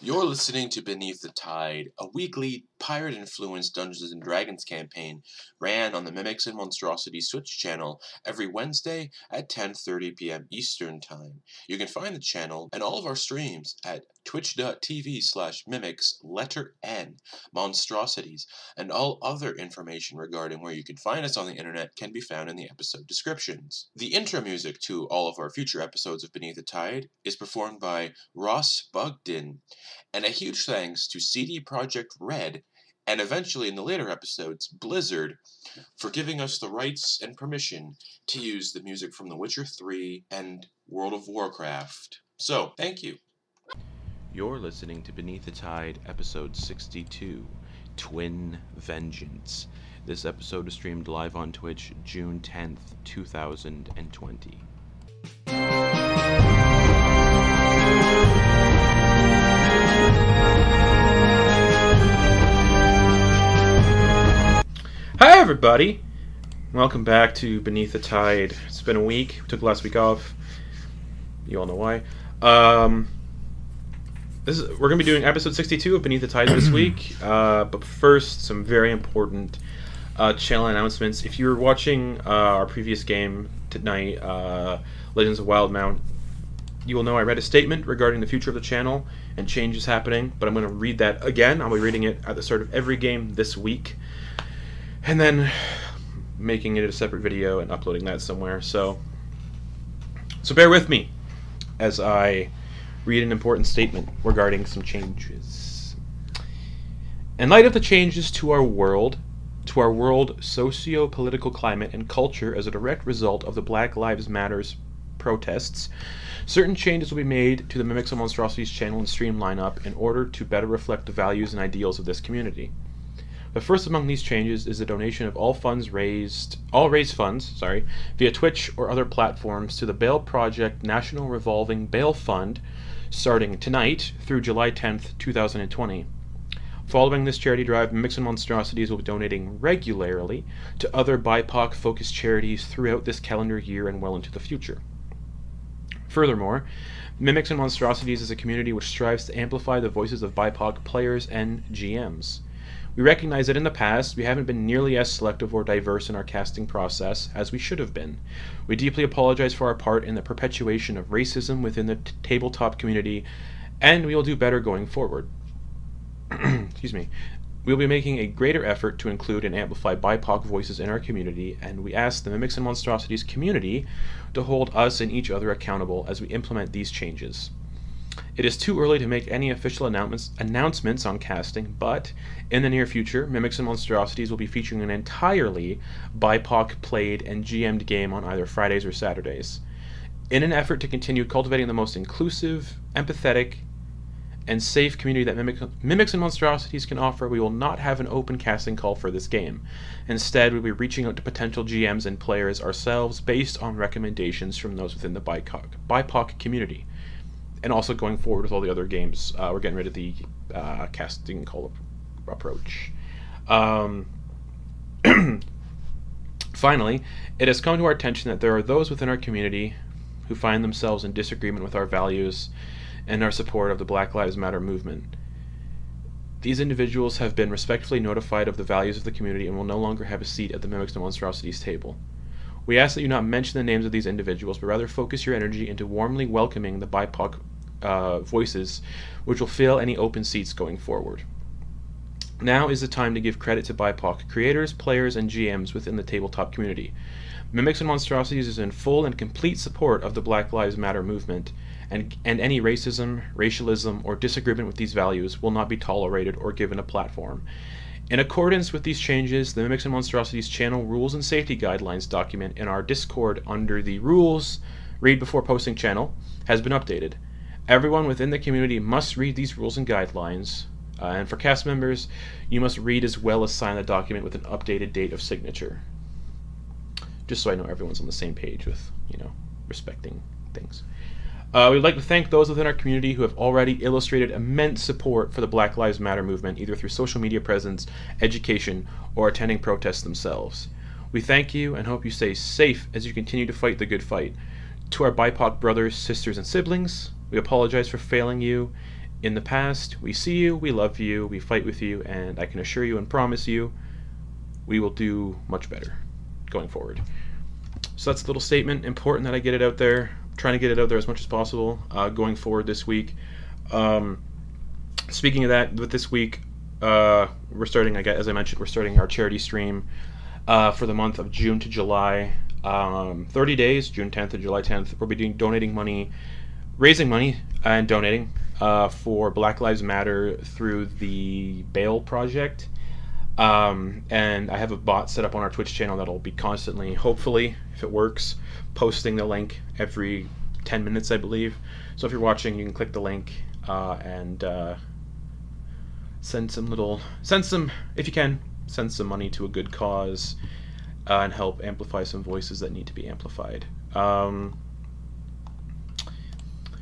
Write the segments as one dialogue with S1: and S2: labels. S1: You're listening to Beneath the Tide, a weekly pirate influenced Dungeons and Dragons campaign ran on the Mimics and Monstrosities Twitch channel every Wednesday at 10:30 p.m. Eastern Time. You can find the channel and all of our streams at twitch.tv slash mimics letter N monstrosities and all other information regarding where you can find us on the internet can be found in the episode descriptions. The intro music to all of our future episodes of Beneath the Tide is performed by Ross Bugden and a huge thanks to CD Projekt Red and eventually in the later episodes Blizzard for giving us the rights and permission to use the music from The Witcher 3 and World of Warcraft. So, thank you. You're listening to Beneath the Tide episode 62, Twin Vengeance. This episode is streamed live on Twitch June 10th, 2020.
S2: Hi, everybody. Welcome back to Beneath the Tide. It's been a week. We took last week off. You all know why. Um, this is, we're going to be doing episode 62 of Beneath the Tide this week. Uh, but first, some very important uh, channel announcements. If you were watching uh, our previous game tonight, uh, Legends of Wildmount, you will know I read a statement regarding the future of the channel and changes happening. But I'm going to read that again. I'll be reading it at the start of every game this week and then making it a separate video and uploading that somewhere. So, so bear with me as I read an important statement regarding some changes. In light of the changes to our world, to our world socio-political climate and culture as a direct result of the Black Lives Matters protests, certain changes will be made to the Mimics and Monstrosities channel and stream lineup in order to better reflect the values and ideals of this community. The first among these changes is the donation of all funds raised, all raised funds, sorry, via Twitch or other platforms to the Bail Project National Revolving Bail Fund, starting tonight through July 10th, 2020. Following this charity drive, Mix and Monstrosities will be donating regularly to other BIPOC-focused charities throughout this calendar year and well into the future. Furthermore, Mimics and Monstrosities is a community which strives to amplify the voices of BIPOC players and GMs. We recognize that in the past, we haven't been nearly as selective or diverse in our casting process as we should have been. We deeply apologize for our part in the perpetuation of racism within the t- tabletop community, and we will do better going forward. Excuse me. We'll be making a greater effort to include and amplify BIPOC voices in our community, and we ask the Mimics and Monstrosities community to hold us and each other accountable as we implement these changes. It is too early to make any official announcements announcements on casting, but in the near future, Mimics and Monstrosities will be featuring an entirely BIPOC played and GM'd game on either Fridays or Saturdays. In an effort to continue cultivating the most inclusive, empathetic, and safe community that Mimic, Mimics and Monstrosities can offer, we will not have an open casting call for this game. Instead, we'll be reaching out to potential GMs and players ourselves based on recommendations from those within the BIPOC, BIPOC community and also going forward with all the other games, uh, we're getting rid of the uh, casting call ap- approach. Um, finally, it has come to our attention that there are those within our community who find themselves in disagreement with our values and our support of the Black Lives Matter movement. These individuals have been respectfully notified of the values of the community and will no longer have a seat at the Mimics and Monstrosities table. We ask that you not mention the names of these individuals, but rather focus your energy into warmly welcoming the BIPOC uh, voices, which will fill any open seats going forward. Now is the time to give credit to BIPOC creators, players, and GMs within the tabletop community. Mimics and Monstrosities is in full and complete support of the Black Lives Matter movement, and, and any racism, racialism, or disagreement with these values will not be tolerated or given a platform. In accordance with these changes, the Mimics and Monstrosities channel rules and safety guidelines document in our Discord under the Rules Read Before Posting channel has been updated. Everyone within the community must read these rules and guidelines, uh, and for cast members, you must read as well as sign the document with an updated date of signature. Just so I know everyone's on the same page with, you know, respecting things. Uh, we'd like to thank those within our community who have already illustrated immense support for the Black Lives Matter movement, either through social media presence, education, or attending protests themselves. We thank you and hope you stay safe as you continue to fight the good fight. To our BIPOC brothers, sisters, and siblings, we apologize for failing you in the past, we see you, we love you, we fight with you, and I can assure you and promise you, we will do much better going forward. So that's a little statement. Important that I get it out there. I'm trying to get it out there as much as possible uh, going forward this week. Um, speaking of that, with this week, uh, we're starting. I guess as I mentioned, we're starting our charity stream uh, for the month of June to July. Um, 30 days, June 10th to July 10th. We'll be doing, donating money, raising money, and donating uh, for Black Lives Matter through the Bail Project. Um, and I have a bot set up on our Twitch channel that'll be constantly, hopefully, if it works, posting the link every 10 minutes, I believe. So if you're watching, you can click the link uh, and uh, send some little, send some, if you can, send some money to a good cause uh, and help amplify some voices that need to be amplified. Um,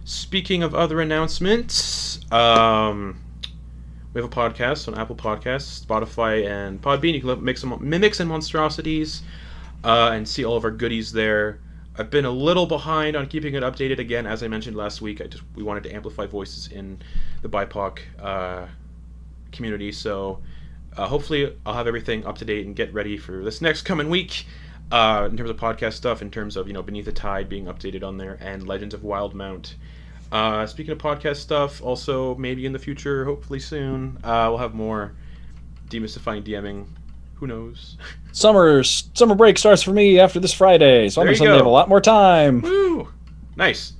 S2: speaking of other announcements, um, we have a podcast on Apple Podcasts, Spotify, and Podbean. You can look- make some mimics and monstrosities uh, and see all of our goodies there. I've been a little behind on keeping it updated again, as I mentioned last week. I just we wanted to amplify voices in the BIPOC uh, community, so uh, hopefully I'll have everything up to date and get ready for this next coming week. Uh, in terms of podcast stuff, in terms of you know Beneath the Tide being updated on there, and Legends of Wildmount. Uh, speaking of podcast stuff, also maybe in the future, hopefully soon, uh, we'll have more demystifying DMing. Who knows?
S3: Summer summer break starts for me after this Friday, so I'm
S2: There you
S3: gonna
S2: go.
S3: have a lot more time.
S2: Woo! Nice.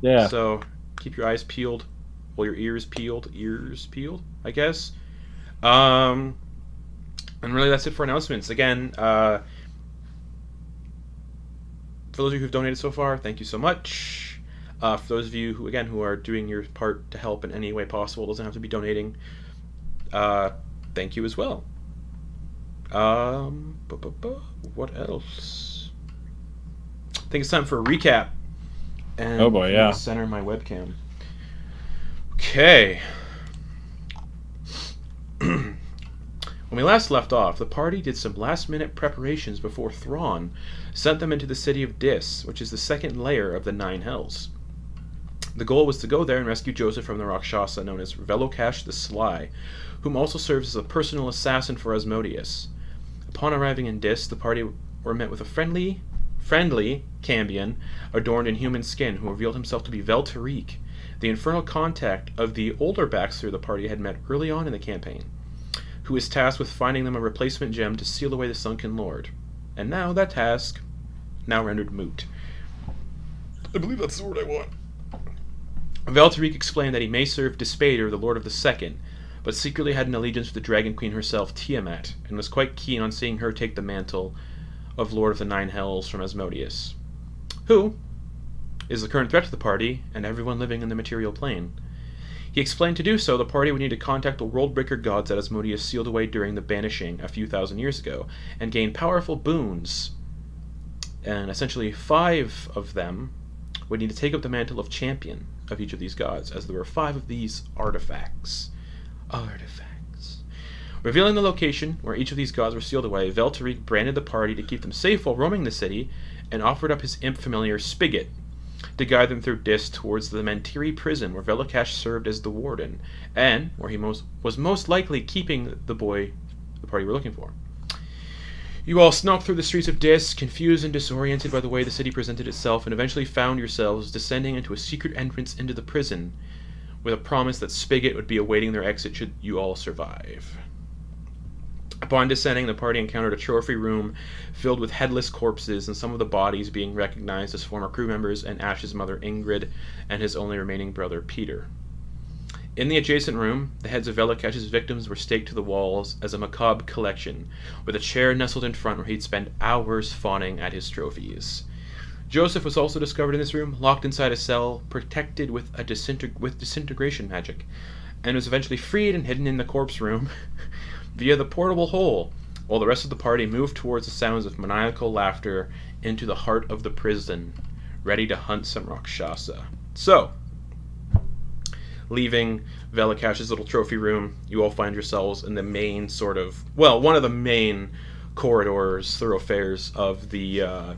S3: Yeah,
S2: So keep your eyes peeled, well your ears peeled, ears peeled, I guess. Um, and really, that's it for announcements. Again, uh, for those of you who've donated so far, thank you so much. Uh, for those of you who, again, who are doing your part to help in any way possible, doesn't have to be donating. Uh, thank you as well. Um, bu- bu- bu- what else? I think it's time for a recap. And
S3: Oh boy,
S2: I'm gonna
S3: yeah.
S2: Center my webcam. Okay. when we last left off, the party did some last-minute preparations before Thrawn sent them into the city of Dis, which is the second layer of the Nine Hells. The goal was to go there and rescue Joseph from the Rakshasa known as Velokash the Sly, whom also serves as a personal assassin for Asmodeus. Upon arriving in Dis, the party were met with a friendly, friendly Cambion adorned in human skin who revealed himself to be Veltariq, the infernal contact of the older Baxter the party had met early on in the campaign, who was tasked with finding them a replacement gem to seal away the Sunken Lord. And now that task, now rendered moot. I believe that's the word I want. Valtariq explained that he may serve Despater, the Lord of the Second, but secretly had an allegiance to the Dragon Queen herself, Tiamat, and was quite keen on seeing her take the mantle of Lord of the Nine Hells from Asmodeus, who is the current threat to the party and everyone living in the material plane. He explained to do so, the party would need to contact the Worldbreaker gods that Asmodeus sealed away during the Banishing a few thousand years ago, and gain powerful boons. And essentially, five of them would need to take up the mantle of champion of each of these gods, as there were five of these artifacts. Artifacts. Revealing the location where each of these gods were sealed away, Veltariq branded the party to keep them safe while roaming the city, and offered up his imp familiar Spigot to guide them through Dis towards the Mentiri prison where Velokash served as the warden, and where he most was most likely keeping the boy the party were looking for. You all snuck through the streets of Dis, confused and disoriented by the way the city presented itself, and eventually found yourselves descending into a secret entrance into the prison, with a promise that Spigot would be awaiting their exit should you all survive. Upon descending, the party encountered a trophy room filled with headless corpses, and some of the bodies being recognized as former crew members and Ash's mother Ingrid and his only remaining brother Peter. In the adjacent room, the heads of Velakesh's victims were staked to the walls as a macabre collection, with a chair nestled in front where he'd spend hours fawning at his trophies. Joseph was also discovered in this room, locked inside a cell, protected with a disinteg- with disintegration magic, and was eventually freed and hidden in the corpse room via the portable hole, while the rest of the party moved towards the sounds of maniacal laughter into the heart of the prison, ready to hunt some Rakshasa. So, leaving Velikash's little trophy room, you all find yourselves in the main sort of, well, one of the main corridors, thoroughfares of the uh,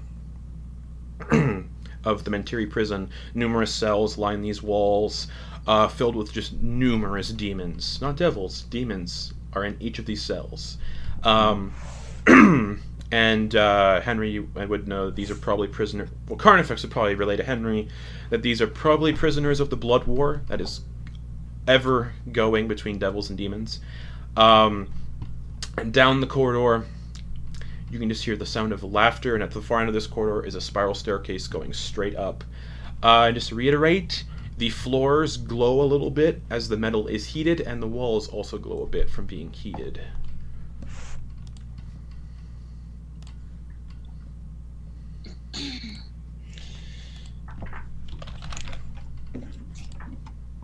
S2: of the Mentiri prison. Numerous cells line these walls. uh, filled with just numerous demons. Not devils, demons are in each of these cells. Um, and uh, Henry, you- I would know these are probably prisoner. Well, Carnifex would probably relate to Henry that these are probably prisoners of the blood war that is ever going between devils and demons. Um, and down the corridor, you can just hear the sound of laughter, and at the far end of this corridor is a spiral staircase going straight up. Uh, and just to reiterate, the floors glow a little bit as the metal is heated, and the walls also glow a bit from being heated.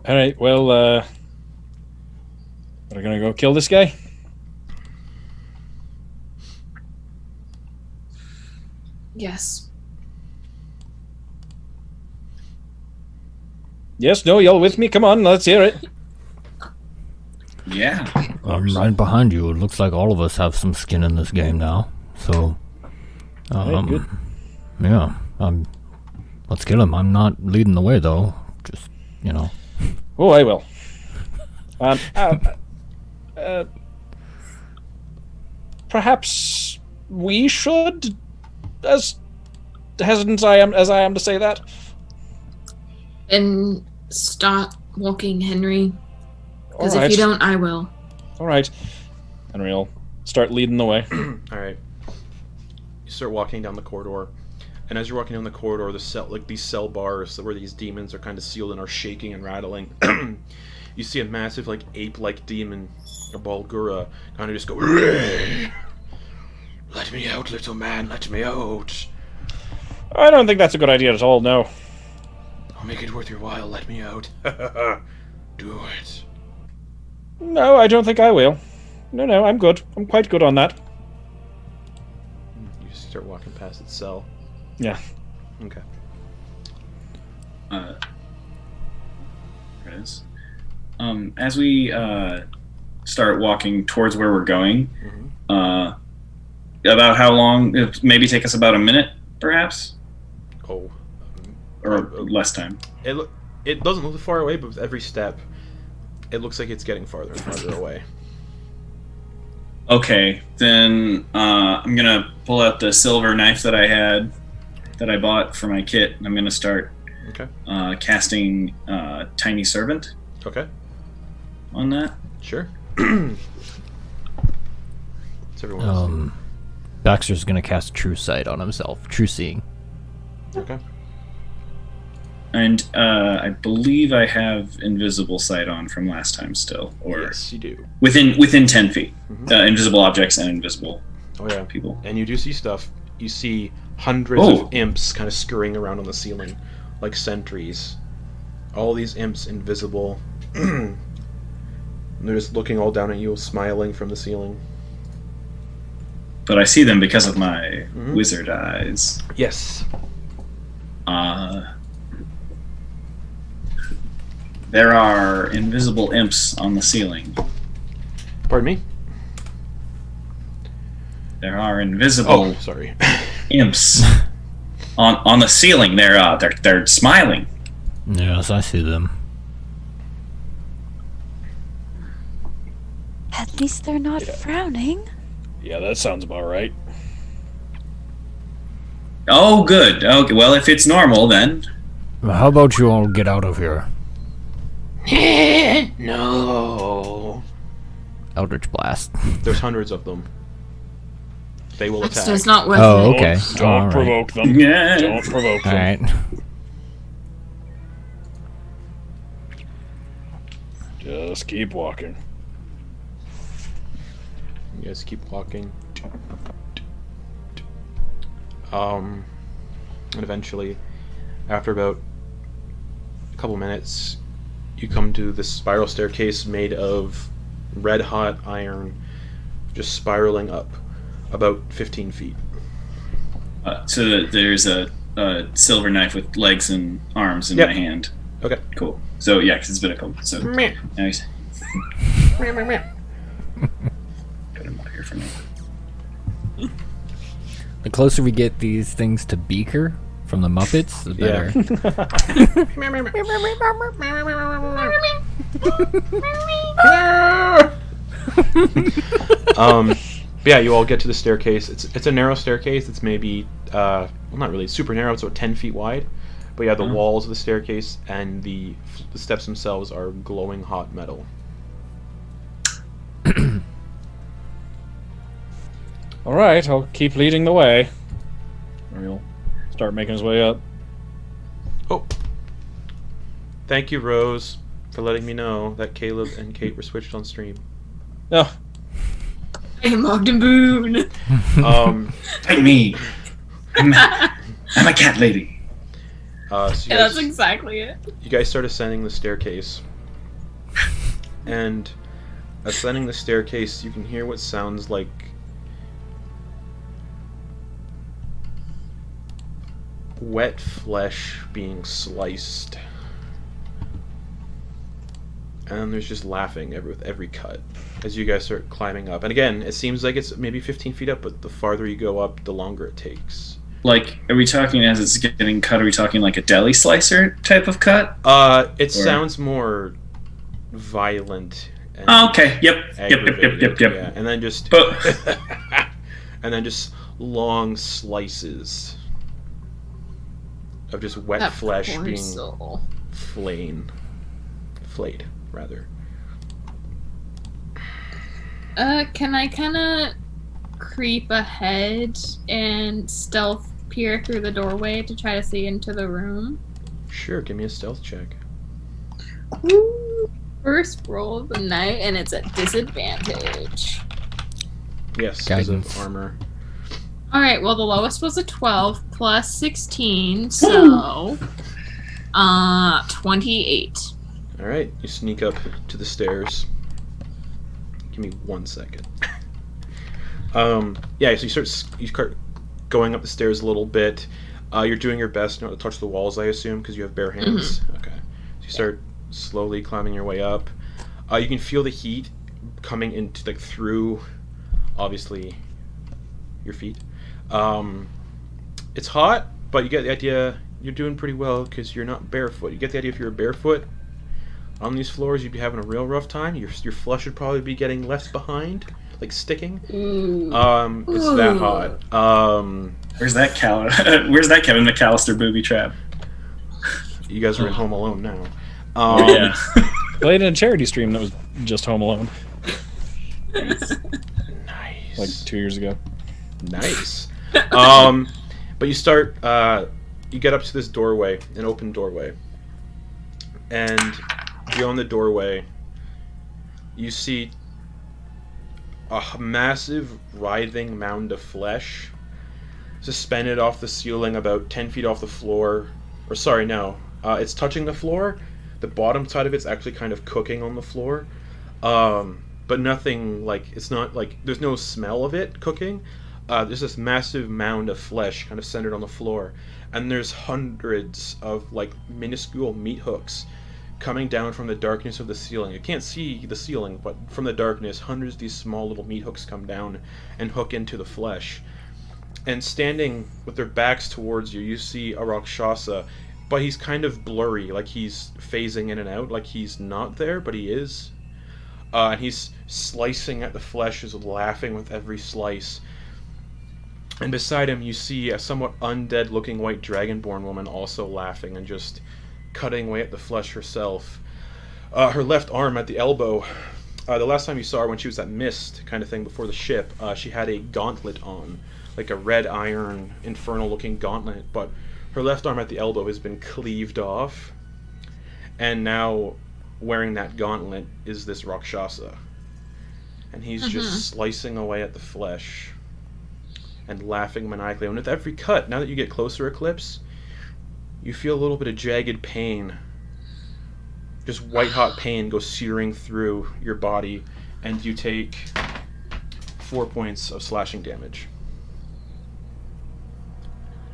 S3: All right. Well, uh, we're gonna go kill this guy.
S4: Yes.
S3: Yes. No. Y'all with me? Come on. Let's hear it.
S5: Yeah.
S6: I'm right behind you. It looks like all of us have some skin in this game now. So,
S3: right,
S6: um,
S3: good.
S6: yeah, I'm. Let's kill him. I'm not leading the way though. Just you know,
S3: Oh, I will. Um, uh, uh, perhaps we should, as hesitant I am as I am to say that.
S4: And stop walking, Henry.
S3: All
S4: Because if
S3: right.
S4: you don't, I will.
S3: All right. And we'll start leading the way.
S2: All right. You start walking down the corridor, and as you're walking down the corridor, the cell, like these cell bars where these demons are kind of sealed and are shaking and rattling. you see a massive, like ape-like demon, a Balgura, kind of just go. Let me out, little man. Let me out.
S3: I don't think that's a good idea at all. No.
S2: I'll make it worth your while. Let me out. Do it.
S3: No, I don't think I will. No, no, I'm good. I'm quite good on that.
S2: You just start walking past its cell.
S3: Yeah.
S2: Okay.
S5: Uh, there it is. Um, as we uh, start walking towards where we're going,
S2: Mhm.
S5: uh, about how long? It maybe take us about a minute, perhaps,
S2: Oh.
S5: or less time.
S2: It lo- it doesn't look far away, but with every step, it looks like it's getting farther and farther away.
S5: Okay, then uh, I'm gonna pull out the silver knife that I had, that I bought for my kit, and I'm gonna start
S2: Okay.
S5: uh, casting uh, Tiny Servant
S2: Okay.
S5: on that.
S2: Sure. it's everyone else.
S6: um, Baxter's gonna cast True Sight on himself. True Seeing.
S2: okay.
S5: And uh, I believe I have invisible sight on from last time still, or
S2: Yes, you do.
S5: within within ten feet.
S2: Mhm.
S5: Uh, invisible objects and invisible
S2: Oh yeah.
S5: people.
S2: And you do see stuff. You see hundreds
S5: Oh.
S2: of imps kind of scurrying around on the ceiling, like sentries. All these imps invisible. And They're just looking all down at you, smiling from the ceiling.
S5: But I see them because of my
S2: Mhm.
S5: wizard eyes.
S2: Yes.
S5: Uh, there are invisible imps on the ceiling.
S2: Pardon me.
S5: There are
S2: Oh,
S5: invisible
S2: sorry.
S5: imps on on the ceiling. They're uh, they're they're smiling.
S6: Yes, I see them.
S7: At least they're not frowning.
S3: Yeah, that sounds about right.
S5: Oh, good. Okay. Well, if it's normal, then
S6: How about you all get out of here?
S2: no.
S6: Eldritch Blast.
S2: There's hundreds of them. They will attack.
S4: So it's not worth it.
S6: Oh, okay.
S3: Don't
S6: All right.
S3: provoke them.
S5: yeah.
S3: Don't provoke
S6: All
S3: them.
S6: right.
S3: Just keep walking.
S2: You guys keep walking. Um, and eventually, after about a couple minutes, you come to this spiral staircase made of red hot iron, just spiraling up about 15 feet.
S5: Uh, so the, there's a, a silver knife with legs and arms in
S2: Yep.
S5: my hand.
S2: Okay.
S5: Cool. So yeah, 'cause it's been a couple. So nice. Put him up here for me.
S6: The closer we get these things to Beaker from the Muppets is
S2: Yeah.
S6: better.
S2: um, but yeah, you all get to the staircase. It's it's a narrow staircase. It's maybe uh, well, not really super narrow. It's about ten feet wide. But yeah, the
S5: Oh.
S2: walls of the staircase and the, f- the steps themselves are glowing hot metal.
S3: All right, I'll keep leading the way.
S5: Or you'll-
S3: Start making his way up.
S2: Oh, thank you, Rose, for letting me know that Caleb and Kate were switched on stream.
S3: Oh,
S4: I am Ogden Boone.
S2: Um,
S5: Take me. I'm, I'm a cat lady.
S2: uh, so you
S4: Yeah, that's
S2: guys-
S4: exactly it.
S2: you guys start ascending the staircase. and ascending the staircase, you can hear what sounds like wet flesh being sliced. And there's just laughing every, with every cut as you guys start climbing up. And again, it seems like it's maybe 15 feet up, but the farther you go up, the longer it takes.
S5: Like, are we talking as it's getting cut? Are we talking like a deli slicer type of cut?
S2: Uh, it
S5: Or-
S2: sounds more violent. And
S5: Oh, okay. Yep. Yep. Yep. Yep.
S2: aggravated,
S5: Yep. Yep.
S2: Yeah, and then just
S5: But
S2: and then just long slices of just wet
S4: That
S2: flesh
S4: poor
S2: being
S4: soul.
S2: flayed, flayed rather.
S4: Uh, can I kind of creep ahead and stealth peer through the doorway to try to see into the room?
S2: Sure, give me a stealth check.
S4: First roll of the night, and it's at disadvantage.
S2: Yes, 'cause
S6: Guidance.
S2: of armor.
S4: All right. Well, the lowest was a twelve plus sixteen, so uh, twenty-eight.
S2: All right, you sneak up to the stairs. Give me one second. um, yeah, so you start s- you start going up the stairs a little bit. Uh, you're doing your best not to touch the walls, I assume, because you have bare
S4: Mm-hmm.
S2: hands. Okay, so you start slowly climbing your way up. Uh, you can feel the heat coming into like through, obviously, your feet. Um, it's hot, but you get the idea. You're doing pretty well because you're not barefoot. You get the idea if you're barefoot, on these floors, you'd be having a real rough time. Your your flesh would probably be getting left behind, like sticking.
S4: Ooh.
S2: Um, it's that hot. Um,
S5: where's that Cal? where's that Kevin McAllister booby trap?
S2: you guys are in Home Alone now. Um,
S5: yeah.
S3: played in a charity stream that was just Home Alone
S2: Nice.
S3: like two years ago.
S2: nice. um, but you start. Uh, you get up to this doorway, an open doorway, and beyond the doorway, you see a h- massive writhing mound of flesh suspended off the ceiling about 10 feet off the floor or sorry no uh, it's touching the floor the bottom side of it's actually kind of cooking on the floor um, but nothing like it's not like there's no smell of it cooking uh, there's this massive mound of flesh kind of centered on the floor and there's hundreds of like minuscule meat hooks coming down from the darkness of the ceiling you can't see the ceiling but from the darkness hundreds of these small little meat hooks come down and hook into the flesh and standing with their backs towards you you see a rakshasa but he's kind of blurry like he's phasing in and out like he's not there but he is uh, and he's slicing at the flesh, is laughing with every slice. And beside him, you see a somewhat undead-looking white dragonborn woman also laughing and just cutting away at the flesh herself. Uh, her left arm at the elbow. Uh, the last time you saw her when she was at Mist kind of thing before the ship, uh, she had a gauntlet on, like a red iron, infernal-looking gauntlet. But her left arm at the elbow has been cleaved off, and now wearing that gauntlet is this Rakshasa. And he's
S4: Mhm.
S2: just slicing away at the flesh and laughing maniacally. And with every cut, now that you get closer, Eclipse, you feel a little bit of jagged pain. Just white hot pain goes searing through your body, and you take four points of slashing damage.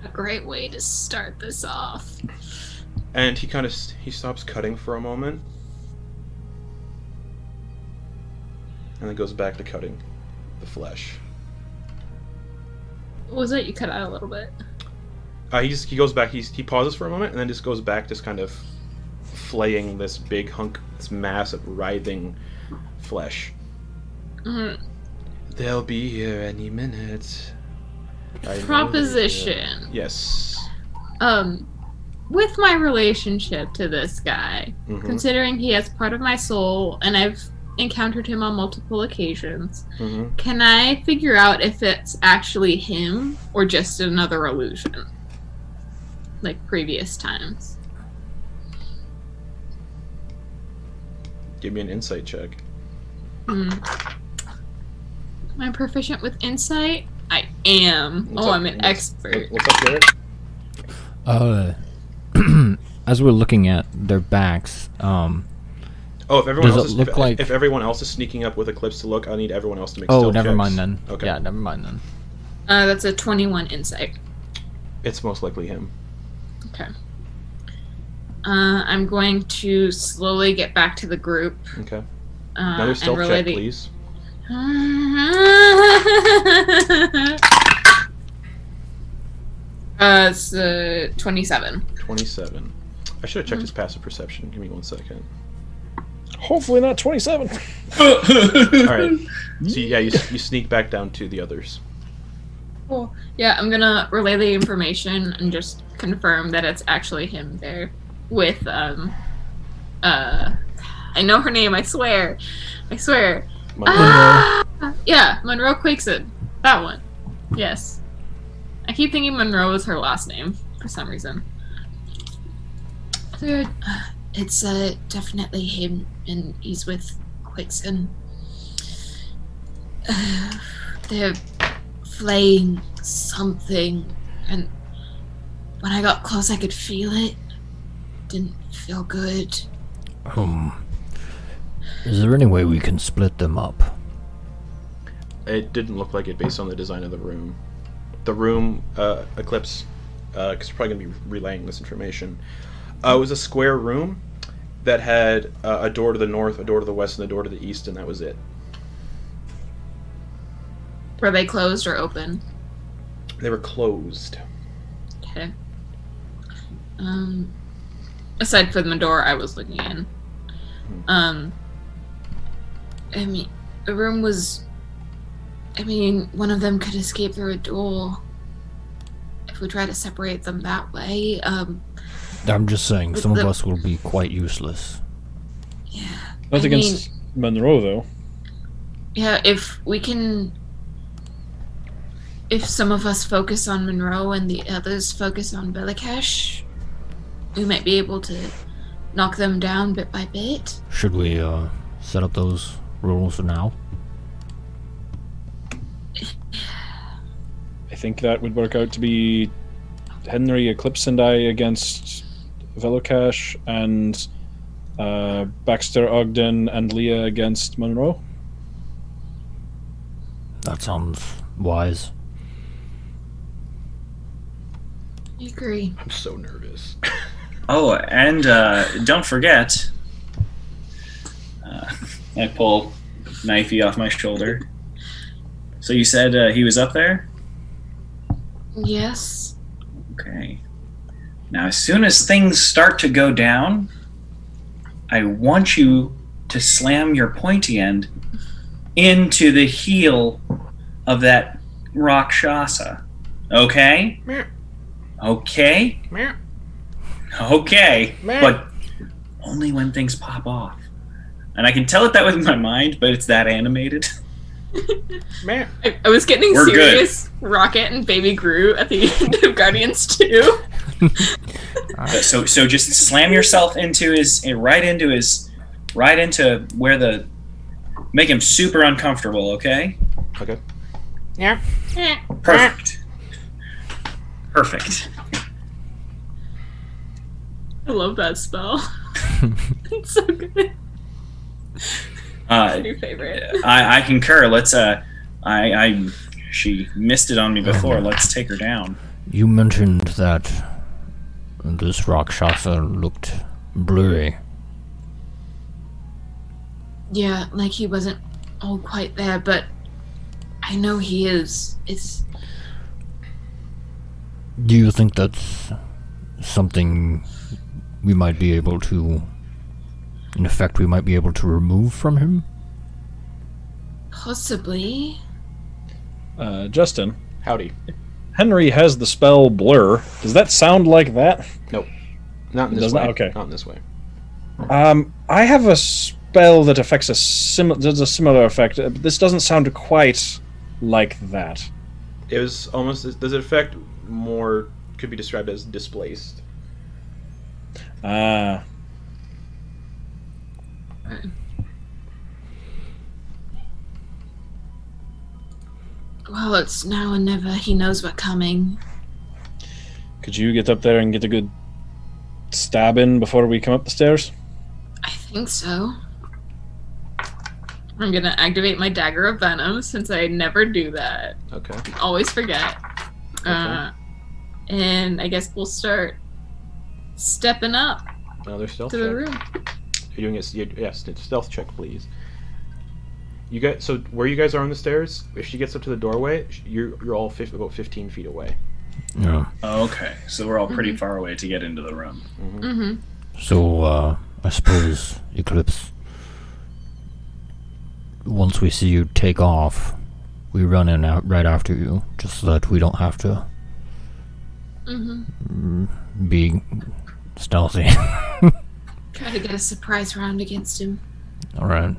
S4: A great way to start this off.
S2: And he kind of he stops cutting for a moment, and then goes back to cutting the flesh.
S4: What was that? You cut out a little bit.
S2: Uh, he just he goes back. He's, he pauses for a moment and then just goes back, just kind of flaying this big hunk, this mass of writhing flesh.
S4: Mm,
S2: They'll be here any minute. I know they will.
S4: proposition.
S2: Yes.
S4: Um, with my relationship to this guy,
S2: Mhm,
S4: considering he has part of my soul and I've encountered him on multiple occasions,
S2: mhm.
S4: can I figure out if it's actually him or just another illusion? Like previous times.
S2: Give me an insight check.
S4: Hmm. Am I proficient with insight? I am.
S2: What's
S4: oh,
S2: up,
S4: I'm an
S2: Amos?
S4: expert.
S2: What's up, Garrett?
S6: Uh, as we're looking at their backs, um,
S2: Oh, if everyone
S6: Does
S2: else
S6: it
S2: is,
S6: look
S2: if,
S6: like-
S2: if everyone else is sneaking up with Eclipse to look, I need everyone else to make.
S6: oh,
S2: stealth
S6: never
S2: checks.
S6: mind then.
S2: Okay.
S6: Yeah, never mind then.
S4: Uh, that's a 21 insight.
S2: It's most likely him.
S4: Uh, I'm going to slowly get back to the group
S2: Okay.
S4: uh,
S2: Another
S4: and
S2: stealth
S4: relay
S2: check,
S4: the
S2: please.
S4: uh, it's uh, 27.
S2: Twenty-seven. I should have checked his passive perception. Give me one second.
S3: Hopefully not 27.
S2: All right. So yeah, you, you sneak back down to the others.
S4: Cool. Yeah, I'm gonna relay the information and just confirm that it's actually him there with, um, uh, I know her name, I swear. I swear.
S2: Monroe.
S4: Ah! Yeah, Monroe Quakeson. That one. Yes. I keep thinking Monroe is her last name for some reason. Dude, it's uh, definitely him, and he's with Quixon. Uh, they're flaying something, and when I got close, I could feel it. Didn't feel good.
S6: Um, is there any way we can split them up?
S2: It didn't look like it based on the design of the room. The room, uh, Eclipse, because you're probably going to be relaying this information, uh, it was a square room that had uh, a door to the north, a door to the west, and a door to the east, and that was it.
S4: Were they closed or open?
S2: They were closed.
S4: Okay. Um, aside from the door I was looking in, um, I mean, the room was. I mean, one of them could escape through a door. If we try to separate them that way, um,
S6: I'm just saying,
S4: With
S6: some of
S4: the-
S6: us will be quite useless.
S4: yeah,
S3: That's
S4: I
S3: against Monroe, though.
S4: yeah. If we can, if some of us focus on Monroe and the others focus on Belikash, we might be able to knock them down bit by bit.
S6: Should we uh, set up those rules now?
S3: I think that would work out to be Henry, Eclipse, and I against Velocash and uh, Baxter, Ogden, and Leah against Monroe.
S6: That sounds wise.
S4: I agree.
S2: I'm so nervous.
S5: Oh, and uh, don't forget. Uh, I pull knifey off my shoulder. So you said uh, he was up there?
S4: Yes.
S5: Okay. Now, as soon as things start to go down, I want you to slam your pointy end into the heel of that Rakshasa. Okay?
S2: Meow.
S5: Okay?
S2: Meow.
S5: Okay.
S2: Meow.
S5: But only when things pop off. And I can tell it that with my mind, but it's that animated.
S2: Meh.
S4: I, I was getting
S5: We're good.
S4: serious Rocket and Baby Groot at the end of Guardians 2.
S5: So so just slam yourself into his right into his right into where the make him super uncomfortable, okay?
S2: Okay.
S4: Eh.
S5: Perfect. Perfect.
S4: I love that spell. it's so good.
S5: Uh,
S4: Your favorite.
S5: I, I concur. Let's uh I I she missed it on me before. Let's take her down.
S6: You mentioned that this Rakshasa looked blurry.
S4: Yeah, like he wasn't all quite there, but I know he is. It's.
S6: Do you think that's something we might be able to. In effect, we might be able to remove from him?
S4: Possibly.
S3: Uh, Justin,
S2: Howdy.
S3: Henry has the spell blur. Does that sound like that?
S2: Not in this
S3: Doesn't-
S2: way.
S3: okay.
S2: Not in this way.
S3: Um, I have a spell that affects a sim- does a similar effect. uh, but This doesn't sound quite like that.
S2: It was almost. Does it affect more? Could be described as displaced.
S3: Ah,
S4: Well, it's now or never. He knows we're coming.
S3: could you get up there and get a good stab in before we come up the stairs?
S4: I think so. I'm gonna activate my dagger of venom since I never do that.
S2: Okay.
S4: Always forget. Uh, and I guess we'll start stepping up
S2: Another stealth
S4: to
S2: check.
S4: the room.
S2: You're doing a s- you- yes, it's stealth check, please. You guys, so where you guys are on the stairs, if she gets up to the doorway, sh- you're you're all fif- about 15 feet away.
S6: Yeah.
S5: Okay, so we're all pretty far away to get into the room.
S4: hmm
S6: So, uh, I suppose, Eclipse, once we see you take off, we run in out right after you, just so that we don't have to
S4: hmm
S6: be stealthy.
S4: Try to get a surprise round against him.
S6: Alright.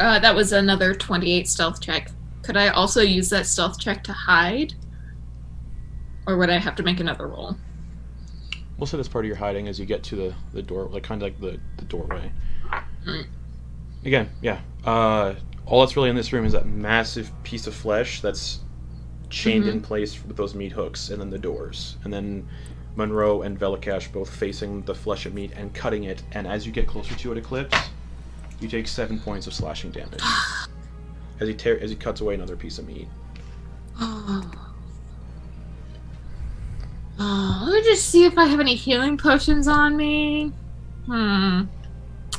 S4: Uh, that was another 28 stealth check. Could I also use that stealth check to hide? Or would I have to make another roll?
S2: We'll set as part of your hiding as you get to the the door, like kind of like the the doorway.
S4: Alright.
S2: Again, yeah. Uh, all that's really in this room is that massive piece of flesh that's chained in place with those meat hooks, and then the doors, and then Monroe and Velikash both facing the flesh of meat and cutting it. And as you get closer to it, Eclipse, you take seven points of slashing damage as he tear as he cuts away another piece of meat.
S4: Oh. Oh, let me just see if I have any healing potions on me. Hmm.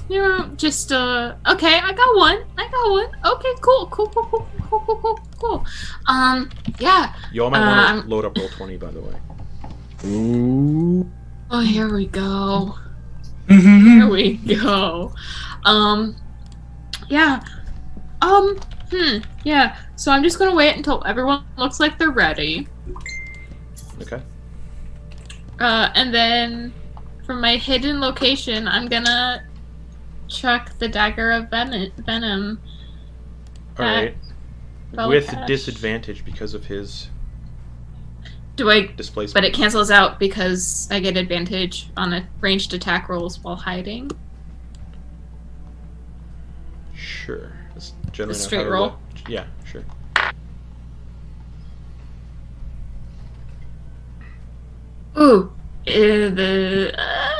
S4: You know, just uh. Okay, I got one. I got one. Okay, cool, cool, cool, cool, cool, cool, cool, cool. Um, yeah.
S2: You all might want to
S4: Um,
S2: load up roll twenty, by the way.
S3: Ooh.
S4: Oh, here we go.
S5: Mm-hmm.
S4: Here we go. Um, yeah. Um, hmm. Yeah. So I'm just gonna wait until everyone looks like they're ready.
S2: Okay.
S4: Uh, and then from my hidden location, I'm gonna chuck the dagger of ven- venom.
S2: All
S4: Uh,
S2: right. With
S4: Velikash.
S2: disadvantage because of his
S4: Do I?
S2: displacement.
S4: But it cancels out because I get advantage on a ranged attack rolls while hiding.
S2: Sure. That's generally
S4: A
S2: not
S4: straight
S2: how to
S4: roll?
S2: roll. Yeah, sure.
S4: Ooh, uh, the uh,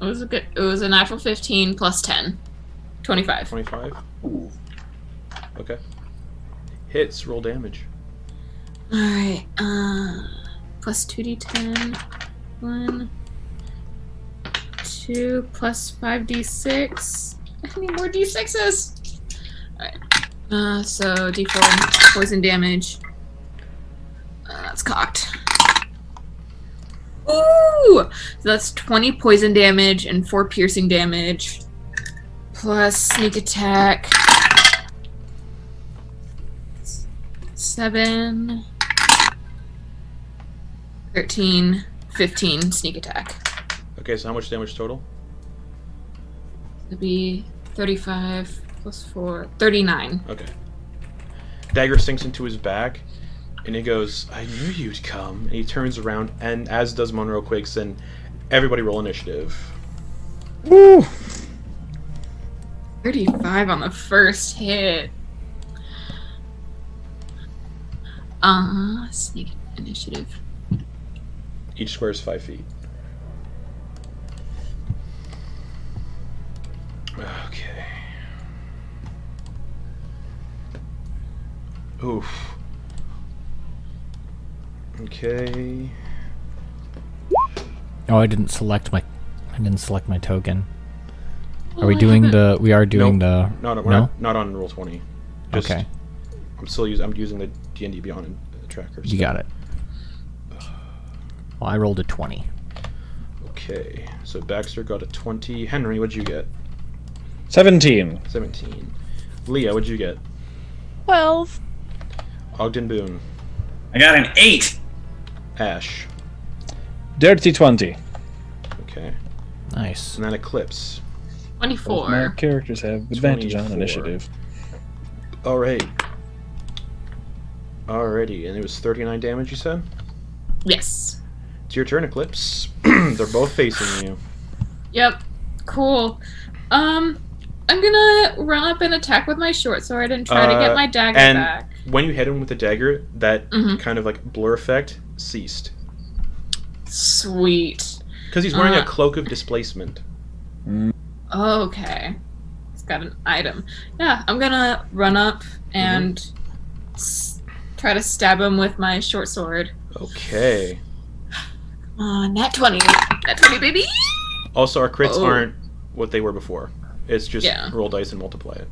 S4: it was a good. It was a natural fifteen plus 10. 25.
S2: 25. Okay. Hits, roll damage.
S4: All right. Uh, plus two d10. One. Two plus five d6. I need more d6s. All right. Uh, so d4 poison damage. Uh, that's cocked. Ooh! So that's 20 poison damage and 4 piercing damage. Plus sneak attack. 7 13 15 sneak attack
S2: Okay, so how much damage total?
S4: it'd be 35 plus 4 39
S2: Okay. Dagger sinks into his back, and he goes, I knew you'd come. And he turns around, and as does Monroe Quakes, and everybody roll initiative.
S4: 35 on the first hit uh sneak initiative
S2: Each square is five feet. Okay. Oof. Okay.
S6: Oh, I didn't select my. I didn't select my token. Are we
S4: Oh, I
S6: doing
S4: haven't-
S6: the? We are doing the.
S2: No, no, we're
S6: No?
S2: Not, not on roll twenty. Just,
S6: okay,
S2: I'm still using. I'm using the D and D Beyond uh, tracker.
S6: you
S2: stuff.
S6: got it. Well, I rolled a 20.
S2: Okay, so Baxter got a 20. Henry, what'd you get?
S3: 17.
S2: 17. Leah, what'd you get?
S7: 12.
S2: Ogden Boone.
S5: I got an eight.
S2: Ash.
S3: Dirty 20.
S2: Okay.
S6: Nice.
S2: And then Eclipse.
S3: Both my
S4: 24.
S3: characters have advantage on
S2: 24.
S3: initiative.
S2: All right. Alrighty, and it was 39 damage, you said?
S4: Yes.
S2: It's your turn, Eclipse. They're both facing you.
S4: Yep. Cool. Um, I'm gonna run up and attack with my short sword and try to
S2: Uh,
S4: get my dagger
S2: and-
S4: back.
S2: When you hit him with the dagger, that
S4: Mhm.
S2: kind of like blur effect ceased.
S4: Sweet.
S2: Because he's wearing
S4: Uh.
S2: a cloak of displacement.
S4: Okay. It's got an item. Yeah, I'm gonna run up and s- try to stab him with my short sword.
S2: Okay.
S4: Come on, nat 20. Nat 20, baby!
S2: Also, our crits
S4: Oh.
S2: aren't what they were before. It's just
S4: Yeah.
S2: roll dice and multiply it.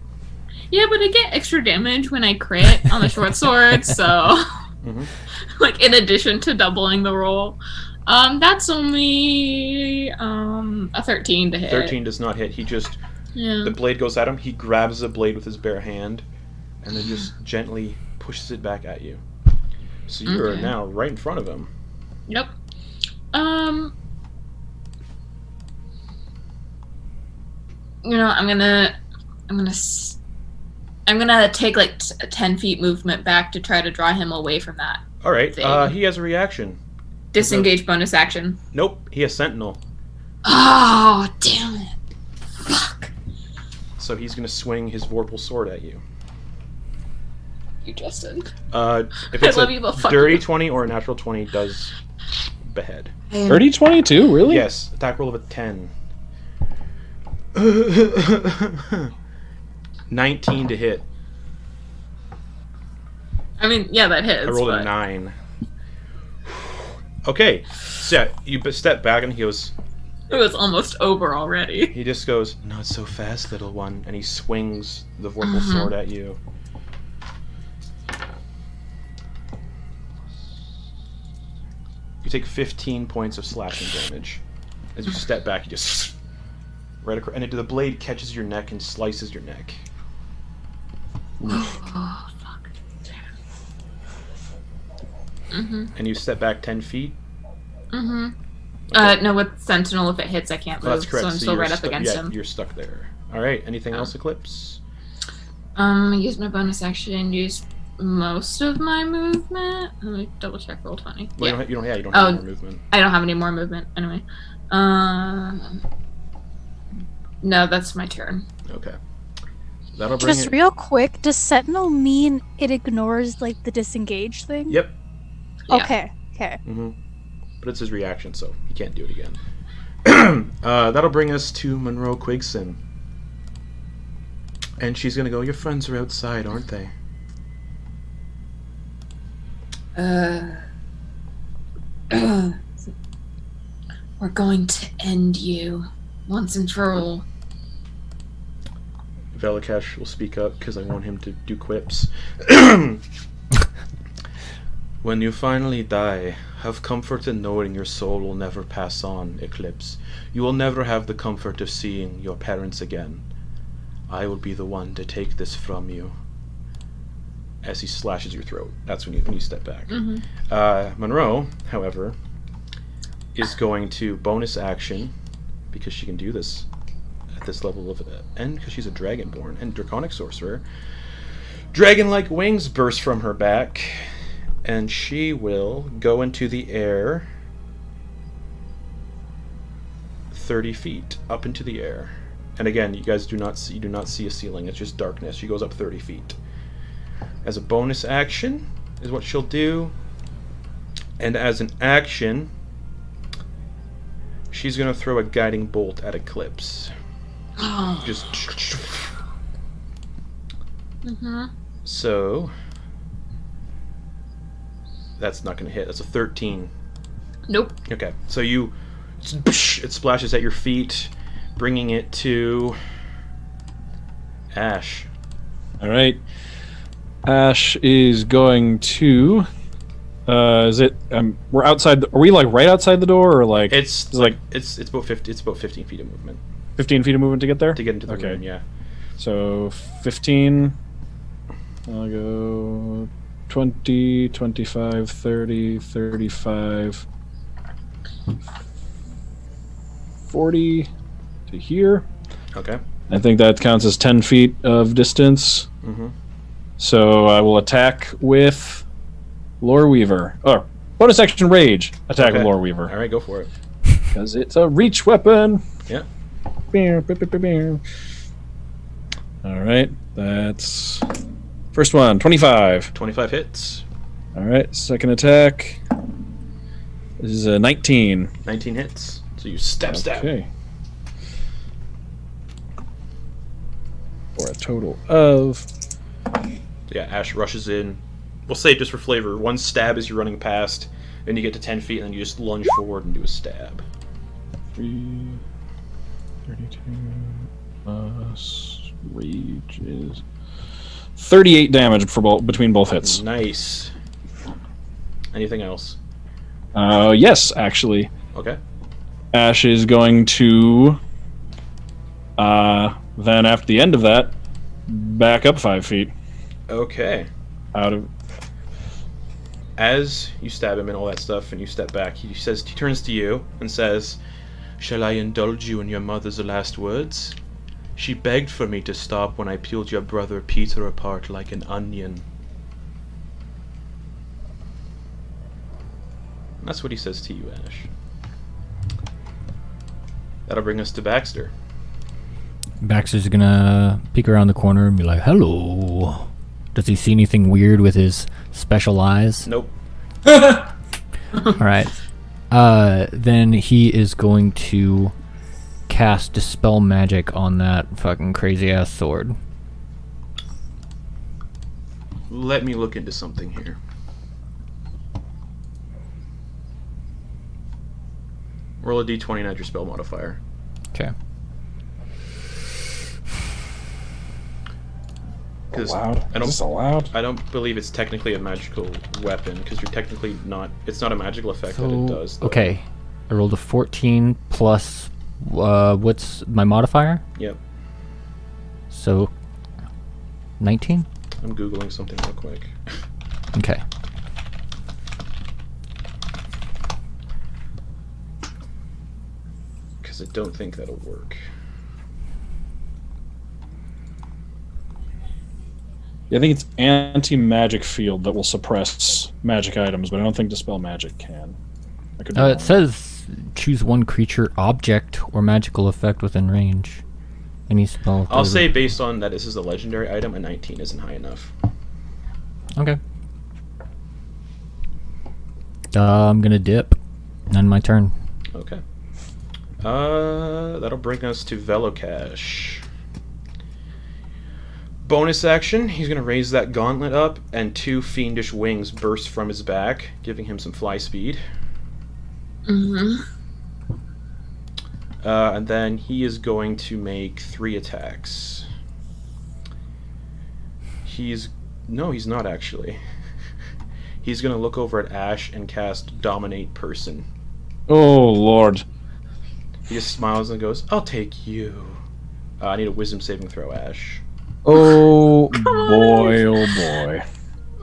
S4: Yeah, but I get extra damage when I crit on the short sword, so
S2: Mhm.
S4: like in addition to doubling the roll. Um, that's only um a thirteen to hit.
S2: 13 does not hit. He just,
S4: Yeah.
S2: the blade goes at him. He grabs the blade with his bare hand and then just
S4: Mm-hmm.
S2: gently pushes it back at you. So you are
S4: Okay.
S2: now right in front of him.
S4: Yep. Um. You know, I'm gonna, I'm gonna, s- I'm gonna take like t- a ten feet movement back to try to draw him away from that
S2: All right.
S4: Thing.
S2: Uh, he has a reaction.
S4: disengage bonus action.
S2: Nope. He has Sentinel.
S4: Oh damn it! Fuck!
S2: So he's going to swing his Vorpal sword at you.
S4: You Justin.
S2: Uh, if
S4: I
S2: it's
S4: love
S2: a
S4: you, but fuck
S2: dirty
S4: you.
S2: 20 or a natural 20 does behead.
S3: Dirty 22? Really?
S2: Yes, attack roll of a 10. 19 to hit.
S4: I mean, yeah, that hits.
S2: I rolled
S4: but...
S2: a 9. Okay, so you b- step back and he goes,
S4: It was almost over already.
S2: he just goes, not so fast, little one, and he swings the vorpal
S4: Mhm.
S2: sword at you. You take 15 points of slashing damage. As you step back, you just right across, and it, the blade catches your neck and slices your neck.
S4: Oh, fuck. Mm-hmm.
S2: And you step back 10 feet.
S4: Mm-hmm. Uh, no, with Sentinel, if it hits, I can't move,
S2: Oh, that's correct.
S4: so I'm
S2: So
S4: still
S2: you're
S4: right up
S2: stu-
S4: against
S2: yeah,
S4: him. Oh.
S2: You're stuck there. All right. Anything
S4: Yeah.
S2: else, Eclipse?
S4: Um, I used my bonus action and used most of my movement. Let me double check roll 20.
S2: Well,
S4: yeah,
S2: you don't. ha- You don't. Yeah, you don't have
S4: Oh.
S2: any more movement.
S4: I don't have any more movement anyway. Um, no, that's my turn.
S2: Okay. That'll bring
S7: Just
S2: it.
S7: real quick, does Sentinel mean it ignores like the disengage thing?
S2: Yep.
S4: Yeah.
S7: Okay. Okay.
S2: hmm But it's his reaction, so he can't do it again. uh, that'll bring us to Monroe Quigson. And she's gonna go. Your friends are outside, aren't they?
S4: Uh, we're going to end you once and for all.
S2: Velikash will speak up because I want him to do quips. when you finally die, have comfort in knowing your soul will never pass on, Eclipse. You will never have the comfort of seeing your parents again. I will be the one to take this from you. As he slashes your throat. That's when you, when you step back.
S4: Mm-hmm.
S2: Uh, Monroe, however, is going to bonus action because she can do this at this level of and because she's a dragonborn and draconic sorcerer. Dragon-like wings burst from her back, and she will go into the air. 30 feet up into the air and again you guys do not see you do not see a ceiling it's just darkness she goes up 30 feet as a bonus action is what she'll do and as an action, she's going to throw a guiding bolt at Eclipse. Just.
S4: Mm-hmm.
S2: So. That's not going to hit. That's a 13.
S4: Nope.
S2: Okay. So you. It splashes at your feet, bringing it to. Ash.
S3: All right. Ash is going to Uh, is it? Um, we're outside. The, are we like right outside the door, or like
S2: It's
S3: it's like
S2: it's it's about fifty. It's about fifteen feet of movement
S3: 15 feet of movement to get there?
S2: to get into the
S3: Okay.
S2: room. Yeah.
S3: So 15. I'll go 20, 25, 30, 35, 40 to here.
S2: Okay.
S3: I think that counts as 10 feet of distance.
S2: Mhm.
S3: So I will attack with Lore Weaver. Oh, bonus action rage. Attack with
S2: Okay.
S3: Lore
S2: All
S3: Weaver.
S2: right, go for it.
S3: Because it's a reach weapon.
S2: Yeah.
S3: Beow, beow, beow, beow, beow. All right. That's. First one, 25.
S2: Twenty-five hits.
S3: All right. Second attack. This is a 19.
S2: Nineteen hits. So you stab, stab.
S3: Okay. For a total of
S2: Yeah, Ash rushes in. We'll say just for flavor, one stab as you're running past, and you get to ten feet, and then you just lunge forward and do a stab.
S3: 3, 32 plus rage is 38 damage for both between both hits.
S2: Nice. Anything else?
S3: Uh, yes, actually,
S2: Okay.
S3: Ash is going to. Uh, then after the end of that, back up five feet
S2: Okay.
S3: out of.
S2: As you stab him and all that stuff, and you step back, he says he turns to you and says, "Shall I indulge you in your mother's last words? She begged for me to stop when I peeled your brother Peter apart like an onion." That's what he says to you, Ash. That'll bring us to Baxter.
S6: Baxter's gonna peek around the corner and be like, "Hello." Does he see anything weird with his special eyes?
S2: Nope.
S6: All right. Uh, then he is going to cast dispel magic on that fucking crazy ass sword.
S2: Let me look into something here. Roll a d20 and add your spell modifier.
S6: Okay.
S2: 'Cause
S3: Allowed?
S2: I
S3: Is
S2: don't-
S3: this allowed?
S2: I don't believe it's technically a magical weapon because you're technically not. It's not a magical effect that it does. though.
S6: okay, I rolled a 14 plus. Uh, what's my modifier?
S2: Yep.
S6: So, 19.
S2: I'm googling something real quick.
S6: Okay.
S2: because I don't think that'll work.
S3: Yeah, I think it's anti magic field that will suppress magic items, but I don't think dispel magic can. I could be
S6: Uh,
S3: wrong.
S6: it says choose one creature, object, or magical effect within range. Any spell.
S2: I'll
S6: throws
S2: say
S6: it-
S2: based on that this is a legendary item, a 19 isn't high enough.
S6: Okay. Uh, I'm gonna dip. End my turn.
S2: Okay. Uh, that'll bring us to Velocash. Bonus action, he's going to raise that gauntlet up, and two fiendish wings burst from his back, giving him some fly speed.
S4: hmm
S2: Uh, and then he is going to make three attacks. He's. No, he's not actually. he's going to look over at Ash and cast Dominate Person.
S3: Oh, Lord.
S2: He just smiles and goes, I'll take you. Uh, I need a wisdom saving throw, Ash.
S3: Oh,
S4: on,
S3: boy, oh, boy.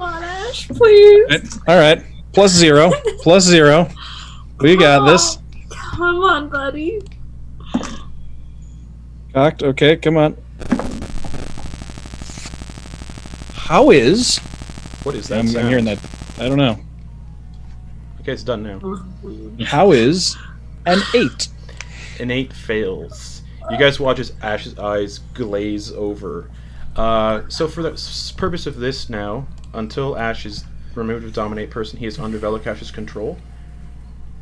S4: Ash, please.
S3: All right. Plus zero. Plus zero. We got this.
S4: Come on, buddy.
S3: Cocked. Okay, come on. How is.
S2: What is that?
S3: I'm, I'm
S2: sound?
S3: hearing that. I don't know.
S2: Okay, it's done now.
S3: How is an eight?
S2: Innate fails. You guys watch as Ash's eyes glaze over. Uh, so, for the s- purpose of this now, until Ash is removed of Dominate Person, he is under Velokash's control.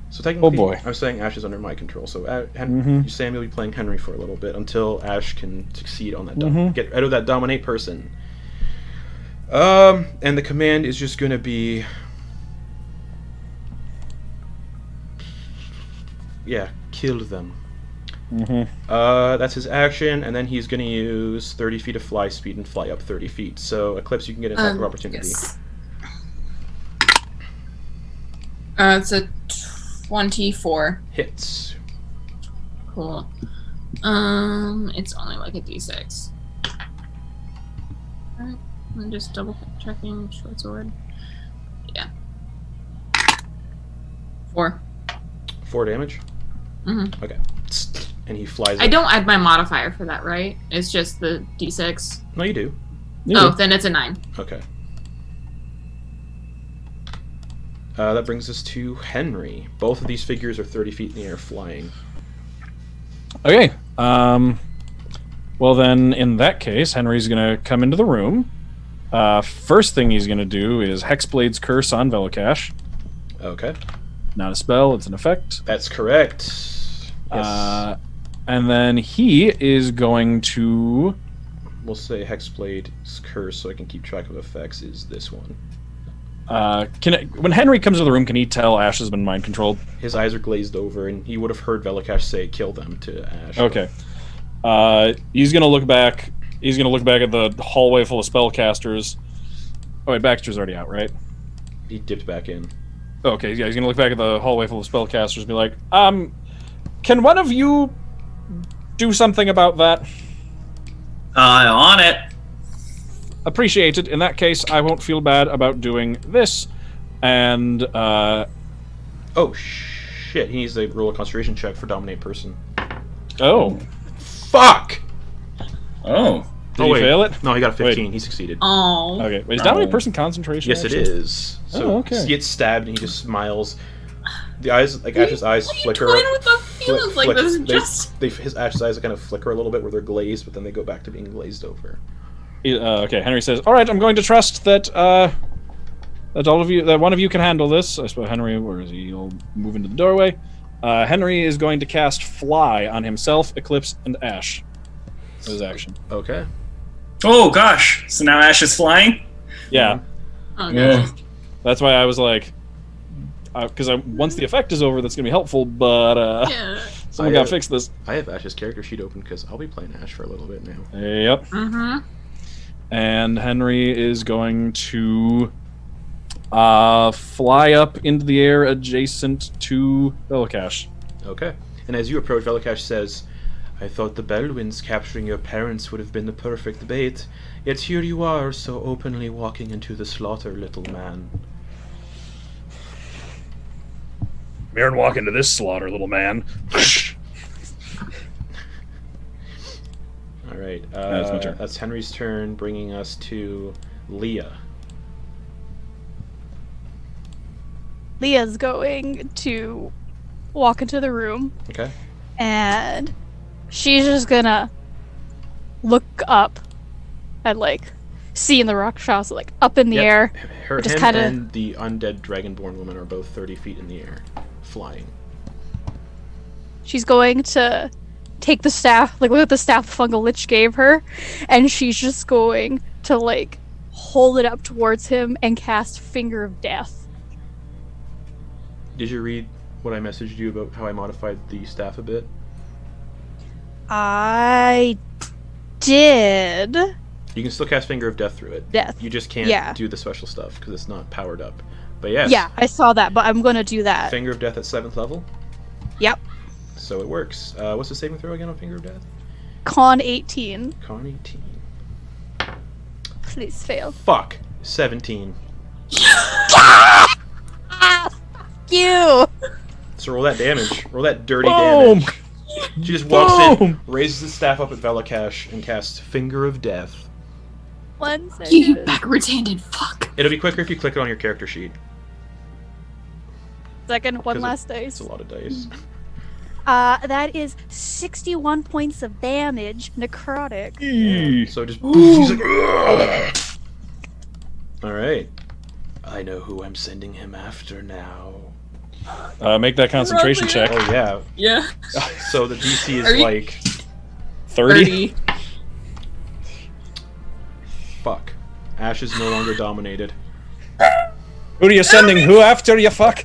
S2: So technically,
S3: boy.
S2: I'm saying Ash is under my control. So uh, Hen-
S3: Mhm.
S2: Sam will be playing Henry for a little bit until Ash can succeed on that. Dom-
S3: Mhm.
S2: Get rid of that Dominate Person. Um, and the command is just going to be. Yeah, kill them.
S3: Mm-hmm.
S2: Uh, that's his action, and then he's going to use 30 feet of fly speed and fly up 30 feet. So, Eclipse, you can get an attack of
S4: Um,
S2: opportunity.
S4: yes. Uh, it's a 24.
S2: Hits.
S4: Cool. Um, it's only like a d6. Alright, I'm just double checking short sword. Yeah. Four.
S2: Four damage.
S4: Mhm.
S2: Okay. And he flies.
S4: I
S2: up.
S4: don't add my modifier for that, right? It's just the d6.
S2: No, you do.
S4: Oh, then it's a nine.
S2: Okay. Uh, that brings us to Henry. Both of these figures are 30 feet in the air, flying.
S3: Okay. Um, well, then, in that case, Henry's going to come into the room. Uh, first thing he's going to do is Hexblade's Curse on Velocash.
S2: Okay,
S3: Not a spell, it's an effect.
S2: that's correct. Yes,
S3: Uh, and then he is going to.
S2: we'll say Hexblade's curse, so I can keep track of effects. Is this one?
S3: Uh, can I, when Henry comes into the room, can he tell Ash has been mind controlled?
S2: His eyes are glazed over, and he would have heard Velikash say, "Kill them" to Ash.
S3: Okay. Uh, he's gonna look back. He's gonna look back at the hallway full of spellcasters. Oh wait, Baxter's already out, right?
S2: He dipped back in.
S3: Okay, yeah, he's gonna look back at the hallway full of spellcasters and be like, um, can one of you do something about that?
S5: Uh, on it.
S3: Appreciate it. In that case, I won't feel bad about doing this. And uh,
S2: Oh shit! He needs to roll a concentration check for dominate person.
S3: oh,
S2: Fuck!
S5: Oh.
S3: did
S2: Oh,
S3: he
S2: wait.
S3: fail it?
S2: No, he got a
S3: Wait.
S2: 15. He succeeded.
S4: Oh.
S3: Okay, wait, is dominate
S5: No.
S3: person concentration?
S2: Yes, it
S3: action?
S2: is. So
S3: Oh, okay.
S2: he gets stabbed and he just smiles. The eyes, like Ash's eyes,
S4: What are you
S2: flicker.
S4: doing with the feelings like
S2: flick-
S4: this?
S2: they-
S4: Just
S2: They, his Ash's eyes kind of flicker a little bit where they're glazed, but then they go back to being glazed over.
S3: uh, okay, Henry says, "All right, I'm going to trust that uh, that all of you, that one of you can handle this." I suppose Henry, where is he? He'll move into the doorway. Uh, Henry is going to cast Fly on himself, Eclipse, and Ash. That was action.
S2: Okay.
S5: Oh gosh. So now Ash is flying.
S3: Yeah,
S4: oh,
S5: Yeah.
S4: God.
S3: that's why I was like, because I once the effect is over, that's going to be helpful. But uh,
S4: yeah.
S3: someone
S2: I,
S3: got
S2: uh,
S3: to fix this.
S2: I have Ash's character sheet open because I'll be playing Ash for a little bit now.
S3: Yep.
S4: Mm-hmm.
S3: and Henry is going to uh, fly up into the air adjacent to oh, Bellacash.
S2: Okay. And as you approach, Velikash says, I thought the Belwins capturing your parents would have been the perfect bait, yet here you are, so openly walking into the slaughter, little man.
S3: Mirren, walk into this slaughter, little man.
S2: All right. Uh,
S3: it's my turn.
S2: That's Henry's turn, bringing us to Leah.
S7: Leah's going to walk into the room
S2: Okay.
S7: and she's just gonna look up at like seeing the rakshas like up in the
S2: Yep.
S7: air.
S2: Her,
S7: Just
S2: him,
S7: kinda-
S2: and the undead dragonborn woman are both thirty feet in the air, flying.
S7: She's going to take the staff, like look at the staff Fungal Lich gave her, and she's just going to like hold it up towards him and cast Finger of Death.
S2: Did you read what I messaged you about how I modified the staff a bit?
S7: I did
S2: You can still cast Finger of Death through it.
S7: death.
S2: You just can't
S7: Yeah.
S2: do the special stuff because it's not powered up. But yes,
S7: Yeah, I saw that, but I'm gonna do that.
S2: Finger of Death at seventh level.
S7: Yep.
S2: So it works. Uh, what's the saving throw again on Finger of Death?
S7: Con 18.
S2: Con eighteen.
S7: Please fail.
S2: Fuck. Seventeen.
S7: Ah, fuck you.
S2: So roll that damage. Roll that dirty
S3: Boom!
S2: damage. She just walks
S3: Boom!
S2: in, raises the staff up at Velikash, and casts Finger of Death.
S7: One second.
S4: You backwards-handed fuck.
S2: It'll be quicker if you click it on your character sheet.
S7: Second, one
S2: 'Cause it-
S7: last
S2: It's
S7: dice.
S2: a lot of dice.
S7: Uh, that is 61 points of damage, necrotic.
S2: So just boof, he's like, "Ugh." all right. I know who I'm sending him after now.
S3: Uh, make that concentration
S4: Brother.
S3: check.
S2: Oh yeah.
S4: Yeah.
S2: So the DC is
S4: Are you-
S2: like
S3: Thirty.
S2: fuck. Ash is no longer dominated.
S3: Who are you sending? Who after you? Fuck.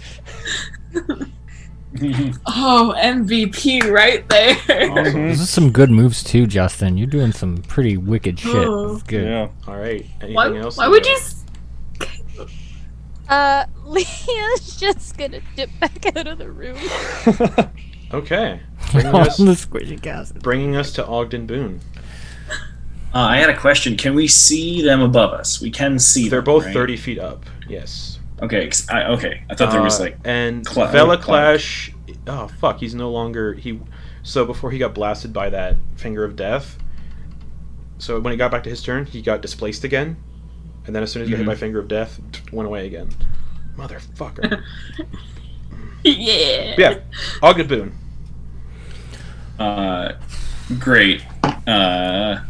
S4: Oh, MVP right there.
S3: Hmm.
S2: Awesome.
S6: This is some good moves too, Justin. You're doing some pretty wicked shit.
S4: Oh.
S6: That's good.
S3: Yeah.
S2: All right. Anything
S4: Why,
S2: else?
S4: why would you?
S2: Uh,
S4: s-
S7: Uh, Leah's just gonna dip back out of the room.
S2: Okay. Bringing
S6: on
S2: us,
S6: the squishy cast.
S2: bringing us to Ogden Boone.
S5: Uh, I had a question. Can we see them above us? We can see.
S2: They're
S5: them,
S2: both
S5: right?
S2: 30 feet up. Yes.
S5: Okay. 'cause I, okay. I thought there was
S2: Uh,
S5: like.
S2: and
S5: cla-
S2: Vela
S5: cloud.
S2: Clash. Oh fuck, he's no longer he. So before he got blasted by that finger of death. So when he got back to his turn, he got displaced again, and then as soon as he
S5: Mm-hmm.
S2: got hit by finger of death, went away again. Motherfucker.
S4: yeah.
S2: yeah, Ogden Boone.
S5: Uh, great. Uh,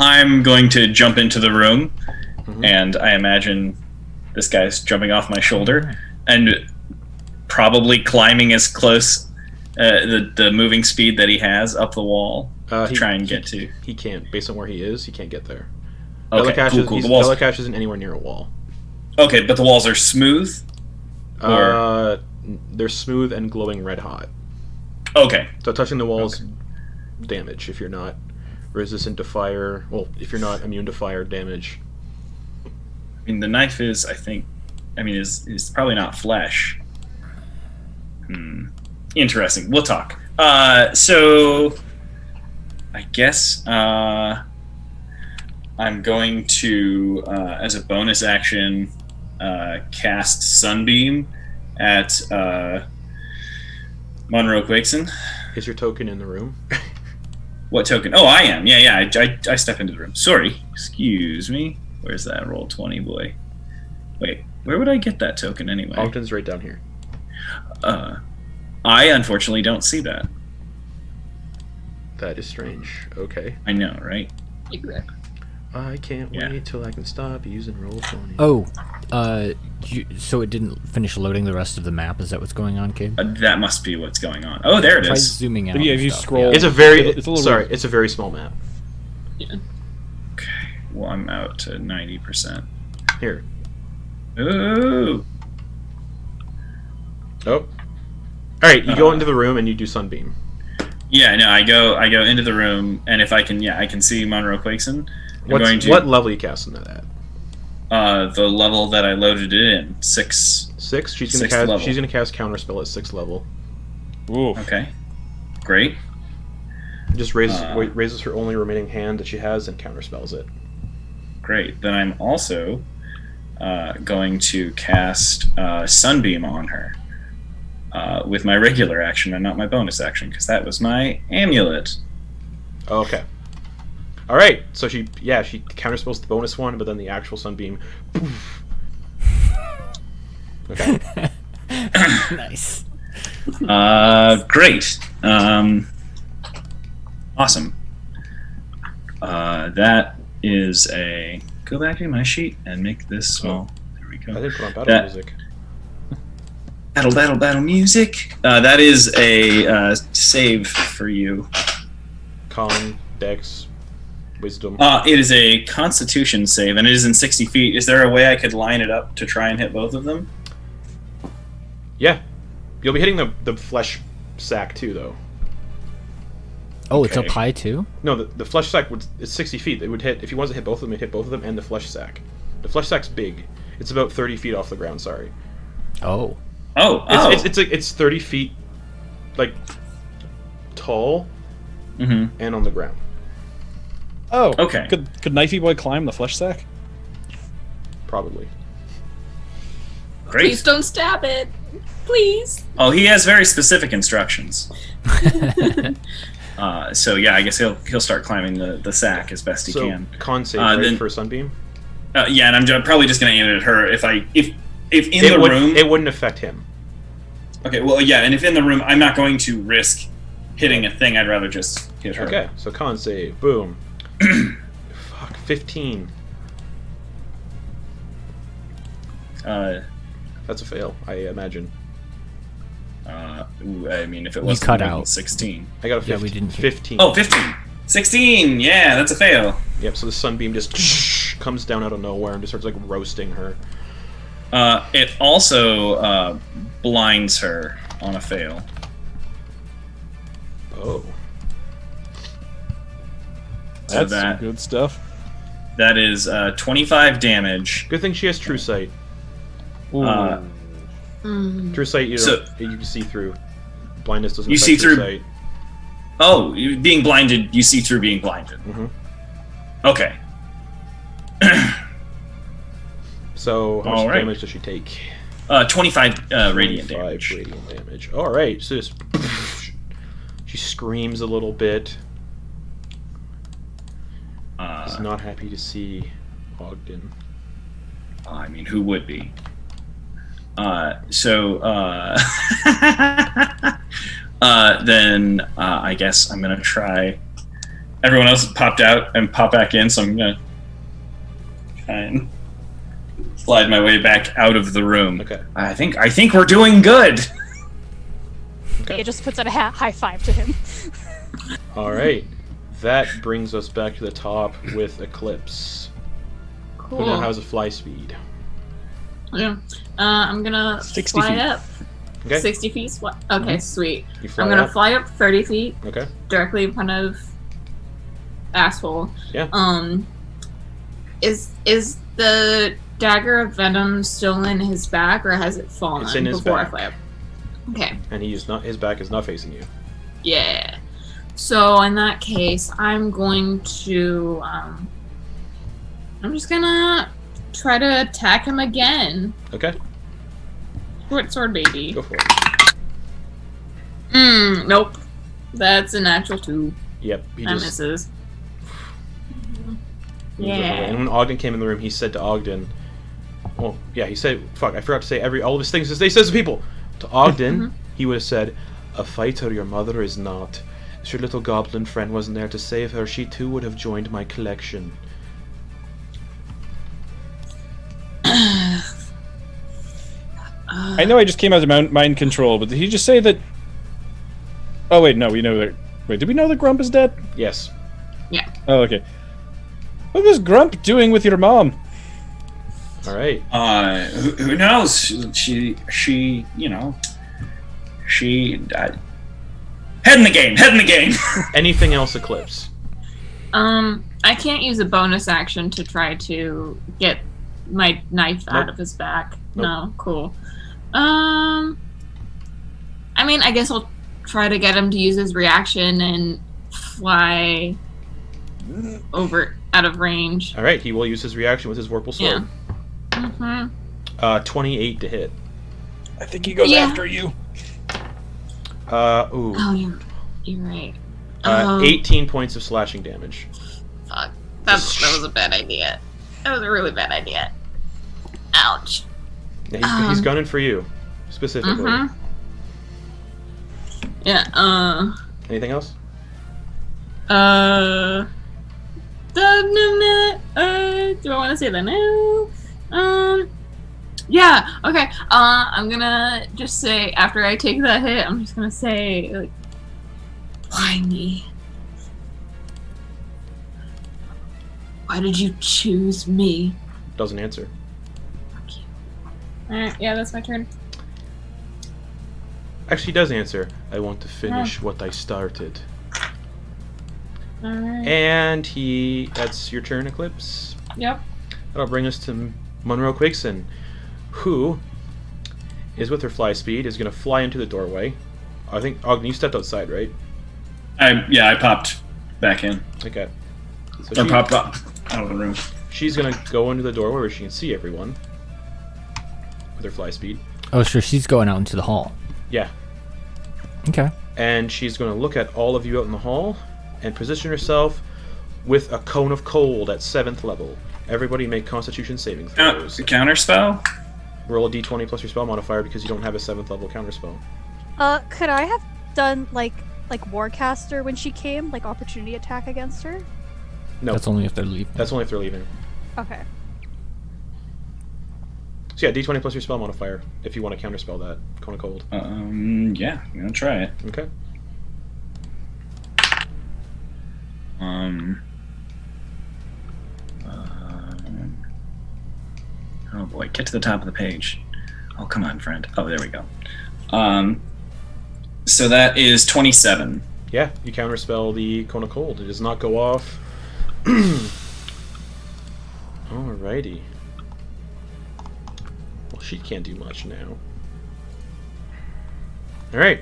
S5: I'm going to jump into the room,
S2: Mhm.
S5: and I imagine this guy's jumping off my shoulder and probably climbing as close uh, the the moving speed that he has up the wall
S2: Uh,
S5: to try and get to.
S2: He can't, based on where he is, he can't get there.
S5: Okay,
S2: Velakash
S5: cool,
S2: is-
S5: cool.
S2: he's-
S5: The walls.
S2: Velakash isn't anywhere near a wall.
S5: Okay, but the walls are smooth. Or-
S2: Uh, n- they're smooth and glowing red hot.
S5: Okay,
S2: So touching the walls damage if you're not resistant to fire. Well, if you're not immune to fire damage.
S5: I mean the knife is, I think, I mean is is probably not flesh. Hmm. Interesting. We'll talk. Uh, so, I guess uh, I'm going to, uh, as a bonus action, uh, cast Sunbeam at uh, Monroe Quakeson.
S2: Is your token in the room?
S5: What token? Oh, I am. Yeah, yeah. I, I, I step into the room. Sorry. Excuse me. Where's that roll 20 boy? Wait, where would I get that token anyway?
S2: Ogden's right down here.
S5: Uh, I unfortunately don't see that.
S2: That is strange. Okay.
S5: I know, right?
S4: Exactly.
S2: I can't
S5: Yeah.
S2: wait till I can stop using roll twenty.
S6: Oh, uh, you, so it didn't finish loading the rest of the map. Is that what's going on, Cade?
S5: Uh, that must be what's going on. Oh, there it
S6: Try
S5: is.
S6: zooming out.
S3: Yeah, if
S6: and
S3: you
S6: stuff,
S3: scroll-
S2: It's a very
S3: It's a little-
S2: sorry. It's a very small map.
S5: Well, I'm out to 90%.
S2: Here.
S5: Ooh.
S2: Oh. All right. You go
S5: Uh.
S2: into the room and you do sunbeam.
S5: Yeah, no, I go I go into the room, and if I can, yeah, I can see Monroe Quakeson. I'm
S2: What's,
S5: going to
S2: What level you casting that at?
S5: uh, the level that I loaded it in. Six.
S2: Six. She's gonna
S5: Sixth
S2: cast.
S5: level.
S2: She's gonna cast counterspell at sixth level.
S3: Ooh.
S5: Okay. Great.
S2: Just raises
S5: Uh.
S2: wa- raises her only remaining hand that she has and counterspells it.
S5: Great. Then I'm also uh, going to cast uh, Sunbeam on her uh, with my regular action and not my bonus action because that was my amulet.
S2: Okay. All right. So she yeah she counterspells the bonus one, but then the actual sunbeam. poof. Okay.
S6: nice.
S2: Hmm.
S5: Uh, great. Um, awesome. Uh, that is a. Go back to my sheet and make this small. There we
S2: Oh. I
S5: go.
S2: didn't put on battle
S5: That-
S2: music.
S5: Battle, battle, battle music. Uh, that is a uh, save for you.
S2: Con, Dex, Wisdom.
S5: Uh, it is a Constitution save, and it is in sixty feet. Is there a way I could line it up to try and hit both of them?
S2: yeah, you'll be hitting the the flesh sack too, though.
S6: Oh, it's up
S5: Okay.
S6: high too.
S2: No, the, the flesh sack would it's sixty feet. It would hit if he wants to hit both of them. It hit both of them and the flesh sack. The flesh sack's big. It's about thirty feet off the ground. Sorry,
S6: Oh,
S5: Oh,
S2: it's
S5: oh,
S2: it's it's, like, it's thirty feet, like tall
S5: Mhm.
S2: and on the ground.
S3: Oh.
S5: Okay.
S3: Could could knifey boy climb the flesh sack?
S2: Probably.
S4: Please
S5: great.
S4: don't stab it. Please.
S5: Oh, he has very specific instructions. Uh, so yeah, I guess he'll he'll start climbing the, the sack as best he
S2: so
S5: can.
S2: con save
S5: Uh,
S2: right,
S5: then-
S2: for sunbeam.
S5: Uh, yeah, and I'm ju- probably just gonna aim it at her if I if if in
S2: it
S5: the
S2: would,
S5: room.
S2: It wouldn't affect him.
S5: okay, well yeah, and if in the room, I'm not going to risk hitting a thing. I'd rather just hit her.
S2: Okay, so con save. Boom. Fuck, fifteen.
S5: Uh,
S2: That's a fail, I imagine.
S5: uh, ooh, I mean, if it
S6: You
S5: wasn't
S6: cut
S5: it would be
S6: out.
S5: sixteen.
S2: I got a 15.
S6: Yeah, we didn't hear-
S2: 15.
S5: Oh, 15. 16. Yeah, that's a fail.
S2: Yep, so the sunbeam just comes down out of nowhere and just starts like roasting her.
S5: Uh, it also uh, blinds her on a fail.
S2: Oh.
S5: So
S3: That's some
S5: that
S3: good stuff.
S5: that is uh, 25 damage.
S2: Good thing she has true sight. Ooh.
S5: Uh,
S4: Mm.
S2: through sight, you
S5: So-
S2: don't- you can see through. Blindness doesn't.
S5: You
S2: affect
S5: see
S2: your
S5: through-
S2: sight.
S5: Oh, you- being blinded, you see through being blinded.
S2: Mhm.
S5: Okay.
S2: So how much
S5: All right.
S2: damage does she take?
S5: Uh, 25 uh,
S2: 25
S5: radiant damage.
S2: Radiant damage. All right. So just, she screams a little bit. Is
S5: Uh,
S2: not happy to see Ogden.
S5: I mean, who would be? Uh, so uh, uh, then uh, I guess I'm gonna try. Everyone else popped out and pop back in, so I'm gonna try and slide my way back out of the room.
S2: Okay.
S5: I think I think we're doing good.
S7: It just puts out a ha- high five to him.
S2: All right. That brings us back to the top with Eclipse, who
S4: Cool.
S2: now has a fly speed.
S4: yeah. Uh, I'm gonna
S3: 60
S4: fly
S3: feet.
S4: up.
S2: Okay.
S4: 60 feet. Sw- okay, sweet.
S2: You fly
S4: I'm gonna
S2: up.
S4: fly up 30 feet
S2: Okay.
S4: directly in front of asshole.
S2: Yeah.
S4: Um. Is is the dagger of venom still in his back, or has it fallen
S2: It's in his
S4: before
S2: back.
S4: I fly up? Okay.
S2: And he is not. His back is not facing you.
S4: Yeah. So in that case, I'm going to. Um, I'm just gonna try to attack him again.
S2: Okay.
S4: Short sword, baby.
S2: Go for it.
S4: Mm, nope. That's a natural two.
S2: Yep. He
S4: that
S2: just
S4: misses.
S2: He was like, "Okay." And
S4: Yeah.
S2: when Ogden came in the room, he said to Ogden, "Well, yeah, he said, fuck, I forgot to say every all of his things that he says to people." To Ogden,
S4: Mm-hmm.
S2: he would have said, "A fighter your mother is not. If your little goblin friend wasn't there to save her, she too would have joined my collection."
S3: I know I just came out of mind, mind control, but did he just say that? Oh wait, no, we know that. Wait, did we know that Grump is dead?
S2: Yes.
S3: Oh okay. What was Grump doing with your mom?
S2: All right.
S5: Uh, who, who knows? She- She, she, you know, she. I, head in the game. Head in the game.
S2: Anything else, Eclipse?
S4: Um, I can't use a bonus action to try to get my knife out
S2: Nope.
S4: of his back.
S2: Nope.
S4: No, cool. Um, I mean, I guess I'll try to get him to use his reaction and fly over out of range.
S2: All right. He will use his reaction with his Vorpal
S4: Yeah.
S2: Sword.
S4: hmm
S2: Uh, twenty-eight to hit.
S3: I think he goes
S4: Yeah.
S3: after you.
S2: Uh, ooh.
S4: Oh, you're you're right.
S2: Uh,
S4: Um,
S2: eighteen points of slashing damage.
S4: That's, that was a bad idea. That was a really bad idea. Ouch.
S2: Yeah, he's, he's
S4: Um.
S2: gunning for you, specifically.
S4: Mm-hmm. Yeah. Uh.
S2: Anything else?
S4: Uh. The, uh do I want to say that now? Um. Yeah. Okay. Uh, I'm gonna just say after I take that hit, I'm just gonna say like, why me? Why did you choose me?
S2: Doesn't answer.
S4: All right. Yeah, that's my turn.
S2: Actually, he does answer. I want to finish what I started.
S4: All right.
S2: And he. That's your turn, Eclipse.
S4: Yep.
S2: That'll bring us to Monroe Quigson, who is with her fly speed, is going to fly into the doorway. I think, Ogden, you stepped outside, right?
S5: I yeah. I popped back in.
S2: Okay. So
S5: Or
S2: she-
S5: popped up out of the room.
S2: she's going to go into the doorway where she can see everyone with her fly speed.
S6: Oh, sure. She's going out into the hall.
S2: Yeah.
S6: Okay.
S2: and she's going to look at all of you out in the hall and position herself with a cone of cold at seventh level. Everybody make Constitution saving
S5: Uh,
S2: throws.
S5: counter spell.
S2: Roll a d20 plus your spell modifier because you don't have a seventh level counter spell.
S7: Uh, could I have done like like Warcaster when she came, like opportunity attack against her?
S2: No.
S6: That's only if they're leaving.
S2: That's only if they're leaving.
S7: Okay.
S2: So yeah, d20 plus your spell modifier if you want to counterspell that cone of cold.
S5: Um, yeah, I'm gonna try it.
S2: Okay.
S5: Um. um, oh boy, get to the top of the page. Oh, come on, friend. Oh, there we go. Um. So that is 27.
S2: Yeah, you counterspell the cone of cold. It does not go off. Alrighty. Well, she can't do much now. All right.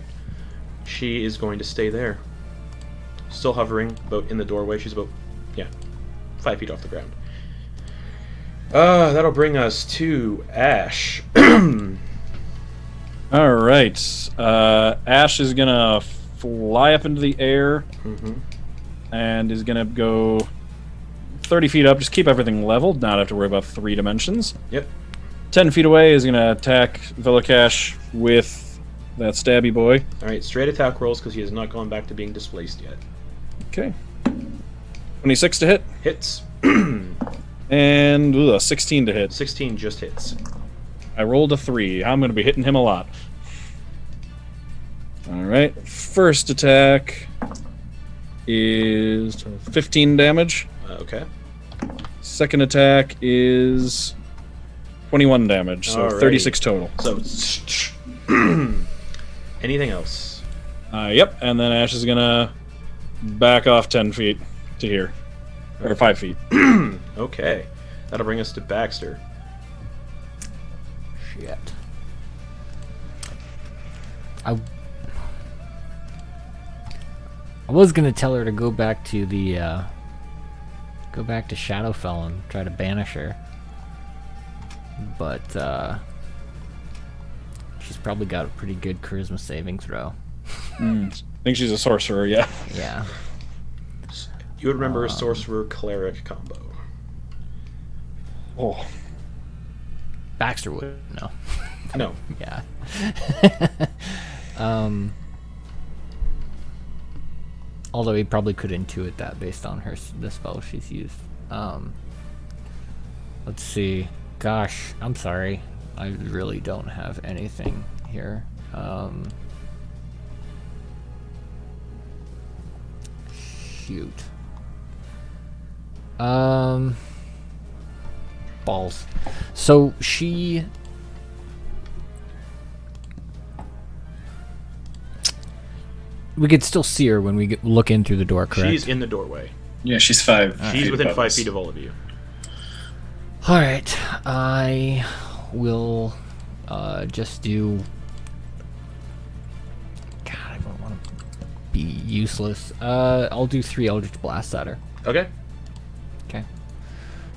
S2: She is going to stay there. Still hovering, about in the doorway. She's about, yeah, five feet off the ground. Uh, that'll bring us to Ash.
S3: All right. Uh, Ash is gonna fly up into the air
S2: Mhm.
S3: and is gonna go 30 feet up. Just keep everything leveled. Not have to worry about three dimensions.
S2: Yep.
S3: 10 feet away is gonna attack Velocash with that stabby boy.
S2: All right, straight attack rolls because he has not gone back to being displaced yet.
S3: Okay. 26 to hit
S2: Hits.
S3: and ugh, 16 to hit.
S2: 16 just hits.
S3: I rolled a three. I'm gonna be hitting him a lot. All right. First attack is 15 damage.
S2: Uh, okay.
S3: Second attack is 21 damage, so
S2: Alrighty.
S3: 36 total.
S2: So, anything else?
S3: Uh, yep, and then Ash is gonna back off 10 feet to here, or 5 feet.
S2: Okay. That'll bring us to Baxter.
S6: Shit. I. I was gonna tell her to go back to the. Uh, go back to Shadowfell and try to banish her. But, uh. She's probably got a pretty good charisma saving throw.
S3: I think she's a sorcerer, yeah.
S6: Yeah.
S2: You would
S6: Uh,
S2: remember a sorcerer cleric combo.
S3: Oh,
S6: Baxter would. No.
S2: No.
S6: Yeah. um. Although he probably could intuit that based on her s- the spell she's used. Um. Let's see. Gosh, I'm sorry. I really don't have anything here. Um. Shoot. Um. Balls. So she we could still see her when we get, look in through the door, correct?
S2: She's in the doorway.
S5: Yeah, she's five.
S2: She's
S5: feet
S2: within
S5: above
S2: five
S5: us.
S2: feet of all of you.
S6: All right, I will uh, just do. God, I don't want to be useless. Uh, I'll do three Eldritch blasts at her.
S2: Okay.
S6: Okay.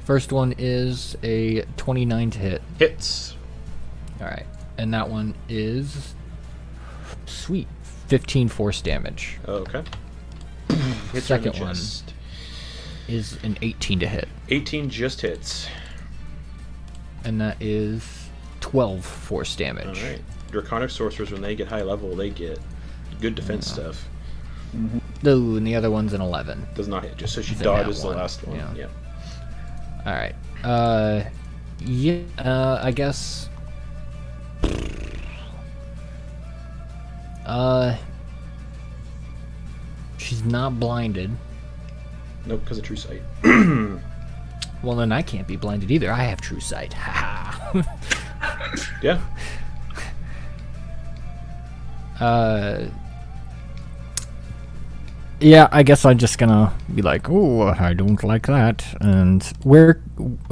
S6: First one is a 29 to hit.
S2: Hits.
S6: All right, and that one is sweet 15 force damage.
S2: Okay. Hits her in the
S6: Second one
S2: chest.
S6: is an 18 to hit,
S2: 18 just hits.
S6: and that is 12 force damage.
S2: All right. Draconic sorcerers, when they get high level, they get good defense stuff.
S6: Ooh, and the other one's an 11.
S2: Does not hit. Just so she
S6: Then that
S2: dodges the
S6: one,
S2: last one.
S6: yeah.
S2: yeah.
S6: All right. Uh, yeah. Uh, I guess. Uh, she's not blinded.
S2: Nope, because of true sight.
S6: Well, then I can't be blinded either. I have true sight. Haha.
S2: Yeah.
S6: uh. Yeah, I guess I'm just gonna be like, oh, I don't like that. And where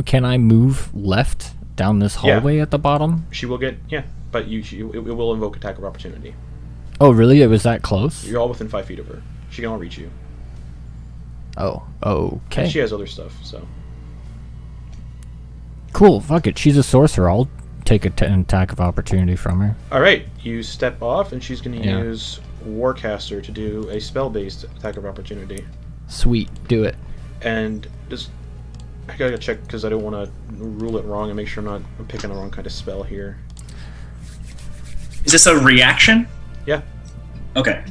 S6: can I move left down this
S2: Yeah.
S6: hallway at the bottom?
S2: She will get. Yeah. But you, she, it it will invoke attack of opportunity.
S6: Oh, really? It was that close?
S2: You're all within five feet of her. She can all reach you.
S6: Oh, okay.
S2: And she has other stuff, so.
S6: Cool. Fuck it. She's a sorcerer. I'll take a t- an attack of opportunity from her.
S2: All right, you step off, and she's going to
S6: Yeah.
S2: use Warcaster to do a spell-based attack of opportunity.
S6: Sweet. Do it.
S2: And just, I gotta check because I don't want to rule it wrong and make sure I'm not I'm picking the wrong kind of spell here.
S5: Is this a reaction?
S2: Yeah,
S5: Okay.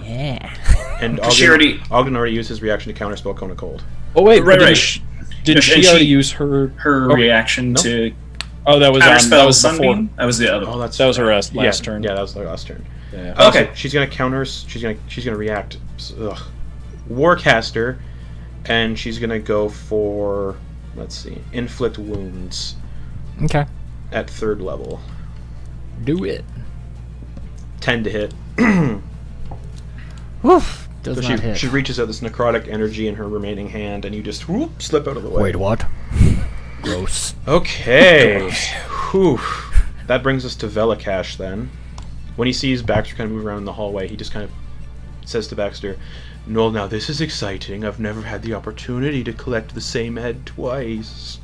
S6: Yeah.
S2: and
S5: Because she
S2: Ogden
S5: already-
S2: Ogden already used his reaction to counterspell Cone of Cold.
S3: oh wait,
S5: Right,
S3: did,
S5: right.
S3: She, did
S5: No,
S3: she,
S5: and she-
S3: already use her?
S5: Her
S2: Oh,
S5: reaction
S2: no.
S5: to
S3: Oh, that was
S2: um,
S5: counter
S3: on, that
S5: spell
S3: was before.
S5: sunbeam. That was the other one.
S2: that's
S3: Oh, That was her last, last
S2: yeah,
S3: turn.
S2: Yeah, that was her last turn.
S3: Yeah.
S2: Uh, so
S5: Okay.
S2: she's gonna counter. She's gonna she's gonna react. Ugh. Warcaster, and she's gonna go for let's see, inflict wounds
S6: Okay.
S2: at third level.
S6: Do it.
S2: 10 to hit.
S6: Woof. Does
S2: So
S6: not
S2: she,
S6: hit.
S2: she reaches out this necrotic energy in her remaining hand, and you just whoop, slip out of the way.
S6: Wait, what? Gross.
S2: Okay. Whew. That brings us to Velikash then. When he sees Baxter kind of move around in the hallway, he just kind of says to Baxter, Noel, now this is exciting. I've never had the opportunity to collect the same head twice.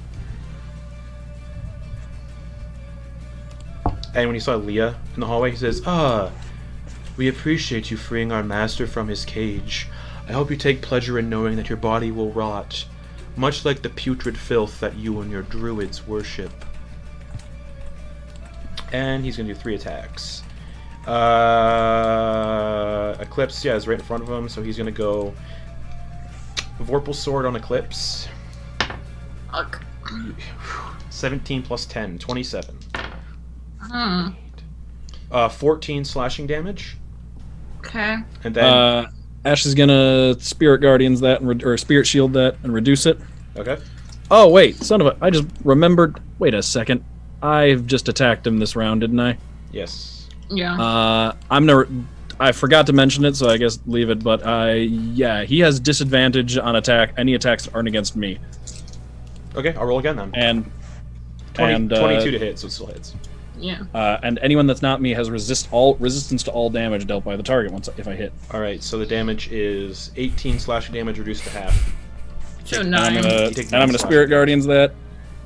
S2: And when he saw Leah in the hallway, he says, Ah, we appreciate you freeing our master from his cage. I hope you take pleasure in knowing that your body will rot, much like the putrid filth that you and your druids worship. And he's going to do three attacks. Uh, Eclipse, yeah, is right in front of him, so he's going to go Vorpal Sword on Eclipse.
S4: Fuck.
S2: 17 plus 10, 27.
S4: Hmm.
S2: Uh, 14 slashing damage.
S4: Okay.
S2: And then.
S3: Uh, Ash is gonna spirit guardians that and re- or spirit shield that and reduce it.
S2: okay.
S3: Oh wait, son of a! I just remembered. Wait a second. I've just attacked him this round, didn't I?
S2: Yes.
S4: Yeah.
S3: Uh, I'm gonna. I forgot to mention it, so I guess leave it. But I, yeah, he has disadvantage on attack. Any attacks that aren't against me,
S2: Okay, I'll roll again then.
S3: and
S2: 20,
S3: and, uh,
S2: 22 to hit, so it still hits.
S4: yeah.
S3: uh, and anyone that's not me has resist all resistance to all damage dealt by the target once if I hit.
S2: All right, so the damage is 18 slashing damage reduced to half.
S4: So
S3: And I'm
S4: 9
S3: gonna,
S2: You take
S3: and I'm
S2: nine
S3: gonna spirit guardians that.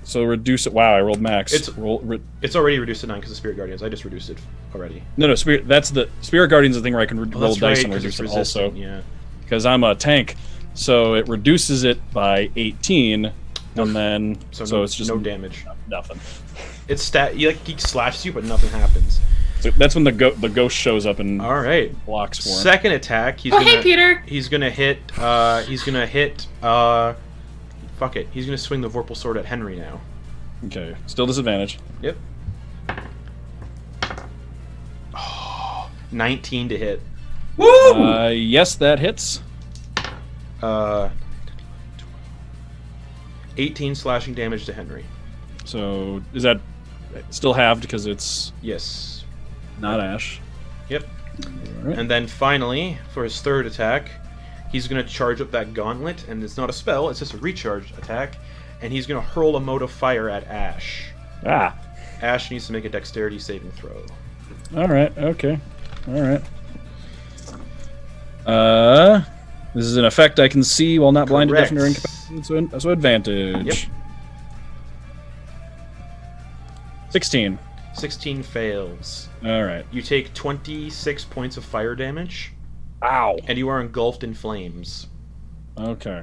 S3: So reduce it. Wow, I rolled max.
S2: It's-
S3: roll. Re,
S2: It's already reduced to nine because of spirit guardians. I just reduced it already.
S3: no, no. Spirit. That's the spirit guardians. is The thing where I can re-
S2: Oh,
S3: roll
S2: that's right,
S3: dice and
S2: 'cause
S3: reduce it
S2: it's
S3: also
S2: resistant, Yeah.
S3: because I'm a tank. So it reduces it by 18, and then
S2: So,
S3: so,
S2: no,
S3: it's just
S2: no damage.
S3: nothing.
S2: It's stat. He like he slashes you, but nothing happens.
S3: So that's when the go- the ghost shows up and
S2: All right.
S3: blocks for him.
S2: Second attack. He's
S4: Oh,
S2: gonna
S4: hey, Peter.
S2: he's gonna hit. Uh, he's gonna hit. Uh, fuck it. He's gonna swing the Vorpal sword at Henry now.
S3: okay, still disadvantage.
S2: Yep. Oh, 19 to hit.
S5: Woo!
S3: Uh, yes, that hits.
S2: Uh, 18 slashing damage to Henry.
S3: So is that still halved because it's
S2: Yes.
S3: not Ash?
S2: Yep.
S3: Alright.
S2: And then finally, for his third attack, he's going to charge up that gauntlet, and it's not a spell, it's just a recharge attack, and he's going to hurl a mote of fire at Ash.
S3: Ah,
S2: Ash needs to make a dexterity saving throw.
S3: all right, okay, all right. Uh, this is an effect I can see while not blinded, deafened, or
S2: Correct.
S3: incapacitated. So, so advantage. Sixteen.
S2: 16 fails.
S3: All right.
S2: You take 26 points of fire damage,
S3: Ow.
S2: and you are engulfed in flames.
S3: Okay.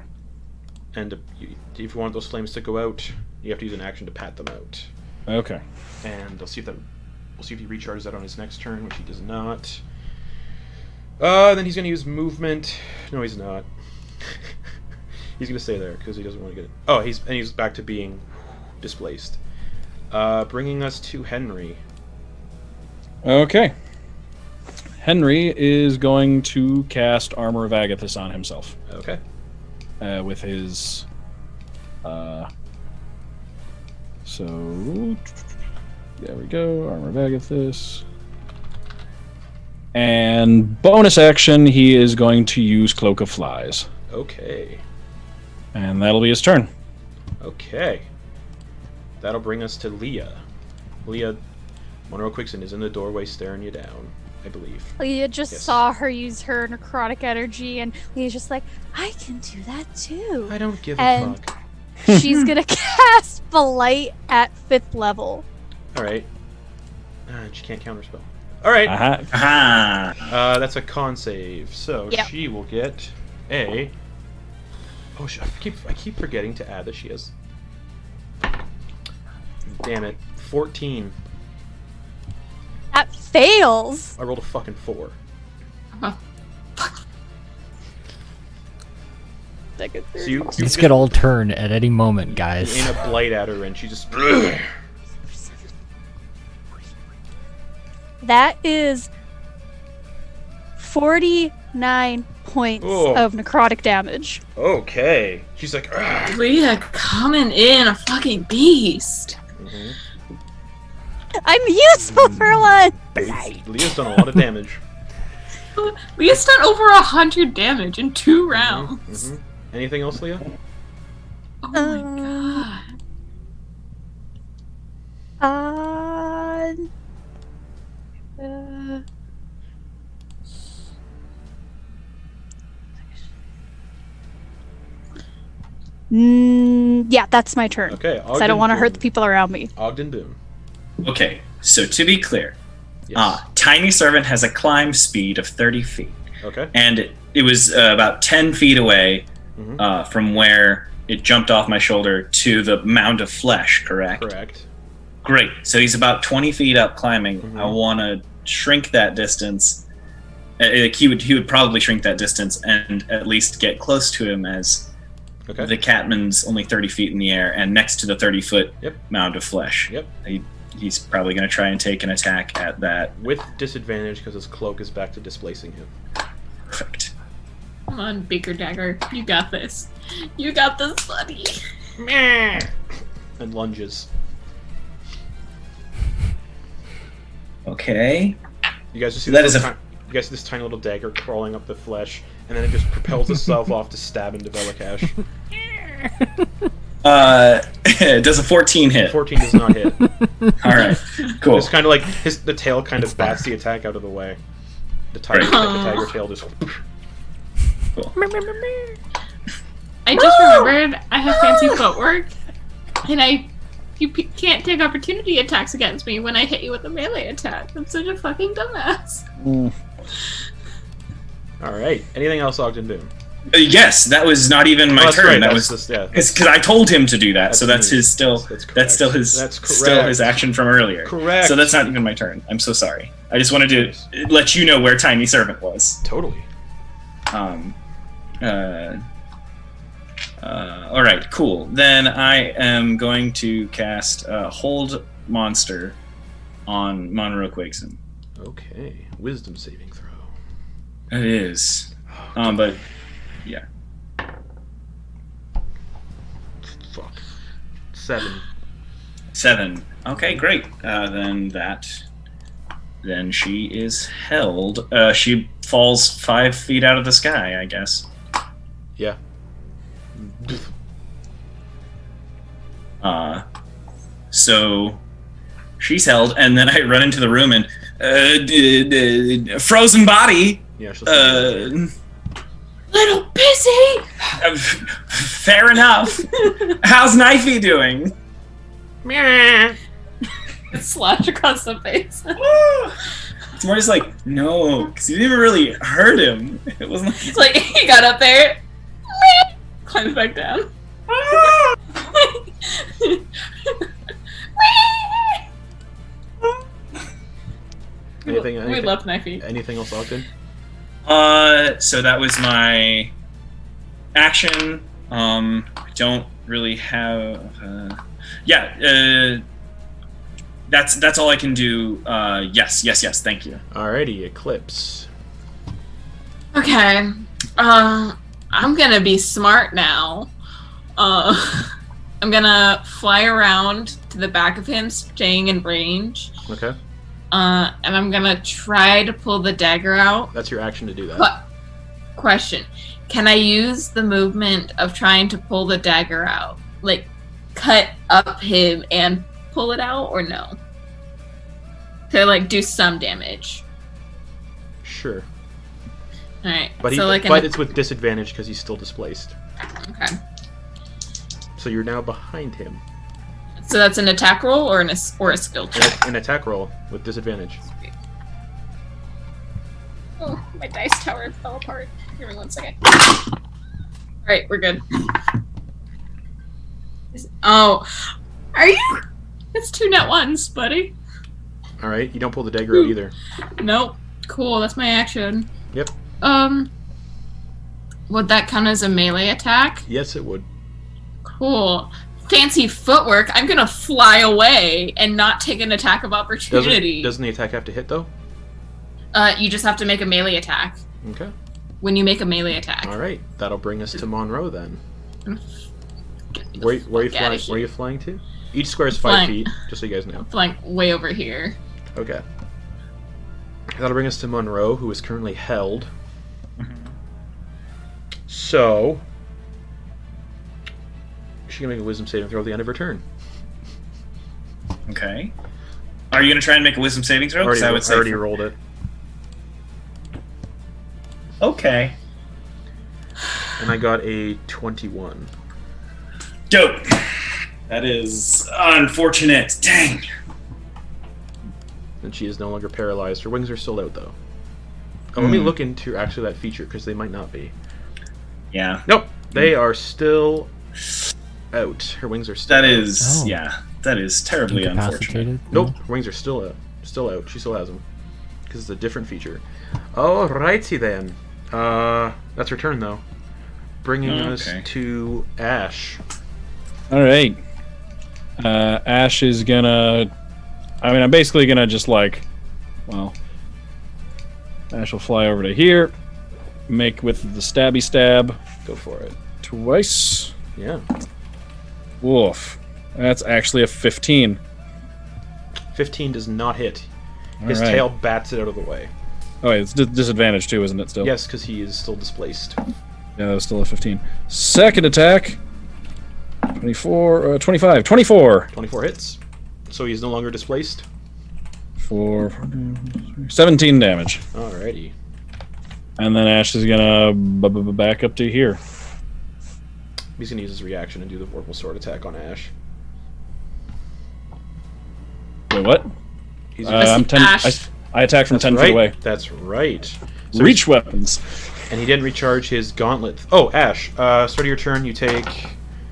S2: And uh, you- if you want those flames to go out, you have to use an action to pat them out.
S3: Okay.
S2: and we'll see if that we'll see if he recharges that on his next turn, which he does not. Uh, then he's gonna use movement. No, he's not. he's gonna stay there because he doesn't want to get. Oh, he's and he's back to being displaced, uh, bringing us to Henry.
S3: Okay. Henry is going to cast Armor of Agathis on himself
S2: Okay.
S3: uh, with his. Uh, so. There we go. Armor of Agathis. And bonus action, he is going to use Cloak of Flies.
S2: Okay.
S3: And that'll be his turn.
S2: Okay. That'll bring us to Leah. Leah, Monroe Quickson is in the doorway staring you down, I believe.
S7: Leah just
S2: Yes.
S7: saw her use her necrotic energy, and Leah's just like, I can do that too.
S2: I don't give a
S7: And-
S2: fuck.
S7: She's gonna cast Blight at fifth level.
S2: All right. Uh, she can't counterspell. All right.
S3: Uh-huh.
S5: Ah.
S2: Uh, that's a con save, so
S7: Yep.
S2: she will get a. Oh, sh- I keep I keep forgetting to add that she has. Damn it, fourteen.
S7: That fails.
S2: I rolled a fucking four.
S7: Uh-huh. Second,
S2: So
S7: third.
S2: you, you
S6: This
S2: just
S6: could all turn at any moment, guys.
S2: aim a blight at her, and she just.
S7: That is 49 points
S2: Oh.
S7: of necrotic damage.
S2: okay. She's like. "Ugh."
S4: Leah coming in a fucking beast.
S2: Mhm.
S7: I'm useful for one!
S2: Leah's done a lot of damage.
S4: Leah's done over a hundred damage in two
S7: Oh.
S4: rounds.
S2: Mhm. Anything else, Leah?
S7: Oh Um,
S4: Oh my god.
S7: Uh, Mm, yeah, that's my turn.
S2: Okay.
S7: Because I don't want to hurt the people around me.
S2: people. Ogden Boom.
S5: Okay, so to be clear,
S2: Yes.
S5: ah, Tiny Servant has a climb speed of 30 feet,
S2: Okay.
S5: and it, it was uh, about 10 feet away
S2: Mhm.
S5: uh, from where it jumped off my shoulder to the mound of flesh, correct?
S2: Correct.
S5: Great. So he's about 20 feet up climbing.
S2: Mhm.
S5: I want to shrink that distance. Uh, Like he would, he would probably shrink that distance and at least get close to him as
S2: Okay.
S5: the catman's only 30 feet in the air and next to the 30 foot
S2: Yep.
S5: mound of flesh.
S2: Yep.
S5: He, he's probably going to try and take an attack at that.
S2: With disadvantage because his cloak is back to displacing him.
S5: Perfect.
S4: Come on, Beaker Dagger. You got this. You got this, buddy.
S2: And lunges.
S5: Okay.
S2: You guys just see
S5: That
S2: this
S5: is
S2: little ti- you guys see this tiny little dagger crawling up the flesh, and then it just propels itself off to stab into Velikash.
S5: Uh, does a 14 hit.
S2: Fourteen does not hit.
S5: All right. Cool.
S2: It's kind of like his the tail kind of bats the attack out of the way. The tiger, the
S4: Aw.
S2: tiger tail just.
S4: I just remembered I have fancy footwork, and I you p- can't take opportunity attacks against me when I hit you with a melee attack. I'm such a fucking dumbass.
S2: All right. Anything else, Ogden Boom?
S5: Uh, yes, that was not even my
S2: Oh, that's
S5: turn.
S2: right,
S5: That
S2: that's
S5: was
S2: just- yeah.
S5: It's because I told him to do that, so
S2: That's
S5: that's
S2: me.
S5: his still.
S2: That's
S5: That's,
S2: correct.
S5: still his.
S2: That's
S5: Still his
S2: correct.
S5: action from earlier.
S2: Correct.
S5: So that's not even my turn. I'm so sorry. I just wanted to let you know where Tiny Servant was.
S2: Totally.
S5: Um. Uh. uh all right. Cool. Then I am going to cast uh, Hold Monster on Monroe Quakeson.
S2: Okay. Wisdom saving throw.
S5: It is. Um. But yeah.
S2: Fuck. Seven.
S5: Seven. Okay, great. Uh, then that. Then she is held. Uh, she falls five feet out of the sky, I guess.
S2: Yeah.
S5: Uh, so she's held, and then I run into the room and. Uh, d- d- d- frozen body!
S2: Yeah. She'll
S5: Uh,
S4: Little busy.
S5: fair enough. How's Knifey doing?
S4: Slash across the face.
S5: It's more just like, no, because you didn't really hurt him. It wasn't like,
S4: It's like he got up there, climbs back down.
S2: Anything-
S4: we
S2: anything-
S4: love Knifey.
S2: Anything else, Ogden?
S5: Uh, so that was my action. Um, I don't really have. Uh, yeah, uh, that's that's all I can do. Uh, yes, yes, yes. Thank you.
S2: Alrighty, Eclipse.
S4: Okay. Uh, I'm gonna be smart now. Uh, I'm gonna fly around to the back of him, staying in range.
S2: Okay.
S4: Uh, and I'm gonna try to pull the dagger out.
S2: That's your action to do that.
S4: Qu- question: Can I use the movement of trying to pull the dagger out, like cut up him and pull it out, or no? To like do some damage.
S2: Sure.
S4: All right.
S2: But he,
S4: so like, an-
S2: but it's with disadvantage because he's still displaced.
S4: okay.
S2: So you're now behind him.
S4: So that's an attack roll or an ass- or a skill check.
S2: An, an attack roll with disadvantage.
S4: Oh, my dice tower fell apart. Give me one second. Alright, we're good. Is- Oh. Are you? It's two net ones, buddy.
S2: All right. You don't pull the dagger
S4: Hmm.
S2: out either.
S4: Nope. Cool, that's my action.
S2: Yep.
S4: Um. Would that count as a melee attack?
S2: Yes, it would.
S4: Cool. Fancy footwork. I'm gonna fly away and not take an attack of opportunity.
S2: Doesn't, doesn't the attack have to hit though?
S4: uh, you just have to make a melee attack.
S2: Okay.
S4: When you make a melee attack.
S2: All right. That'll bring us to Monroe then.
S4: Get the
S2: Where, where are you
S4: fuck outta
S2: flying? Where are
S4: here.
S2: you flying to? Each square is five
S4: Flying.
S2: feet, just so you guys know.
S4: Flying way over here.
S2: Okay. That'll bring us to Monroe, who is currently held. So she can make a Wisdom saving throw at the end of her turn.
S5: Okay. Are you gonna try and make a Wisdom saving throw? 'Cause
S2: already,
S5: I would say.
S2: already rolled it,
S5: Okay.
S2: and I got a twenty-one.
S5: Dope. That is unfortunate. Dang.
S2: And she is no longer paralyzed. Her wings are still out, though. Oh, Let me
S5: Hmm.
S2: look into actually that feature because they might not be.
S5: Yeah.
S2: Nope,
S5: Hmm.
S2: they are still out. Her wings are still.
S5: That is.
S6: Oh.
S5: Yeah. That is terribly unfortunate.
S6: Incapacitated?
S2: Nope, her wings are still out. Still out. She still has them because it's a different feature. Alrighty then. Uh, that's her turn though. Bringing
S3: Oh,
S2: us
S5: Okay.
S2: to Ash.
S3: All right. Uh, Ash is gonna. I mean, I'm basically gonna just like, well, Ash will fly over to here, make with the stabby stab
S2: Go for it.
S3: twice.
S2: Yeah,
S3: Woof. That's actually a 15.
S2: fifteen does not hit.
S3: All
S2: His
S3: right.
S2: tail bats it out of the way.
S3: Oh, wait, it's d- disadvantage too, isn't it? Still.
S2: Yes, because he is still displaced.
S3: Yeah, that was Uh, still a 15. Second attack. 24, uh, 25, 24
S2: Twenty-four hits. So he's no longer displaced.
S3: for 17 damage.
S2: Alrighty.
S3: And then Ash is gonna b- b- b- back up to here.
S2: He's gonna use his reaction and do the vorpal sword attack on Ash.
S3: Wait, what?
S2: He's
S3: Uh, I'm ten. I,
S4: Ash.
S3: I attack from
S2: That's
S3: ten
S2: right.
S3: feet away.
S2: That's right.
S3: Reach weapons.
S2: And he didn't recharge his gauntlet. Oh, Ash. Uh, start of your turn. You take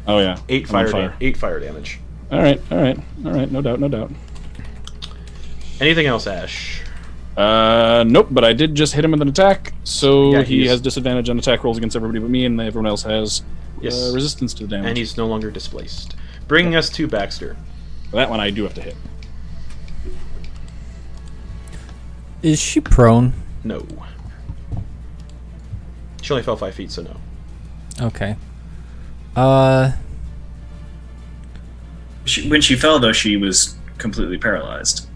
S3: Oh yeah.
S2: eight
S3: I'm on
S2: fire, da- eight fire damage.
S3: all right. All right. All right. No doubt. No doubt.
S2: Anything else, Ash?
S3: Uh, nope. But I did just hit him with an attack, so
S2: Yeah,
S3: he
S2: he's-
S3: has disadvantage on attack rolls against everybody but me, and everyone else has
S2: Yes.
S3: uh, resistance to the damage.
S2: and he's no longer displaced, bringing us to Baxter.
S3: that one I do have to hit.
S6: Is she prone?
S2: No. She only fell five feet, so no.
S6: Okay. Uh,
S5: She, when she fell, though, she was completely paralyzed.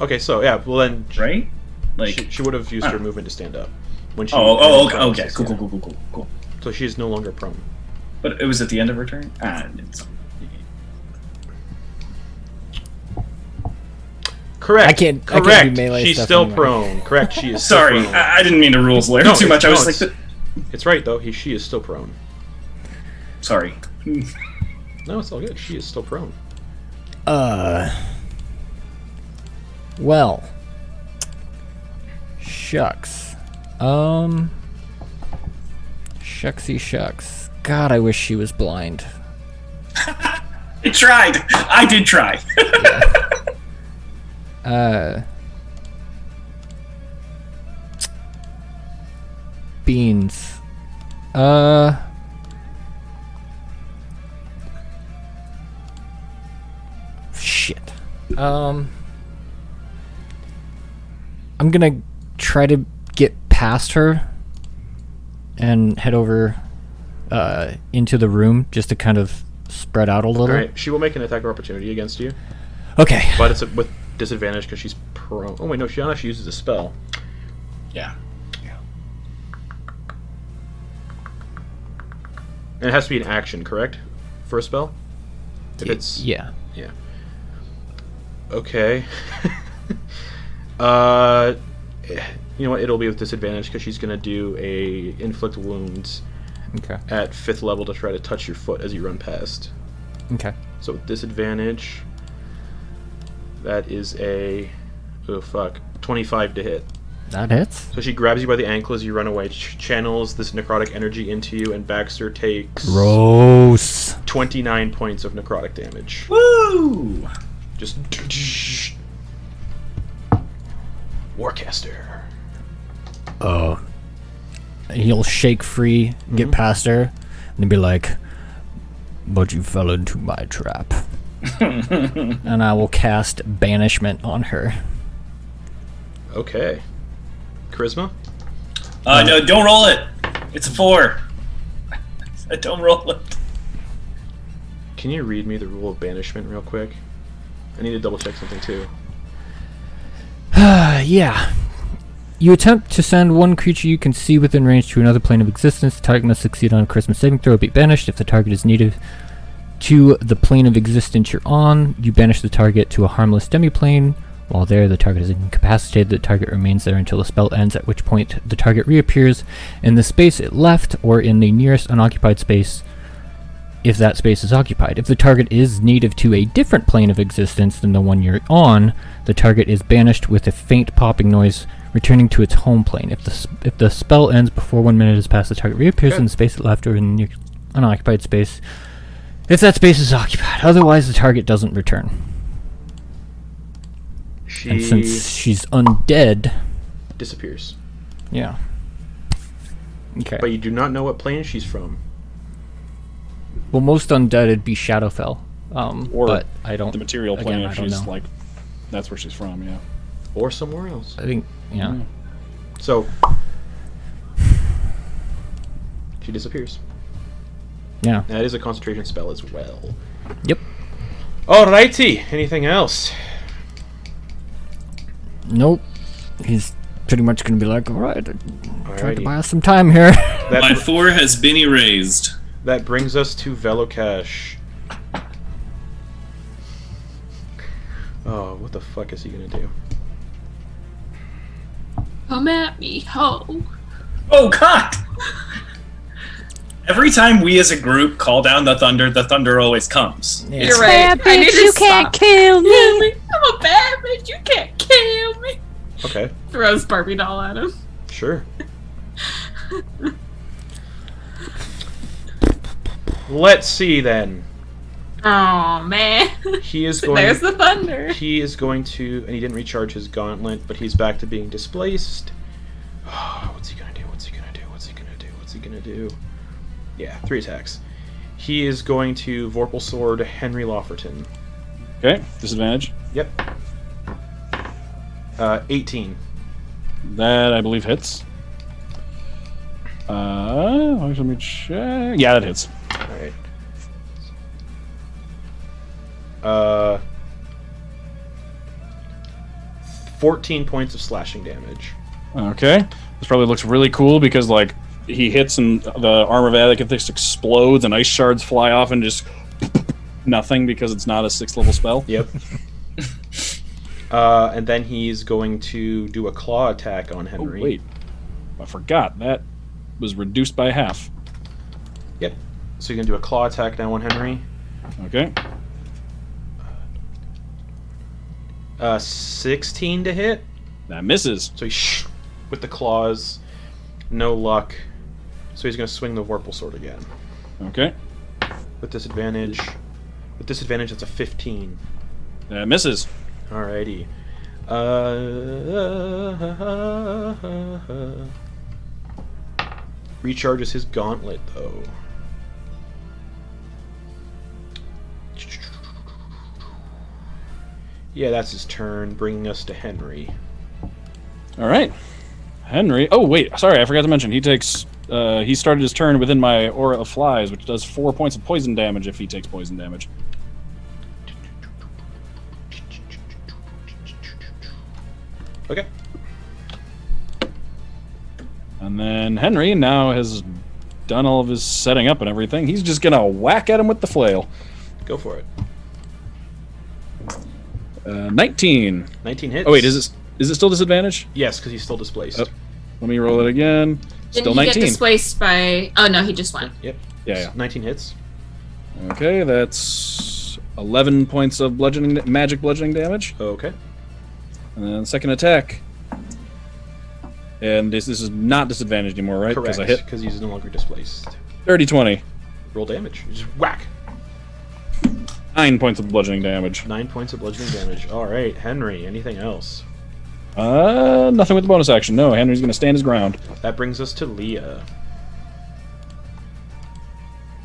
S2: Okay, so yeah. Well, then she-
S5: Right? Like.
S2: she, she would have used her movement to stand up. When she
S5: oh. Oh. Okay.
S2: Yeah.
S5: Okay. Cool. Cool. Cool. Cool. Cool. Cool.
S2: So she is no longer prone.
S5: But it was at the end of her turn. Ah. It's,
S2: Correct.
S6: I can't- I can't
S2: Correct.
S6: do melee
S2: She's
S6: stuff
S2: still
S6: anyway.
S2: prone. Correct. She is. still
S5: sorry,
S2: prone.
S5: I, I didn't mean to rules layer
S2: No,
S5: too much. I
S2: no,
S5: was like,
S2: it's- It's right though. He, she is still prone.
S5: the- sorry.
S2: No, it's all good. She is still prone.
S6: uh. Well. Shucks. Um. Shucksy shucks. God, I wish she was blind.
S5: I tried. I did try.
S6: Uh. Beans. Uh. Shit. Um. I'm gonna try to get past her and head over uh, into the room just to kind of spread out a little.
S2: All right. She will make an attack of opportunity against you,
S6: Okay.
S2: but it's with disadvantage because she's prone. Oh wait, no. She not if she uses a spell.
S5: Yeah.
S2: And it has to be an action, correct? For a spell. If it's
S6: Yeah.
S2: okay. uh, eh, you know what? It'll be with disadvantage because she's gonna do a inflict wounds
S6: Okay.
S2: at fifth level to try to touch your foot as you run past.
S6: Okay.
S2: So with disadvantage, that is a oh fuck, 25 to hit.
S6: That hits.
S2: So she grabs you by the ankle as you run away, ch- channels this necrotic energy into you, and Baxter takes
S6: Gross.
S2: 29 points of necrotic damage.
S5: Woo!
S2: Just Warcaster.
S6: Oh. He'll shake free, get past her, and be like, But you fell into my trap. and I will cast Banishment on her.
S2: Okay. Charisma.
S5: Uh, no, don't roll it. It's a four. I said don't roll it.
S2: Can you read me the rule of banishment real quick? I need to double check something too.
S6: Uh, yeah. You attempt to send one creature you can see within range to another plane of existence. The target must succeed on a charisma saving throw or be banished. If the target is native to the plane of existence you're on, you banish the target to a harmless demiplane. While there, the target is incapacitated. The target remains there until the spell ends, at which point the target reappears in the space it left or in the nearest unoccupied space if that space is occupied. If the target is native to a different plane of existence than the one you're on, the target is banished with a faint popping noise, returning to its home plane. If the s- if the spell ends before one minute has passed, the target reappears in the space it left or in the unoccupied space. If that space is occupied, otherwise the target doesn't return.
S2: She
S6: And since she's undead,
S2: disappears.
S6: yeah. Okay.
S2: But you do not know what plane she's from.
S6: Well, most undead would be Shadowfell. Um,
S3: Or
S6: but I don't.
S3: The material
S6: Again,
S3: plane.
S6: I don't
S3: she's
S6: know.
S3: like, that's where she's from. Yeah.
S2: Or somewhere else.
S6: I think yeah.
S2: So she disappears.
S6: Yeah.
S2: That is a concentration spell as well.
S6: Yep.
S2: Alrighty. Anything else?
S6: Nope. He's pretty much gonna be like, all right, I tried to
S2: Alrighty.
S6: buy us some time here.
S5: My
S2: That,
S5: four has been erased.
S2: that brings us to Velocash. Oh, what the fuck is he gonna do?
S4: Come at me, ho.
S5: Oh God! Every time we as a group call down the thunder, the thunder always comes.
S6: Yeah.
S4: You're
S7: Bad
S4: right. I need
S7: bitch,
S4: to
S7: you
S4: stop.
S7: can't
S4: Kill
S7: kill me.
S4: me. I'm a bad bitch. You can't kill me.
S2: Okay,
S4: Throws Barbie doll at him.
S2: sure. Let's see then.
S4: Oh man.
S2: He is going.
S4: There's the thunder.
S2: He is going to, and he didn't recharge his gauntlet, but he's back to being displaced. what's he gonna do? What's he gonna do? What's he gonna do? What's he gonna do? Yeah, three attacks. He is going to Vorpal Sword Henry Lofferton.
S3: Okay. Disadvantage.
S2: Yep. Uh, 18.
S3: That I believe hits. Uh, let me check. Yeah, that hits.
S2: Alright. Uh, 14 points of slashing damage.
S3: Okay. This probably looks really cool because like he hits and the armor of Atticus explodes and ice shards fly off and just nothing because it's not a sixth level spell.
S2: Yep. uh, and then he's going to do a claw attack on
S3: Oh
S2: Henry.
S3: wait, I forgot that was reduced by half.
S2: So you can do a claw attack now on Henry.
S3: Okay.
S2: Uh, 16 to hit.
S3: That misses.
S2: So he sh- with the claws. No luck. So he's going to swing the Warple Sword again.
S3: Okay.
S2: With disadvantage. With disadvantage, that's a 15.
S3: That misses.
S2: Alrighty. Uh, recharges his gauntlet, though. Yeah, that's his turn, bringing us to Henry.
S3: All right. Henry. Oh wait, sorry, I forgot to mention he takes. Uh, he started his turn within my aura of flies, which does four points of poison damage if he takes poison damage.
S2: Okay.
S3: And then Henry now has done all of his setting up and everything. He's just gonna whack at him with the flail.
S2: Go for it.
S3: Uh, 19.
S2: 19 hits.
S3: Oh wait, is it is it still disadvantage?
S2: Yes, because he's still displaced.
S3: Oh. Let me roll it again.
S4: Didn't
S3: Still
S4: he get
S3: 19.
S4: displaced by? Oh no, he just went.
S2: Yep.
S3: Yeah,
S2: 19 hits.
S3: yeah. Okay, that's 11 points of bludgeoning magic bludgeoning damage,
S2: Okay.
S3: and then second attack. And this, this is not disadvantage anymore, right?
S2: Correct.
S3: Because I hit
S2: Because he's no longer displaced.
S3: 30 20.
S2: Roll damage. Just whack.
S3: 9 points of bludgeoning damage.
S2: Nine points of bludgeoning damage. All right, Henry. Anything else?
S3: Uh, nothing with the bonus action. No, Henry's gonna stand his ground.
S2: That brings us to Leah.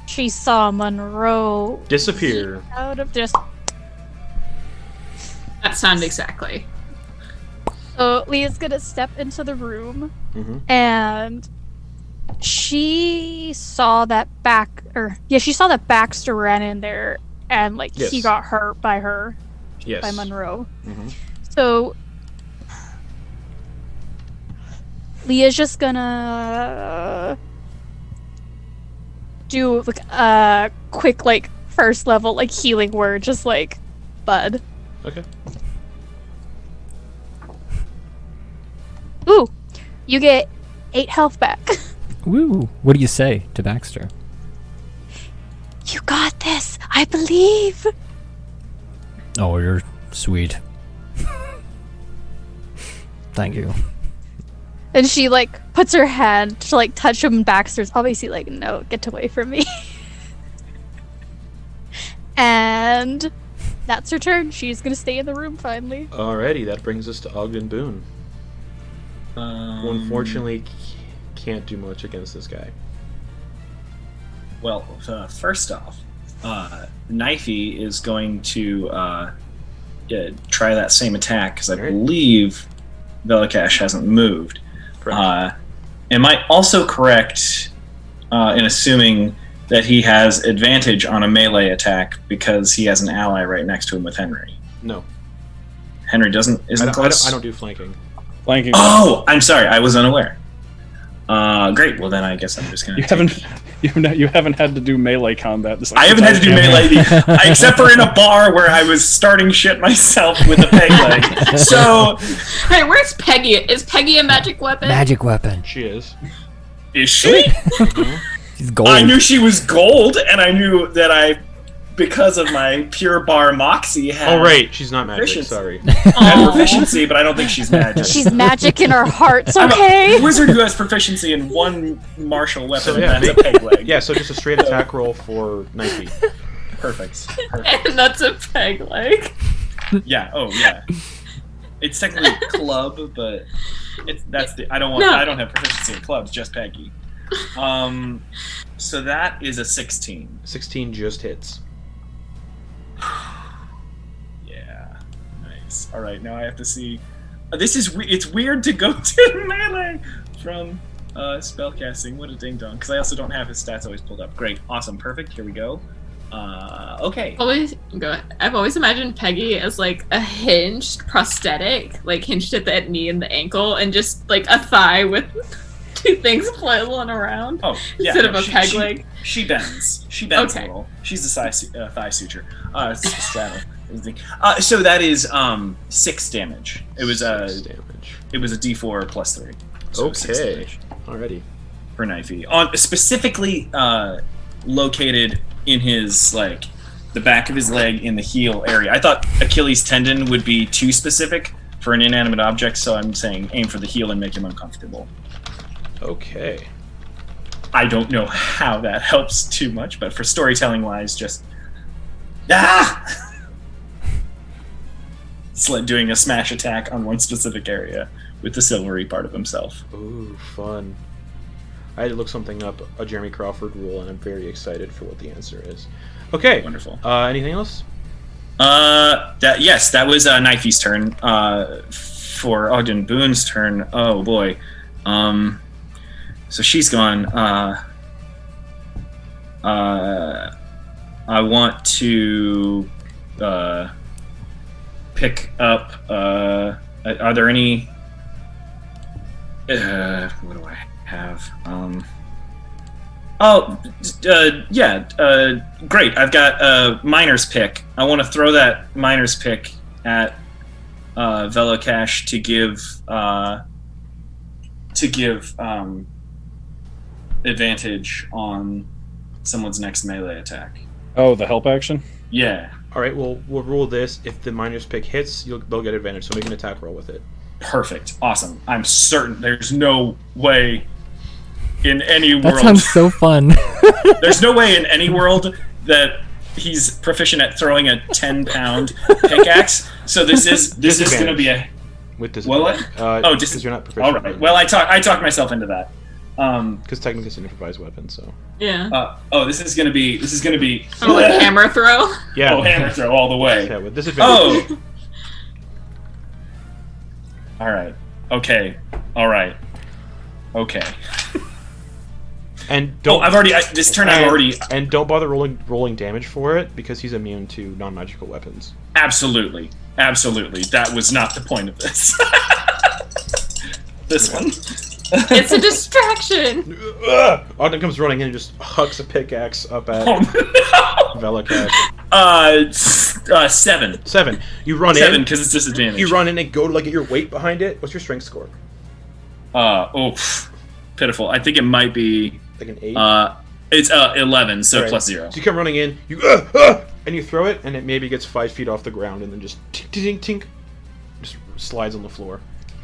S7: She saw Monroe
S2: Disappear.
S7: out of just.
S4: That sound exactly.
S7: So Leah's gonna step into the room,
S2: Mhm.
S7: and she saw that back, or yeah, she saw that Baxter ran in there, and like he
S2: Yes.
S7: got hurt by her,
S2: Yes.
S7: by Monroe.
S2: Mhm.
S7: So Leah's just gonna do like a quick like first level like healing word, just like bud.
S2: Okay.
S7: Ooh, you get eight health back.
S6: Woo! What do you say to Baxter?
S7: You got this. I believe.
S6: Oh, you're sweet. Thank you.
S7: And she like puts her hand to like touch him. Baxter's obviously like, no, get away from me. and that's her turn. She's gonna stay in the room finally.
S2: Alrighty, that brings us to Ogden Boone,
S5: Um,
S2: who unfortunately c- can't do much against this guy.
S5: Well, uh, first off, uh, Knifey is going to uh, yeah, try that same attack because I
S2: Alright.
S5: believe Velikash hasn't moved.
S2: Correct.
S5: Uh, am I also correct uh, in assuming that he has advantage on a melee attack because he has an ally right next to him with Henry?
S2: no,
S5: Henry doesn't
S2: I
S5: isn't
S2: don't, I,
S5: close.
S2: don't, I don't do flanking.
S3: Flanking.
S5: Oh, I'm sorry. I was unaware. Uh, great. Well, then I guess I'm just gonna.
S3: You haven't, you haven't, you haven't had to do melee combat. This
S5: I haven't had to do
S3: entire campaign.
S5: melee, the- except for in a bar where I was starting shit myself with a peg leg. So
S4: Hey, where's Peggy? Is Peggy a magic weapon?
S6: Magic weapon.
S2: She is.
S5: is she?
S6: She's gold.
S5: I knew she was gold, and I knew that I, because of my pure bar moxie, had,
S2: Oh right, she's not magic.
S5: Vicious.
S2: Sorry.
S5: had
S4: Aw.
S5: proficiency, but I don't think she's magic.
S7: She's magic in our hearts.
S5: I'm a
S7: Okay.
S5: wizard who has proficiency in one martial weapon,
S2: So, yeah,
S5: and that's a peg leg.
S2: Yeah, so just a straight attack roll for Knifey.
S5: Perfect. Perfect.
S4: And that's a peg leg.
S5: Yeah. Oh, yeah. It's technically club, but it's that's the I don't want
S4: No.
S5: I don't have proficiency in clubs, just Peggy. Um, so that is a sixteen.
S2: Sixteen just hits.
S5: Yeah. Nice. All right. Now I have to see. uh, This is we- it's weird to go to melee from uh, spellcasting. What a ding dong! Because I also don't have his stats always pulled up. Great. Awesome. Perfect. Here we go. Uh, okay.
S4: Always go. ahead. I've always imagined Peggy as like a hinged prosthetic, like hinged at that knee and the ankle, and just like a thigh with two things flailing around
S5: Oh, yeah.
S4: instead of
S5: no,
S4: a
S5: she-
S4: peg
S5: she-
S4: leg.
S5: She bends. She bends
S4: Okay.
S5: a little. She's a thigh, su- uh, thigh suture. Uh, s- straddle. is the- Uh, so that is um six damage. It was
S2: Six
S5: a
S2: damage.
S5: it was a D four plus three. So six
S2: Okay.
S5: damage
S2: Alrighty.
S5: for knifey on specifically uh, located in his like the back of his leg in the heel area. I thought Achilles tendon would be too specific for an inanimate object, so I'm saying aim for the heel and make him uncomfortable.
S2: Okay.
S5: I don't know how that helps too much, but for storytelling wise, just ah, it's like doing a smash attack on one specific area with the silvery part of himself.
S2: Ooh, fun. I had to look something up, a Jeremy Crawford rule, and I'm very excited for what the answer is. Okay.
S5: Wonderful.
S2: Uh, anything else?
S5: Uh, that yes, that was uh, Knifey's turn. Uh, for Ogden Boone's turn. Oh boy. Um, so she's gone. Uh, uh, I want to uh, pick up. Uh, are are there any? Uh, what do I have? Um. Oh, uh, yeah. Uh, great. I've got a miner's pick. I want to throw that miner's pick at uh, Velocash to give uh, to give um, advantage on someone's next melee attack.
S3: Oh, the help action.
S5: Yeah,
S2: All right. Well, we'll rule this. If the miner's pick hits, you'll they'll get advantage. So make an attack roll with it.
S5: perfect, awesome. I'm certain there's no way in any
S6: that
S5: world
S6: sounds so fun.
S5: There's no way in any world that he's proficient at throwing a 10 pound pickaxe. So this is this is going to be a
S2: With this.
S5: Well,
S2: Uh,
S5: oh,
S2: because
S5: dis-
S2: you're not proficient.
S5: all right. Well, I talk I talked myself into that. Um,
S2: because technically it's an improvised weapon. So.
S4: Yeah.
S5: uh, oh, this is going to be this is going to be
S4: Or like hammer throw.
S2: Yeah.
S5: oh hammer throw all the
S2: yeah.
S5: way.
S2: With this
S5: Oh. All right. Okay. All right. Okay.
S2: And
S5: Oh,
S2: don't.
S5: I've already I, this turn I've
S2: and-
S5: already
S2: And don't bother rolling rolling damage for it because he's immune to non-magical weapons.
S5: Absolutely. Absolutely. That was not the point of this. this one.
S4: It's a distraction.
S2: Ugh! Ogden comes running in and just hucks a pickaxe up at
S5: Oh,
S2: Velikash.
S5: no. Uh, s- uh, seven.
S2: Seven. You run
S5: Seven,
S2: in.
S5: because it's disadvantage.
S2: You run in and go to like get your weight behind it. What's your strength score?
S5: Uh, oh, pff, pitiful. I think it might be,
S2: Like an eight.
S5: uh, It's uh, 11, so
S2: Right.
S5: plus zero.
S2: So you come running in, you uh, uh, and you throw it, and it maybe gets five feet off the ground, and then just tink, tink, tink, tink, just slides on the floor.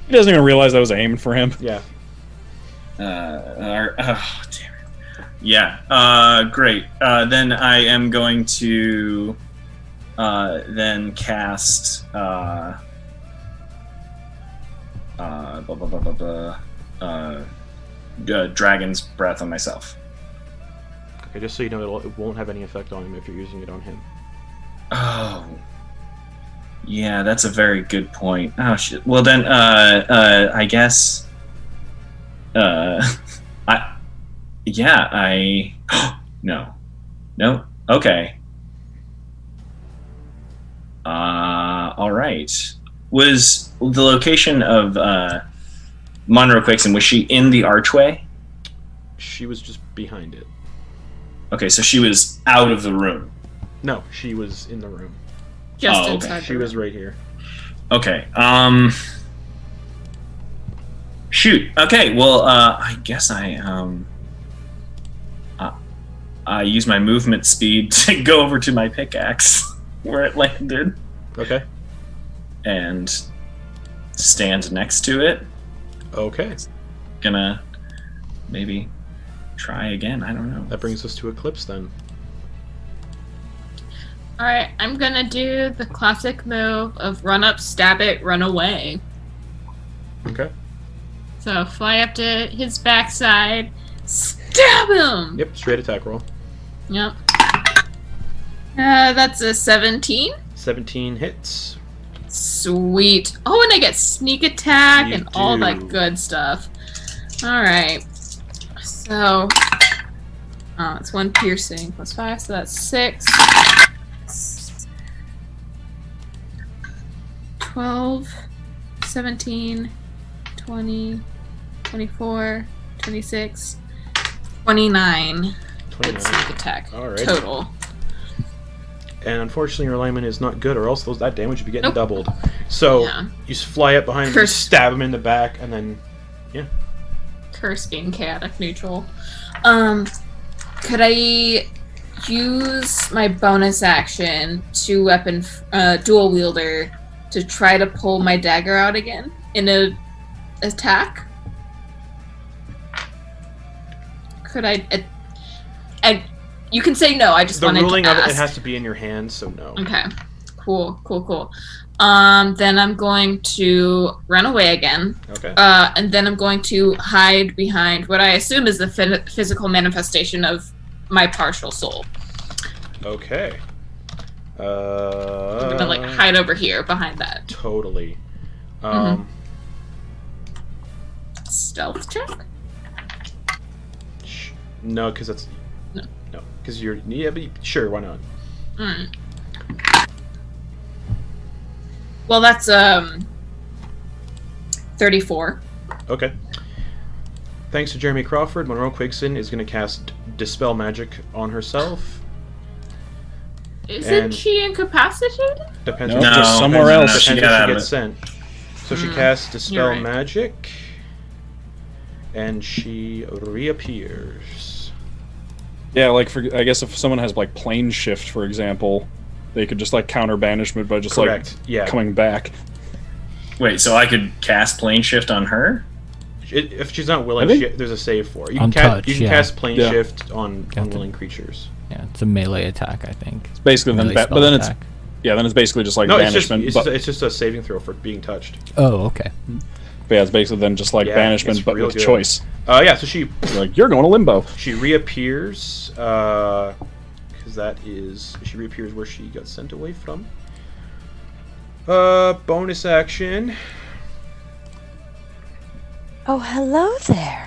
S3: He doesn't even realize I was aiming for him.
S2: Yeah.
S5: Uh, our, oh, damn it. Yeah. Uh, great. Uh, then I am going to uh, then cast. Uh, uh, blah, blah, blah, blah, blah, uh, uh, Dragon's Breath on myself.
S2: Okay, just so you know, it'll, it won't have any effect on him if you're using it on him.
S5: Oh. Yeah, that's a very good point. Oh shit. Well then uh uh I guess uh I yeah, I no. No. Okay. Uh all right. Was the location of uh Monroe Quixon was she in the archway?
S2: She was just behind it.
S5: Okay, so she was out of the room.
S2: No, she was in the room.
S4: Just
S5: Oh, okay.
S4: inside.
S2: She
S4: the-
S2: was right here.
S5: Okay. Um. Shoot. Okay. Well, uh, I guess I um. I, I use my movement speed to go over to my pickaxe where it landed
S2: Okay.
S5: and stand next to it.
S2: Okay.
S5: Gonna maybe try again. I don't know.
S2: That brings us to Eclipse then.
S4: All right, I'm gonna do the classic move of run up, stab it, run away.
S2: Okay.
S4: So fly up to his backside, stab him.
S2: Yep. Straight attack roll.
S4: Yep. Uh, that's a 17.
S2: 17 hits.
S4: Sweet. Oh, and I get sneak attack
S2: You
S4: and all
S2: do.
S4: that good stuff. All right. So, uh, it's one piercing plus five, so that's six. Twelve, seventeen, twenty, twenty-four, twenty-six, twenty-nine.
S2: 29.
S4: with sneak attack
S2: All right.
S4: total.
S2: And unfortunately, your alignment is not good, or else those, that damage would be getting
S4: Nope.
S2: doubled. So
S4: Yeah.
S2: you s- fly up behind him, you
S4: Curse.
S2: stab him in the back, and then
S4: curse being chaotic neutral. Um, could I use my bonus action to weapon f- uh, dual wielder to try to pull my dagger out again in a attack? Could I? I, I you can say no. I just
S2: the
S4: wanted
S2: ruling
S4: to
S2: of
S4: ask.
S2: it, it has to be in your hand, so no.
S4: Okay. Cool. Cool. Cool. Um, then I'm going to run away again.
S2: Okay.
S4: Uh, and then I'm going to hide behind what I assume is the phy- physical manifestation of my partial soul.
S2: Okay.
S4: I'm
S2: Uh,
S4: gonna like hide over here behind that
S2: Totally. Um,
S4: stealth check.
S2: sh- no, because that's
S4: Mm-hmm. No.
S2: no, because you're yeah, but you- sure, why not?
S4: Mm. Well, that's um, thirty-four.
S2: Okay. Thanks to Jeremy Crawford, Monroe Quigson is going to cast Dispel Magic on herself.
S4: Isn't
S2: And-
S4: she incapacitated?
S2: Depends
S3: No,
S2: on
S3: just somewhere
S2: depends-
S3: else.
S2: depends
S5: She
S2: if
S5: got out
S2: she
S5: of
S2: gets
S5: it.
S2: sent. So she
S4: Mm,
S2: casts Dispel
S4: you're right.
S2: Magic, and she reappears.
S3: Yeah, like for I guess if someone has like plane shift, for example, they could just like counter banishment by just
S2: Correct. yeah.
S3: like coming back.
S5: Wait. So I could cast plane shift on her.
S2: It, if she's not willing,
S3: I think-
S2: she, there's a save for it. You
S6: On
S2: can, cast,
S6: touch,
S2: you can
S6: yeah.
S2: cast plane
S3: Yeah.
S2: shift on
S6: Got it.
S2: unwilling creatures.
S6: Yeah, it's a melee attack, I think.
S3: It's basically then,
S6: Melee
S3: ba- but
S6: spell
S3: then
S6: attack.
S3: it's yeah, then it's basically just like
S2: no, it's just,
S3: banishment.
S2: it's,
S3: but,
S2: just, it's just a saving throw for being touched.
S6: Oh, okay.
S3: but yeah, it's basically then just like
S2: Yeah,
S3: banishment,
S2: it's
S3: but
S2: real
S3: with
S2: good.
S3: choice.
S2: Uh, yeah, so she
S3: You're like you're going to limbo.
S2: she reappears because that is she reappears where she got sent away from. Uh, bonus action.
S7: Oh, hello there.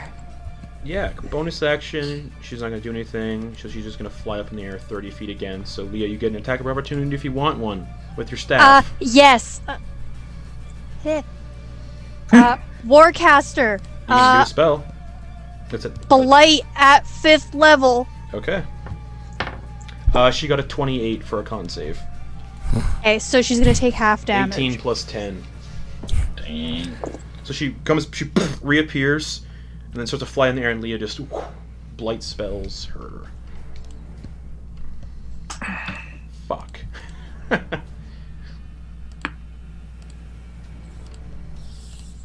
S2: Yeah, bonus action. She's not gonna do anything, so she's just gonna fly up in the air 30 feet again. So Leah, you get an attack of opportunity if you want one with your
S7: Uh,
S2: staff.
S7: yes. Uh, eh. uh, Warcaster.
S2: you can do
S7: Uh,
S2: a spell. That's it.
S7: blight at fifth level.
S2: Okay. Uh, she got a 28 for a con save.
S7: Okay, so she's gonna take half damage.
S2: 18 plus 10.
S5: Dang.
S2: So she comes, she reappears, and then starts to fly in the air, and Leah just blight spells her. Fuck.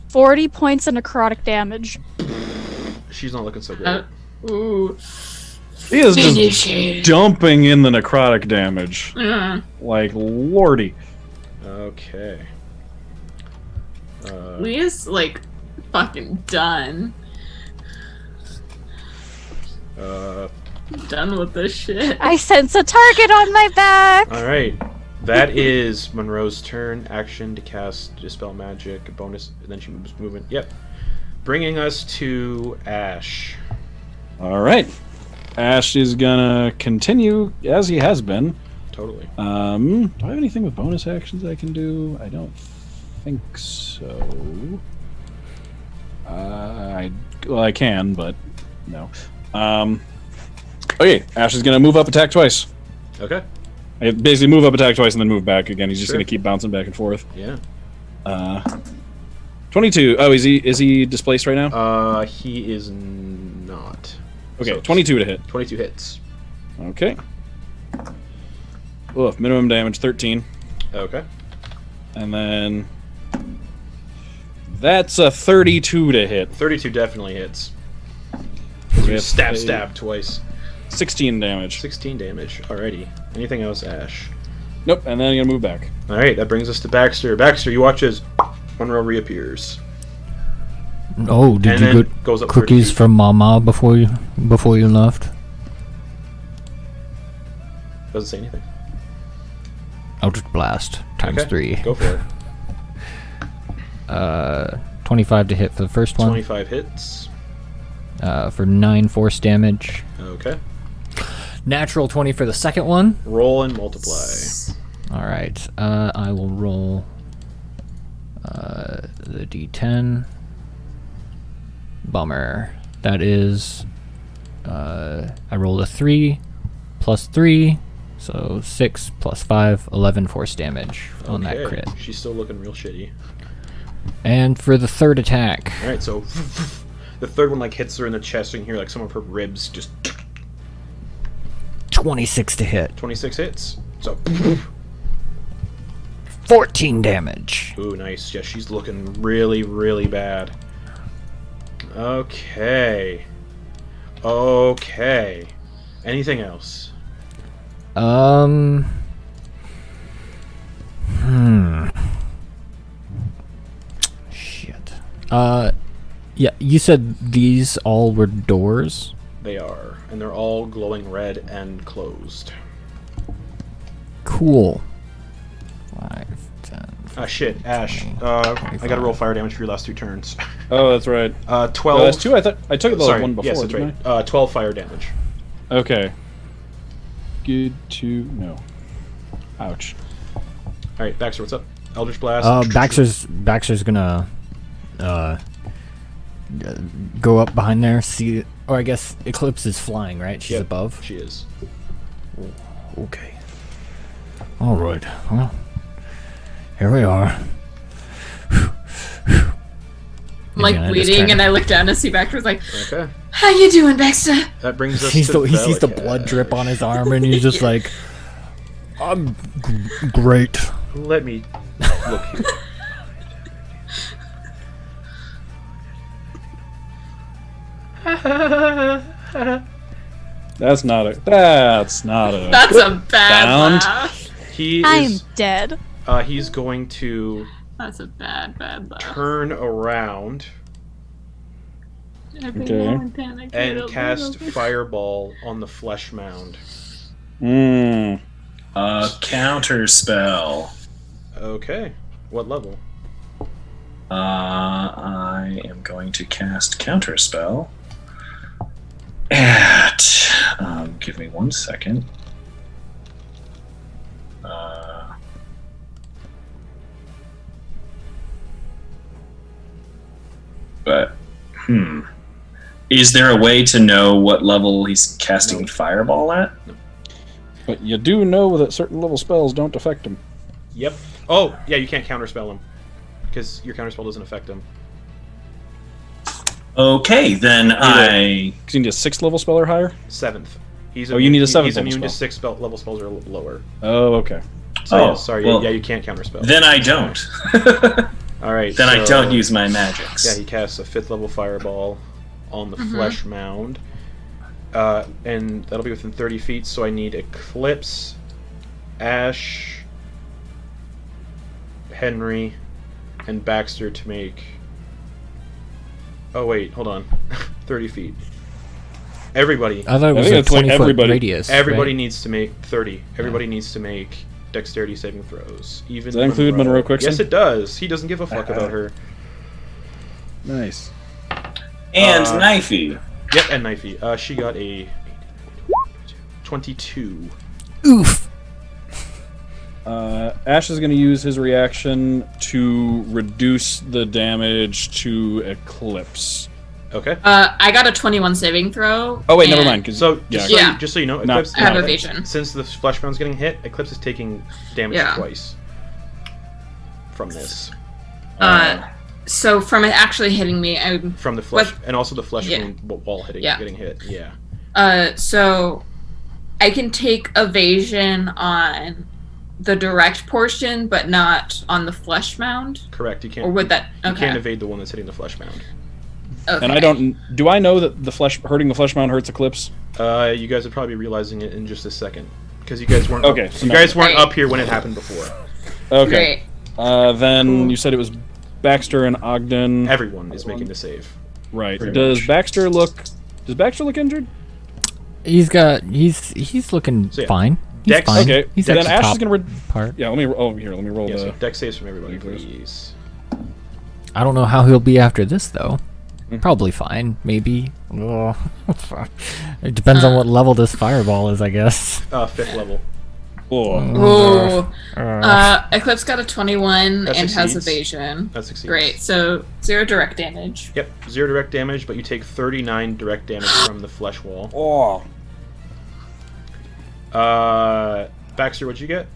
S7: Forty points of necrotic damage.
S2: She's not looking so good.
S4: Uh, Ooh.
S3: He is just
S4: Finish it.
S3: dumping in the necrotic damage.
S4: Uh,
S3: Like, lordy.
S2: Okay. Uh,
S4: Leah's like fucking done.
S2: uh,
S4: Done with this shit.
S7: I sense a target on my back.
S2: all right. That is Monroe's turn. Action to cast dispel magic. A bonus, and then she moves movement. Yep. Bringing us to Ash.
S3: All right. Ash is gonna continue as he has been.
S2: Totally.
S3: Um, do I have anything with bonus actions I can do? I don't think so. Uh, I well, I can, but no. Um, okay, Ash is gonna move up, attack twice.
S2: Okay.
S3: I basically move up, attack twice, and then move back again. He's just
S2: Sure.
S3: gonna keep bouncing back and forth.
S2: Yeah.
S3: Uh, twenty-two. Oh, is he is he displaced right now?
S2: Uh, he is not.
S3: okay,
S2: so-
S3: twenty-two to hit.
S2: 22 hits.
S3: Okay. Oof, minimum damage thirteen,
S2: Okay.
S3: and then that's a thirty-two to hit.
S2: 32 definitely hits.
S3: We
S2: You
S3: have
S2: stab,
S3: a
S2: stab twice.
S3: 16 damage.
S2: 16 damage. Alrighty. Anything else, Ash?
S3: Nope, and then I'm gonna move back.
S2: Alright, that brings us to Baxter. Baxter, you watch as Monroe reappears.
S6: Oh, did
S2: and
S6: you
S2: then
S6: get
S2: goes up 30
S6: cookies
S2: feet.
S6: from Mama before you before you left?
S2: Doesn't say anything.
S6: Eldritch Blast times
S2: Okay,
S6: three.
S2: Go for it.
S6: Uh, 25 to hit for the first one.
S2: 25 hits.
S6: Uh, for nine force damage.
S2: Okay.
S6: Natural 20 for the second one.
S2: Roll and multiply.
S6: All right. Uh, I will roll uh, the d10. Bummer. That is. Uh, I rolled a 3 plus 3, so 6 plus 5, 11 force damage on that
S2: Okay,
S6: crit.
S2: She's still looking real shitty.
S6: And for the third attack,
S2: Alright, so the third one like hits her in the chest. You can hear like some of her ribs just
S6: 26 to hit,
S2: 26 hits. So
S6: 14 damage.
S2: Ooh, nice. Yeah, she's looking really, really bad. Okay. Okay. Anything else?
S6: Um. Hmm. Shit. Uh, yeah. You said these all were doors.
S2: They are, and they're all glowing red and closed.
S6: Cool. Five, ten.
S2: Ah, shit, Ash. Uh, I gotta roll fire damage for your last two turns.
S3: Oh, that's right.
S2: Uh,
S3: Oh,
S2: 12.
S3: that's two. I thought I took the
S2: Sorry,
S3: one before.
S2: yes, that's
S3: didn't
S2: right. Uh, 12 fire damage.
S3: I? Okay. Good to no. Ouch.
S2: Alright, Baxter, what's up? Eldritch Blast.
S6: Uh, Baxter's Baxter's gonna uh g- go up behind there. See, or I guess Eclipse is flying, right? She's
S2: Yep.
S6: above.
S2: She is.
S6: Okay. All right. Well, here we are.
S4: I'm like
S6: Again, I just
S4: bleeding,
S6: kinda-
S4: and I look down to see Baxter. was like,
S2: Okay.
S4: "How you doing, Baxter?"
S2: That brings us
S6: He's
S2: to
S6: the, he sees the blood
S2: Velikash.
S6: drip on his arm, and he's just like, "I'm g- great."
S2: Let me look here.
S3: That's not a. That's not a.
S4: That's a bad
S3: Bound.
S4: laugh.
S2: He is.
S7: I'm dead.
S2: Uh, he's going to
S4: That's a bad, bad laugh.
S2: turn around
S4: Every
S3: Okay.
S4: now and then I get a
S2: and
S4: little
S2: cast
S4: bit-
S2: fireball on the flesh mound.
S3: Mm.
S5: A counter spell.
S2: Okay. What level?
S5: Uh, I am going to cast counter spell at. Um, give me one second. Uh, but hmm, is there a way to know what level he's casting fireball at?
S3: But you do know that certain level spells don't affect him.
S2: Yep. Oh, yeah, you can't counterspell him because your counterspell doesn't affect him.
S5: Okay, then I.
S3: 'Cause you need a sixth level spell or higher.
S2: Seventh. He's
S3: Oh, you need a
S2: he-
S3: seventh
S2: He's
S3: level
S2: immune to
S3: spell.
S2: six spell, level spells or l- lower.
S3: Oh, okay.
S2: So,
S5: Oh,
S2: yeah, sorry.
S5: well-
S2: yeah, you can't counterspell.
S5: Then I don't.
S2: All right.
S5: then I
S2: so-
S5: don't use my magics.
S2: Yeah, he casts a fifth level fireball on the flesh mound. Uh, and that'll be within 30 feet, so I need Eclipse, Ash, Henry, and Baxter to make. Oh, wait, hold on. 30 feet. Everybody.
S6: I thought it
S3: I
S6: was
S3: think
S6: a
S3: it's like
S6: 20 foot
S3: everybody-
S6: radius. right?
S2: Everybody needs to make 30. Everybody needs to make dexterity saving throws. Even
S3: Does that include Monroe Uh, Quixon?
S2: Yes, it does. He doesn't give a fuck about her.
S3: Nice.
S5: and
S2: Uh,
S5: knifey.
S2: Yep, and Knifey. Uh, she got a 22.
S6: Oof.
S3: Uh, Ash is going to use his reaction to reduce the damage to Eclipse.
S2: Okay.
S4: Uh, I got a 21 saving throw.
S3: Oh wait, never
S4: and
S3: mind. 'cause-
S2: So,
S3: yeah,
S2: just,
S4: Yeah.
S2: So you, just so you know,
S3: No,
S2: Eclipse,
S4: I have evasion.
S2: since the flesh mound's getting hit, Eclipse is taking damage
S4: Yeah.
S2: twice from this.
S4: Uh, so from it actually hitting me, I would
S2: From the flesh,
S4: What-
S2: and also the flesh
S4: Yeah.
S2: wound w- wall hitting,
S4: Yeah.
S2: getting hit. Yeah.
S4: Uh, so I can take evasion on the direct portion, but not on the flesh mound.
S2: Correct. You can't.
S4: Or would that?
S2: you
S4: Okay.
S2: can't evade the one that's hitting the flesh mound.
S4: okay.
S3: And I don't. Do I know that the flesh hurting the flesh mount hurts Eclipse?
S2: Uh, you guys are probably realizing it in just a second because you guys weren't.
S3: Okay,
S2: Up,
S3: so
S2: you
S3: now-
S2: guys weren't
S4: Right.
S2: up here when it happened before.
S3: Okay.
S4: Great.
S3: Uh, then you said it was Baxter and Ogden.
S2: Everyone is making the save.
S3: Right.
S2: Pretty
S3: Does
S2: much.
S3: Baxter look? Does Baxter look injured?
S6: He's got. He's he's looking
S2: So, yeah.
S6: fine. He's
S2: Dex-
S6: fine.
S3: Okay.
S6: He's
S3: then
S6: at the
S3: Ash
S6: top
S3: is gonna. Re-
S6: part.
S3: yeah. Let me. Oh, here. Let me roll
S2: Yes.
S3: the.
S2: deck saves from everybody,
S3: Please.
S2: please.
S6: I don't know how he'll be after this though. Probably fine. Maybe. Ugh. it depends on what level this fireball is, I guess.
S2: Uh, fifth level.
S3: Oh.
S6: Uh-huh.
S4: Ooh.
S6: Uh,
S4: Uh, Eclipse got a 21
S2: That
S4: and has
S2: succeeds.
S4: evasion.
S2: That succeeds.
S4: Great. So zero direct damage.
S2: Yep, zero direct damage, but you take 39 direct damage from the flesh wall.
S3: Oh.
S2: Uh, Baxter, what'd you get?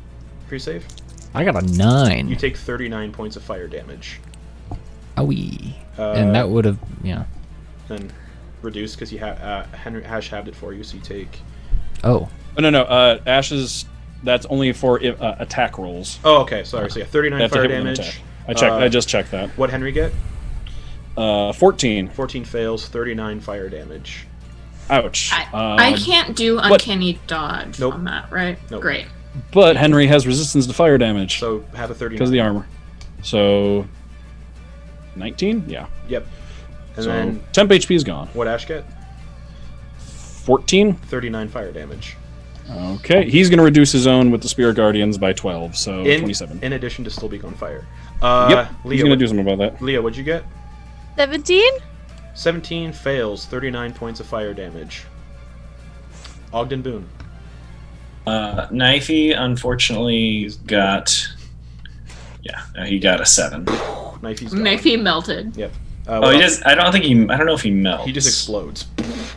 S2: Free save?
S6: I got a
S2: You
S6: nine.
S2: take 39 points of fire damage.
S6: Owie.
S2: Uh,
S6: and that would have. Yeah.
S2: Then reduce because you ha- uh, Henry Hash halved it for you, so you take.
S6: Oh.
S3: Oh, no, no. Uh, Ash is. That's only for uh, attack rolls.
S2: Oh, okay, sorry. So yeah, 39
S3: They have to
S2: fire
S3: hit with an
S2: damage.
S3: attack. I checked.
S2: Uh,
S3: I just checked that.
S2: What Henry get?
S3: Uh, fourteen.
S2: 14 fails, 39 fire damage.
S3: Ouch.
S4: I,
S3: Um,
S4: I can't do
S3: what-
S4: uncanny dodge
S2: Nope.
S4: on that, right?
S2: Nope.
S4: Great.
S3: But Henry has resistance to fire damage
S2: So have a
S3: because
S2: 39.
S3: of the armor. So. Nineteen. Yeah.
S2: Yep. And
S3: so
S2: then
S3: temp HP is gone.
S2: what Ash get?
S3: Fourteen.
S2: 39 fire damage.
S3: Okay. He's gonna reduce his own with the spear guardians by twelve. So
S2: In,
S3: Oh, twenty-seven.
S2: in addition to still being on fire. Uh,
S3: yep. he's
S2: Leo,
S3: gonna
S2: what,
S3: do something about that.
S2: Leo, what'd you get?
S7: 17?
S2: 17 fails, 39 points of fire damage. Ogden Boone.
S5: Uh, knifey, unfortunately, got. Yeah, uh, he got a seven.
S2: Knifey's gone.
S4: Maybe melted.
S2: Yep. Uh,
S5: Oh,
S2: well,
S5: he just. I don't think he. I don't know if he melts.
S2: he just explodes.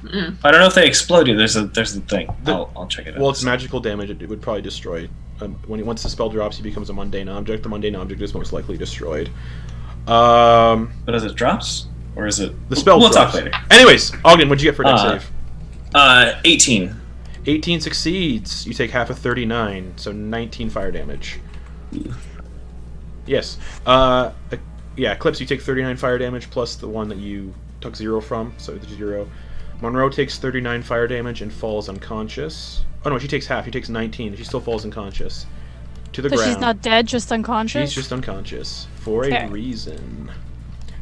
S5: I don't know if they explode you. There's a. There's the thing.
S2: The-
S5: I'll, I'll check it out.
S2: Well, it's magical damage. It, it would probably destroy. Um, when he, once the spell drops, he becomes a mundane object. The mundane object is most likely destroyed. Um,
S5: But as it drops, or is it?
S2: the spell.
S5: We'll
S2: drops.
S5: talk later.
S2: Anyways, Ogden, what'd you get for deck
S5: Uh,
S2: save?
S5: Uh, eighteen.
S2: 18 succeeds. You take half of 39, so 19 fire damage. Yes. Uh, e- yeah, Eclipse, you take 39 fire damage plus the one that you took zero from, so it's zero. Monroe takes 39 fire damage and falls unconscious. Oh no, she takes half. She takes 19. She still falls unconscious. To the
S7: So
S2: ground.
S7: she's not dead, just unconscious?
S2: She's just unconscious for
S7: Okay.
S2: a reason.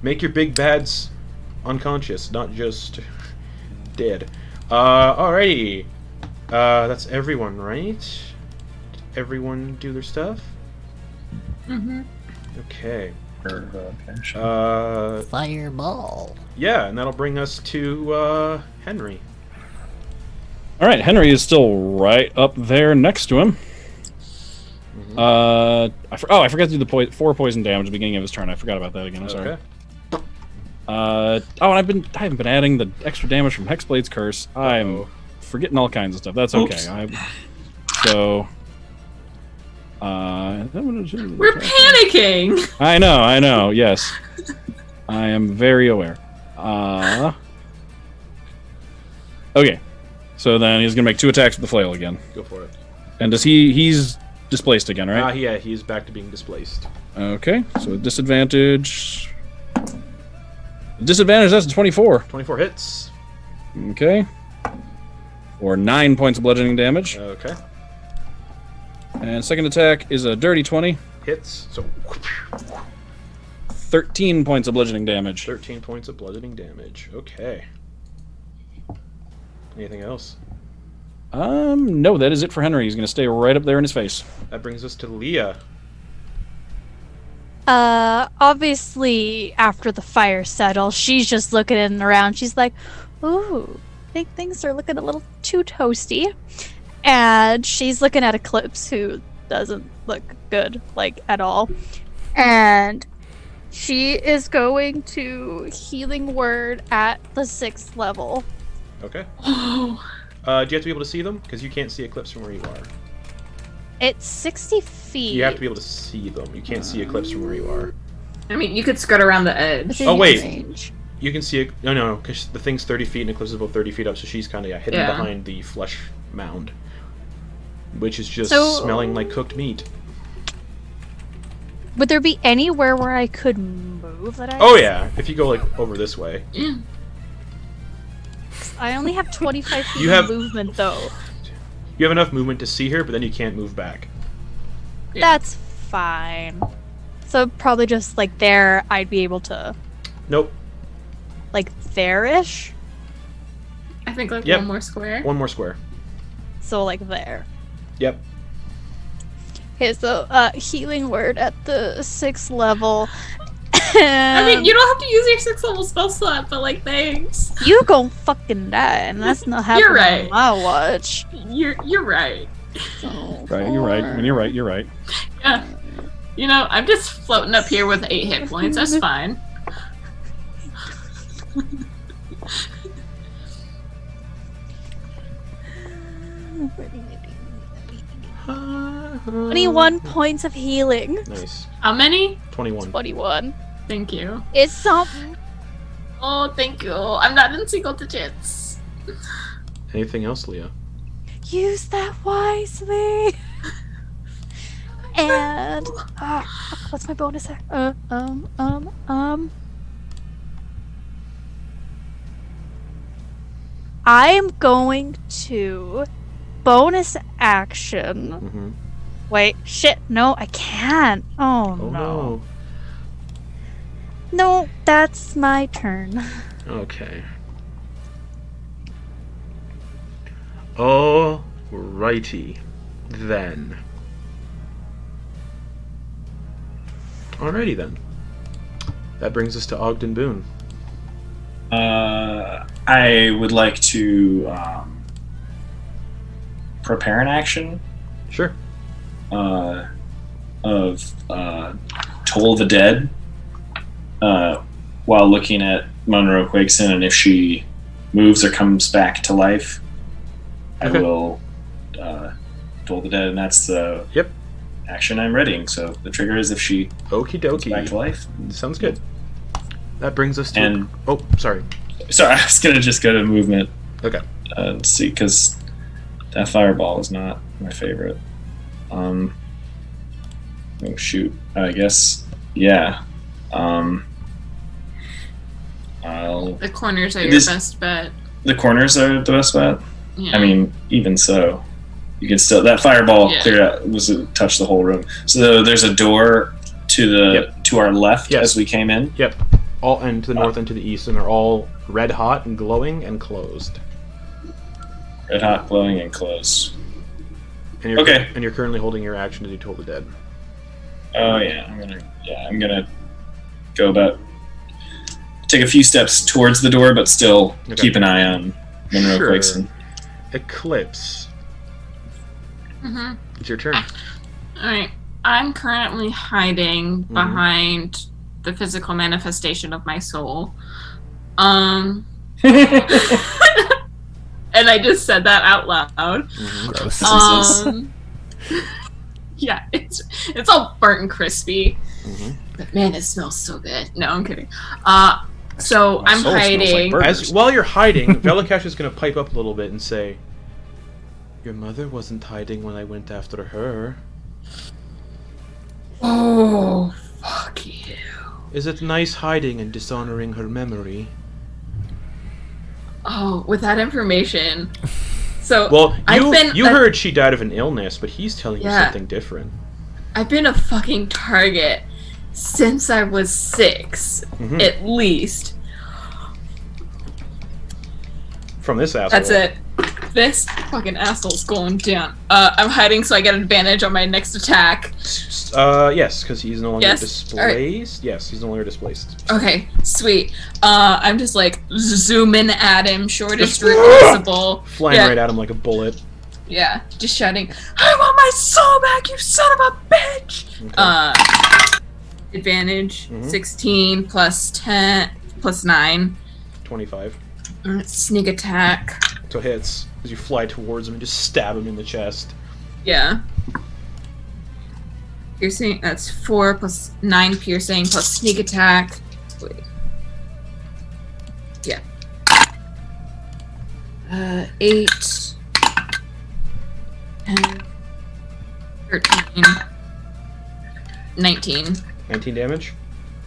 S2: Make your big bads unconscious, not just dead. Uh, alrighty. Uh, that's everyone, right? Did everyone do their stuff?
S4: hmm
S2: Okay.
S5: Or, uh, okay, sure.
S2: Uh,
S6: Fireball.
S2: yeah, and that'll bring us to uh, Henry.
S3: All right, Henry is still right up there next to him.
S2: Mm-hmm.
S3: Uh, I for- oh, I forgot to do the po- four poison damage at the beginning of his turn. I forgot about that again. I'm sorry.
S2: Okay.
S3: Uh, oh, and I've been I haven't been adding the extra damage from Hexblade's curse. I'm
S2: Uh-oh.
S3: forgetting all kinds of stuff. That's
S5: Oops.
S3: okay. I, so. Uh,
S4: We're panicking.
S3: I know, I know. Yes, I am very aware. Uh, okay. So then he's gonna make two attacks with the flail again.
S2: Go for it.
S3: And does he? He's displaced again,
S2: Ah,
S3: right?
S2: yeah, he is back to being displaced.
S3: Okay. So disadvantage. Disadvantage. That's a twenty-four.
S2: 24 hits.
S3: Okay. Or nine points of bludgeoning damage.
S2: Okay.
S3: And second attack is a dirty 20.
S2: Hits. So
S3: 13 points of bludgeoning damage.
S2: 13 points of bludgeoning damage. Okay. Anything else?
S3: Um, no, that is it for Henry. He's going to stay right up there in his face.
S2: That brings us to Leah.
S7: Uh, obviously, after the fire settles, she's just looking in and around. She's like, "Ooh, think things are looking a little too toasty," and she's looking at Eclipse, who doesn't look good like at all, and she is going to healing word at the sixth level.
S2: Okay.
S4: Oh,
S2: Uh, do you have to be able to see them? Because you can't see Eclipse from where you are.
S7: It's sixty feet.
S2: You have to be able to see them. You can't see Eclipse from where you are.
S4: I mean, you could skirt around the edge.
S2: Oh, wait.
S7: Range.
S2: You can see it. No, no, because the thing's 30 feet and Eclipse is about 30 feet up, so she's kind of yeah, hidden
S4: Yeah.
S2: behind the flesh mound, which is just
S7: So-
S2: smelling like cooked meat.
S7: Would there be anywhere where I could move that I?
S2: Oh yeah, if you go like over this way,
S7: I only have 25 feet
S2: You
S7: of
S2: have-
S7: movement though.
S2: you have enough movement to see her, but then you can't move back.
S4: Yeah.
S7: That's fine. So probably just like there, I'd be able to
S2: Nope.
S7: like there-ish.
S4: I think like
S2: Yep.
S4: one more square.
S2: One more square.
S7: So like there.
S2: Yep.
S7: Okay, so uh, healing word at the sixth level.
S4: I mean, you don't have to use your six level spell slot, but like, thanks.
S7: you gon' fucking die, and that's not happening
S4: You're
S7: on
S4: right.
S7: my watch.
S4: You're you're right.
S7: So
S3: Right, you're right. When you're right, you're right.
S4: Yeah. You know, I'm just floating up here with eight hit points. That's fine.
S7: Twenty-one points of healing.
S2: Nice.
S4: How many?
S2: Twenty-one.
S7: Twenty-one.
S4: Thank you.
S7: It's something.
S4: Oh, thank you. I'm not in single digits.
S2: Anything else, Leah?
S7: Use that wisely. and ah, fuck, what's my bonus? ac- Uh, um, um, um. I'm going to bonus action.
S2: Mm-hmm.
S7: Wait, shit, no, I can't. Oh,
S2: Oh
S7: no.
S2: no.
S7: No, that's my turn.
S2: Okay. Alrighty, then. Alrighty then. That brings us to Ogden Boone.
S5: Uh, I would like to um, prepare an action
S2: Sure.
S5: uh, of uh, Toll the Dead uh, while looking at Monroe Quakeson, and if she moves or comes back to life,
S2: Okay.
S5: I will uh, Toll the Dead, and that's the
S2: Yep.
S5: action I'm readying. So the trigger is if she
S2: Okie
S5: comes back to
S2: dokie.
S5: life.
S2: Sounds good. That brings us to.
S5: And-
S2: oh, sorry.
S5: Sorry, I was gonna just go to movement.
S2: Okay.
S5: Uh, and see, because that fireball is not my favorite. Um. Oh shoot! I guess yeah. Um. I'll.
S4: The corners are your
S5: This-
S4: best bet.
S5: The corners are the best bet.
S4: Yeah.
S5: I mean, even so, you can still that fireball
S4: Yeah.
S5: cleared out was touched the whole room. So there's a door to the to our left
S2: Yes.
S5: as we came in.
S2: Yep. All and to the north and to the east, and they're all red hot and glowing and closed.
S5: Red hot, glowing, and closed.
S2: And you're
S5: Okay.
S2: And you're currently holding your action to do Toll the Dead.
S5: Oh yeah, I'm gonna yeah, I'm gonna go about take a few steps towards the door, but still
S2: Okay.
S5: keep an eye on Monroe
S2: Sure.
S5: Quakeson.
S2: Eclipse.
S4: Mhm.
S2: It's your turn.
S4: All right. I'm currently hiding
S3: Mm-hmm.
S2: Mhm.
S4: behind the physical manifestation of my soul. Um, and I just said that out loud.
S2: Mhm.
S6: Gross.
S5: Jesus.
S4: Um, yeah, it's it's all burnt and crispy.
S2: Mhm.
S3: Mm-hmm.
S4: But man, it smells so good. No, I'm kidding. Uh, So
S3: My
S4: I'm
S3: soul smells like
S4: hiding.
S3: bird.
S2: As while you're hiding, Velikash is gonna pipe up a little bit and say, "Your mother wasn't hiding when I went after her.
S4: oh, fuck you.
S2: Is it nice hiding and dishonoring her memory?"
S4: Oh, with that information. So
S2: Well, you
S4: I've been
S2: you
S4: a-
S2: heard she died of an illness, but he's telling you
S4: Yeah.
S2: something different.
S4: I've been a fucking target since I was 6
S2: Mhm.
S4: at least.
S2: From this asshole.
S4: That's it. This fucking asshole's going down. Uh, I'm hiding so I get advantage on my next attack.
S2: Uh, yes, because he's no longer
S4: Yes. All right.
S2: displaced. Yes, he's no longer displaced.
S4: Okay, sweet. Uh, I'm just like zooming at him, shortest route possible.
S2: Flying
S4: Yeah.
S2: right at him like a bullet.
S4: Yeah, just shouting, I want my soul back, you son of a bitch!
S2: Okay.
S4: Uh, advantage
S2: Mhm.
S4: 16 plus 10 plus 9.
S2: Twenty-five.
S4: Mm, Sneak attack.
S2: So it hits as you fly towards him and just stab him in the chest.
S4: Yeah. Piercing, that's 4 plus 9 piercing plus sneak attack. Wait. Yeah. Uh, 8 and 13. 19.
S2: Nineteen damage.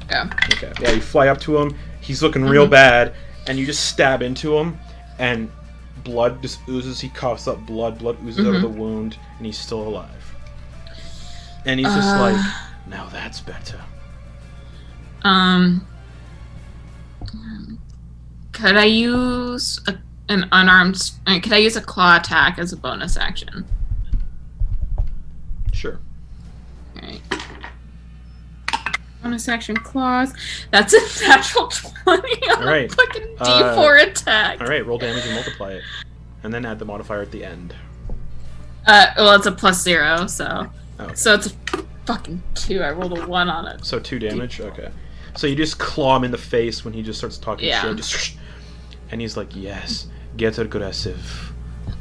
S4: Yeah. Mm-hmm.
S2: Okay. Yeah, you fly up to him. He's looking real bad, and you just stab into him, and blood just oozes. He coughs up blood. Blood oozes out of
S4: Mhm.
S2: the wound, and he's still alive. And he's just
S4: Uh.
S2: like, now that's better.
S4: Um, could I use a, an unarmed? s- uh, Could I use a claw attack as a bonus action?
S2: Sure.
S4: Alright. Bonus action claws. That's a natural twenty on a
S2: Alright,
S4: fucking D
S2: uh,
S4: four attack.
S2: All right, roll damage and multiply it, and then add the modifier at the end.
S4: Uh, well, it's a plus zero, so
S2: Oh, okay.
S4: so it's a fucking two. I rolled a one on it.
S2: So two damage. Okay. So you just claw him in the face when he just starts talking
S4: Yeah.
S2: shit. Just, and he's like, "Yes, get aggressive."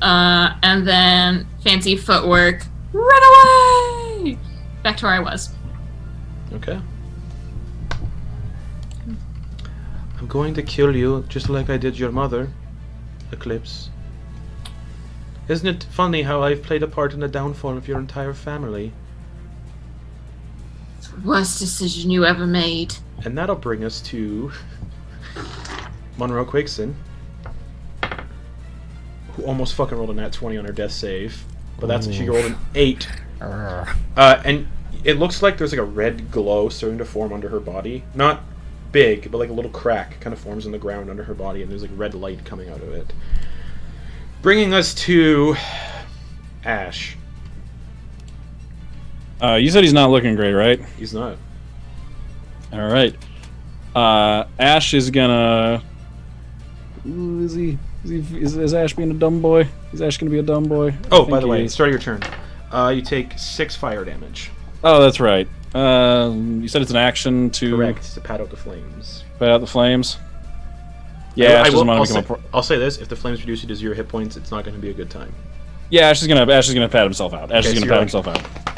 S4: Uh, and then fancy footwork. Run away. Back to where I was.
S2: Okay. I'm going to kill you just like I did your mother, Eclipse. Isn't it funny how I've played a part in the downfall of your entire family?
S4: Worst decision you ever made.
S2: And that'll bring us to Monroe Quigson, who almost fucking rolled a nat 20 on her death save, but that's she rolled an 8.
S6: Urgh.
S2: Uh, and it looks like there's like a red glow starting to form under her body. Not big, but like a little crack kind of forms in the ground under her body, and there's like red light coming out of it. Bringing us to Ash.
S3: Uh, you said he's not looking great, right?
S2: He's not.
S3: All right. Uh, Ash is gonna. Ooh, is he? Is, he, is, is Ash being a dumb boy? Is Ash gonna be a dumb boy? I
S2: Oh,
S3: think
S2: by the
S3: he
S2: way,
S3: is.
S2: start of your turn. Uh, you take six fire damage.
S3: Oh, that's right. Um, you said it's an action to
S2: Correct. To pat out the flames.
S3: put out the flames. Yeah, Ash
S2: I will,
S3: doesn't
S2: I'll,
S3: want to
S2: say,
S3: become a. Pro-
S2: I'll say this: if the flames reduce you to zero hit points, it's not going to be a good time.
S3: yeah, Ash is gonna. Ash is gonna pat himself out. Ash
S2: Okay,
S3: is
S2: so
S3: gonna
S2: you're
S3: pat
S2: like-
S3: himself out.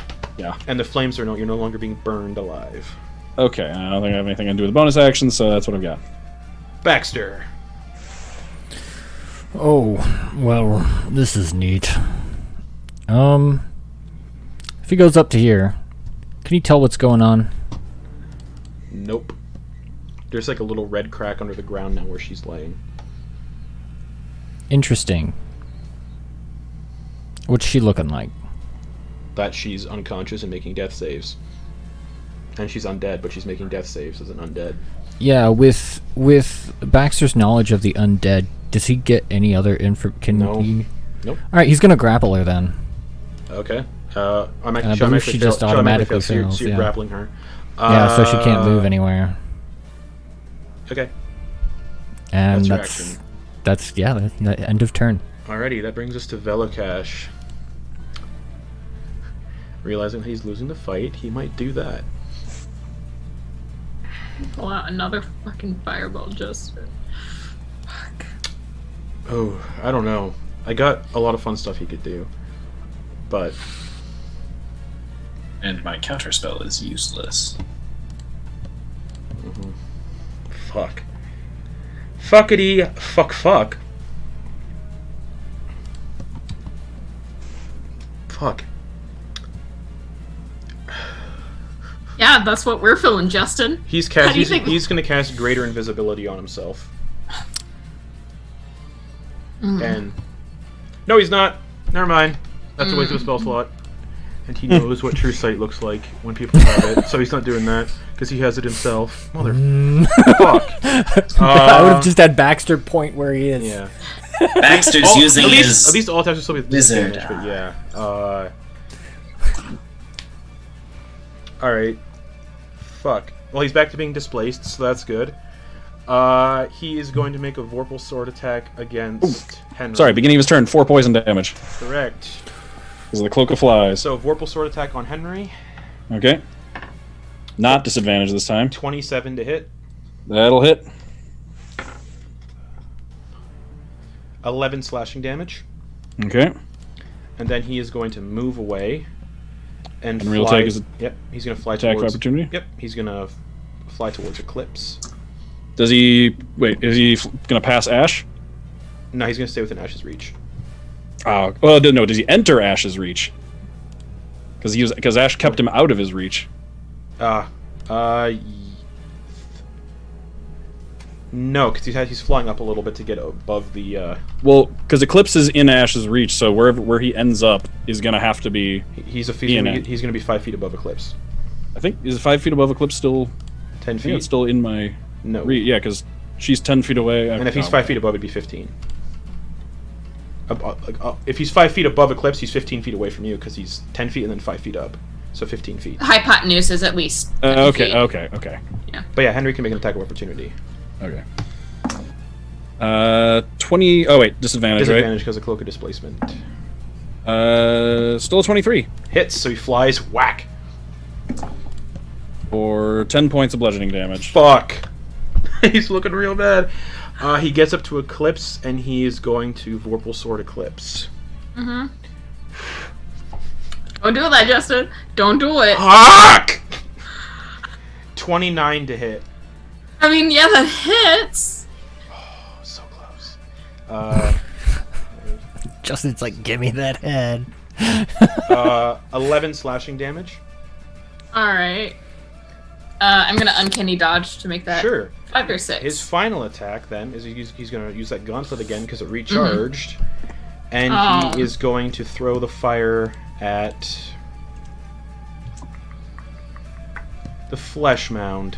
S2: And the flames are no, you're no longer being burned alive.
S3: Okay, I don't think I have anything to do with the bonus action, so that's what I've got.
S2: Baxter.
S6: Oh, well, this is neat. Um, if he goes up to here, can you tell what's going on?
S2: Nope. There's like a little red crack under the ground now where she's laying.
S6: Interesting. What's she looking like?
S2: That she's unconscious and making death saves. And she's undead, but she's making death saves as an undead.
S6: Yeah, with with Baxter's knowledge of the undead, does he get any other info? Can
S2: No.
S6: he?
S2: Nope.
S6: All right, he's gonna grapple her then.
S2: Okay. Uh, I'm
S6: I
S2: actually,
S6: believe she just automatically
S2: so you're,
S6: fails,
S2: so you're
S6: yeah.
S2: grappling her.
S6: yeah, so she can't
S2: Uh,
S6: move anywhere.
S2: Okay.
S6: And
S2: that's your
S6: that's that's,
S2: action.
S6: yeah, that, that end of turn.
S2: Alrighty, that brings us to Velocash. Realizing he's losing the fight, he might do that.
S4: Pull out another fucking fireball just.
S2: Oh, I don't know. I got a lot of fun stuff he could do, but
S5: And my counterspell is useless.
S2: fuck. Fuckity fuck fuck. Fuck.
S4: Yeah, that's what we're feeling, Justin.
S2: He's cast.
S4: do you
S2: He's,
S4: think-
S2: he's going to cast greater invisibility on himself.
S4: Mm.
S2: And no, he's not. Never mind. That's a waste of a spell
S4: Mm.
S2: slot. And he knows what true sight looks like when people have it, so he's not doing that because he has it himself. Motherfuck.
S6: I would
S2: Uh,
S6: have just had Baxter point where he is.
S2: Yeah.
S5: Baxter's
S3: Oh,
S2: All-
S5: using
S2: at least,
S5: his.
S2: at least all attacks will still be
S5: wizard
S2: disadvantage, but yeah. Uh, all right. Fuck. Well, he's back to being displaced, so that's good. Uh, he is going to make a Vorpal sword attack against Henry.
S3: Sorry, beginning of his turn, four poison damage.
S2: correct.
S3: This is the cloak of flies.
S2: So Vorpal sword attack on Henry,
S3: Okay. Not disadvantage this time.
S2: twenty-seven to hit,
S3: That'll hit.
S2: eleven slashing damage,
S3: Okay.
S2: and then he is going to move away. And
S3: Henry will
S2: fly-
S3: take his
S2: Yep, he's gonna fly
S3: attack of
S2: towards.
S3: opportunity.
S2: Yep, he's gonna f- fly towards Eclipse.
S3: Does he wait? Is he f- gonna pass Ash?
S2: No, he's gonna stay within Ash's reach. Ah.
S3: Oh, well, d- no. Does he enter Ash's reach? Because he was because Ash kept him out of his reach.
S2: Ah, uh, y- no, because he's had, he's flying up a little bit to get above the. Uh,
S3: Well, because Eclipse is in Ash's reach, so wherever where he ends up is gonna have to be.
S2: he- he's a he's,
S3: Yeah,
S2: gonna,
S3: no.
S2: be- he's gonna be five feet above Eclipse.
S3: I think is five feet above Eclipse still.
S2: Ten
S3: I think
S2: feet.
S3: it's still Oh, in my
S2: No.
S3: re- yeah, because she's ten feet away.
S2: And if he's five feet above, it'd be fifteen. Ab- uh, like, uh, If he's five feet above Eclipse, he's fifteen feet away from you because he's ten feet and then five feet up, so fifteen feet.
S4: Hypotenuse is at least.
S3: Uh,
S4: 50
S3: okay,
S4: feet.
S3: okay, okay,
S2: But yeah, Henry can make an attack of opportunity.
S3: okay. Uh, twenty. Oh wait, disadvantage,
S2: Disadvantage because of cloak of displacement.
S3: right? Uh, still twenty-three
S2: Hits, so he flies. Whack.
S3: or ten points of bludgeoning damage.
S2: Fuck. He's looking real bad. Uh, he gets up to Eclipse and he is going to Vorpal Sword Eclipse.
S4: Don't do that, Justin. Don't do it.
S2: Fuck! 29 to hit.
S4: I mean, yeah, that hits.
S2: Oh, so close. Uh,
S6: Justin's like, give me that head.
S2: uh, 11 slashing damage.
S4: All right. Uh, I'm gonna uncanny dodge to make that
S2: Sure.
S4: five or six.
S2: His final attack then is he's, he's going to use that gauntlet again because it
S6: Mhm.
S2: recharged. And
S4: Oh.
S2: he is going to throw the fire at the flesh mound.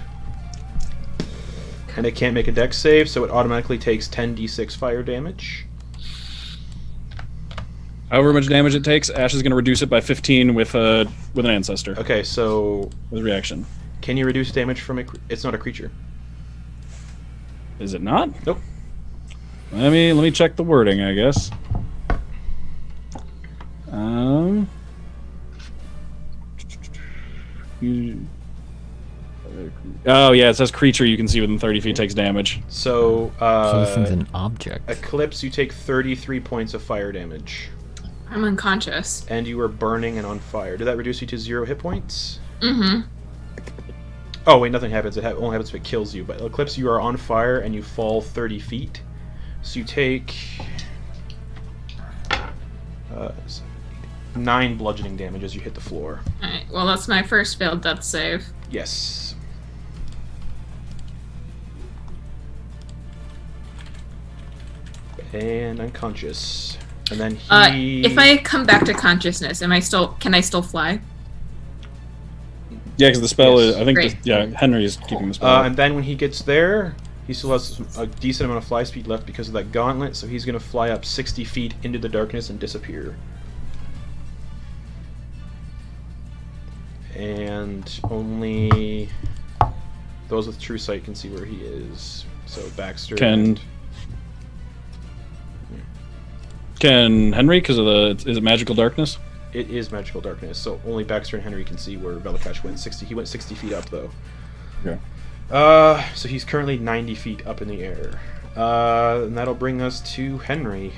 S2: And it can't make a dex save, so it automatically takes 10d6 fire damage.
S3: However much damage it takes, Ash is going to reduce it by fifteen with a with an ancestor
S2: Okay, so
S3: with reaction.
S2: can you reduce damage from it? It's not a creature.
S3: Is it not?
S2: Nope.
S3: Let me let me check the wording, I guess. Um. you- Oh yeah, it says creature you can see within 30 feet takes damage.
S2: So,
S6: So this thing's
S2: uh,
S6: an object.
S2: Eclipse, you take 33 points of fire damage.
S4: I'm unconscious.
S2: And you are burning and on fire. Did that reduce you to zero hit points?
S4: Mm-hmm.
S2: Oh wait, nothing happens. It ha- only happens if it kills you. But Eclipse, you are on fire and you fall 30 feet. So you take uh, seven, eight, nine bludgeoning damage as you hit the floor.
S4: All right. Well, that's my first failed death save.
S2: Yes. And unconscious. And then
S4: Uh,
S2: he.
S4: if I come back to consciousness, am I still? Can I still fly?
S3: Yeah, because the spell
S2: Yes.
S3: is. I think.
S4: Great.
S3: The, yeah, Henry is keeping the spell.
S2: Uh, and then when he gets there, he still has a decent amount of fly speed left because of that gauntlet, so he's going to fly up 60 feet into the darkness and disappear. And only those with true sight can see where he is. So Baxter.
S3: Can- Can Henry, because of the is it magical darkness?
S2: It is magical darkness, so only Baxter and Henry can see where Velikash went. 60. He went 60 feet up, though.
S3: Yeah.
S2: Uh, so he's currently 90 feet up in the air. Uh, and that'll bring us to Henry.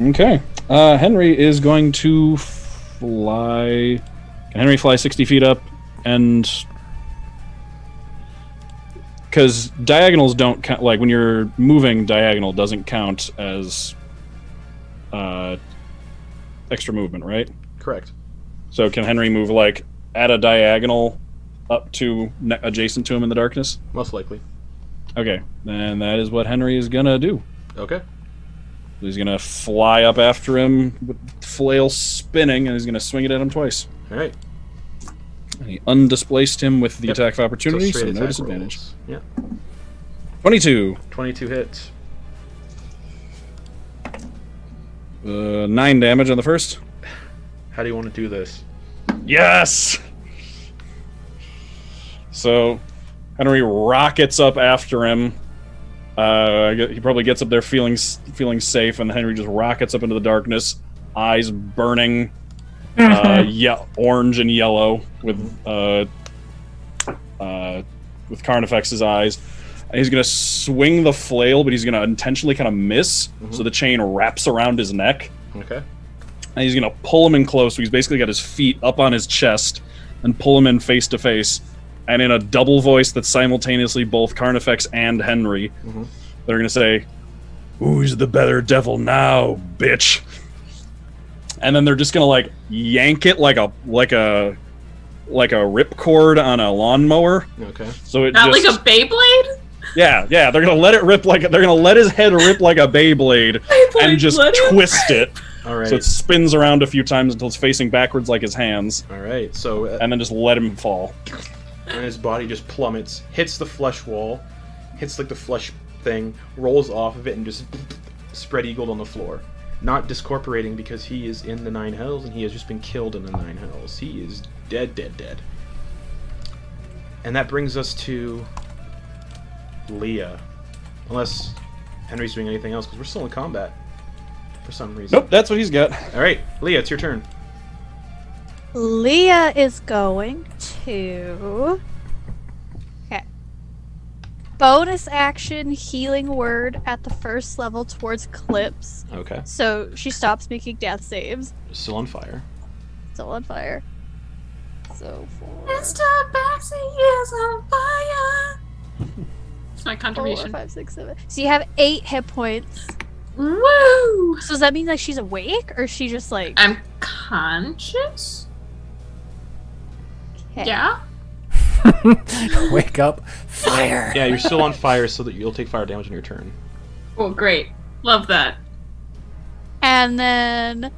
S3: Okay. Uh, Henry is going to fly. Can Henry fly sixty feet up and because diagonals don't count. Like when you're moving, diagonal doesn't count as uh, extra movement, right?
S2: Correct.
S3: So can Henry move like at a diagonal up to ne- adjacent to him in the darkness?
S2: Most likely.
S3: Okay, then that is what Henry is gonna do.
S2: Okay.
S3: He's gonna fly up after him with flail spinning, and he's gonna swing it at him twice.
S2: All right.
S3: And he undisplaced him with the
S2: Yep.
S3: attack of opportunity, so,
S2: straight
S3: no
S2: attack
S3: disadvantage.
S2: rolls. Yeah.
S3: Twenty-two,
S2: Twenty-two hits.
S3: uh, nine damage on the first.
S2: How do you want to do this?
S3: Yes. So Henry rockets up after him. Uh, I gue- he probably gets up there feeling s- feeling safe, and Henry just rockets up into the darkness, eyes burning, uh, yeah, orange and yellow with uh, uh, with Carnifex's eyes. And he's gonna swing the flail, but he's gonna intentionally kind of miss, so the chain wraps around his neck
S2: Okay.
S3: and he's gonna pull him in close. So he's basically got his feet up on his chest and pull him in face to face. And in a double voice that's simultaneously both Carnifex and Henry,
S2: Mhm.
S3: they're gonna say, "Who's the better devil now, bitch?" And then they're just gonna like yank it like a like a like a ripcord on a lawnmower.
S2: Okay.
S3: So it
S4: Not
S3: just,
S4: like a Beyblade?
S3: yeah yeah they're gonna let it rip like they're gonna let his head rip like a Beyblade
S4: Beyblade
S3: and just
S4: bloody-
S3: twist it.
S2: All right.
S3: So it spins around a few times until it's facing backwards like his hands,
S2: All right. So uh,
S3: and then just let him fall.
S2: and his body just plummets, hits the flesh wall, hits like the flesh thing, rolls off of it, and just spread eagled on the floor. Not discorporating because he is in the nine hells and he has just been killed in the nine hells. He is dead, dead, dead. And that brings us to Leah. Unless Henry's doing anything else because we're still in combat for some reason.
S3: Nope, that's what he's got.
S2: All right, Leah, it's your turn.
S7: Leah is going to. Okay. Bonus action healing word at the first level towards Clips.
S2: Okay.
S7: So she stops making death saves.
S2: Still on fire.
S7: Still on fire. So four,
S4: Mr. Baxi is on fire. It's my
S7: four,
S4: contribution.
S7: five, six, seven. So you have eight hit points.
S4: Woo!
S7: So does that mean like she's awake or is she just like
S4: I'm conscious?
S7: okay.
S4: Yeah?
S6: Wake up, fire.
S2: Yeah, you're still on fire, so that you'll take fire damage on your turn.
S4: Oh, great. Love that.
S7: And then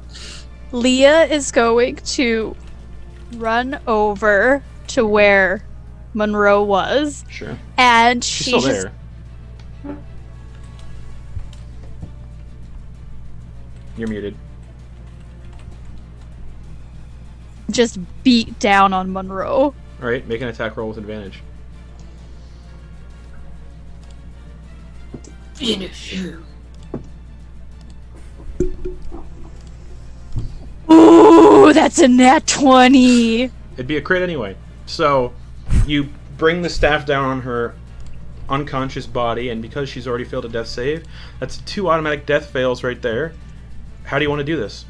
S7: Leah is going to run over to where Monroe was,
S2: Sure.
S7: and
S2: She's
S7: she's
S2: still
S7: just-
S2: there. You're muted.
S7: just beat down on Monroe.
S2: All right, make an attack roll with advantage.
S4: Finish you.
S7: Ooh, that's a nat twenty.
S2: It'd be a crit anyway. So, you bring the staff down on her unconscious body, and because she's already failed a death save, that's two automatic death fails right there. How do you want to do this?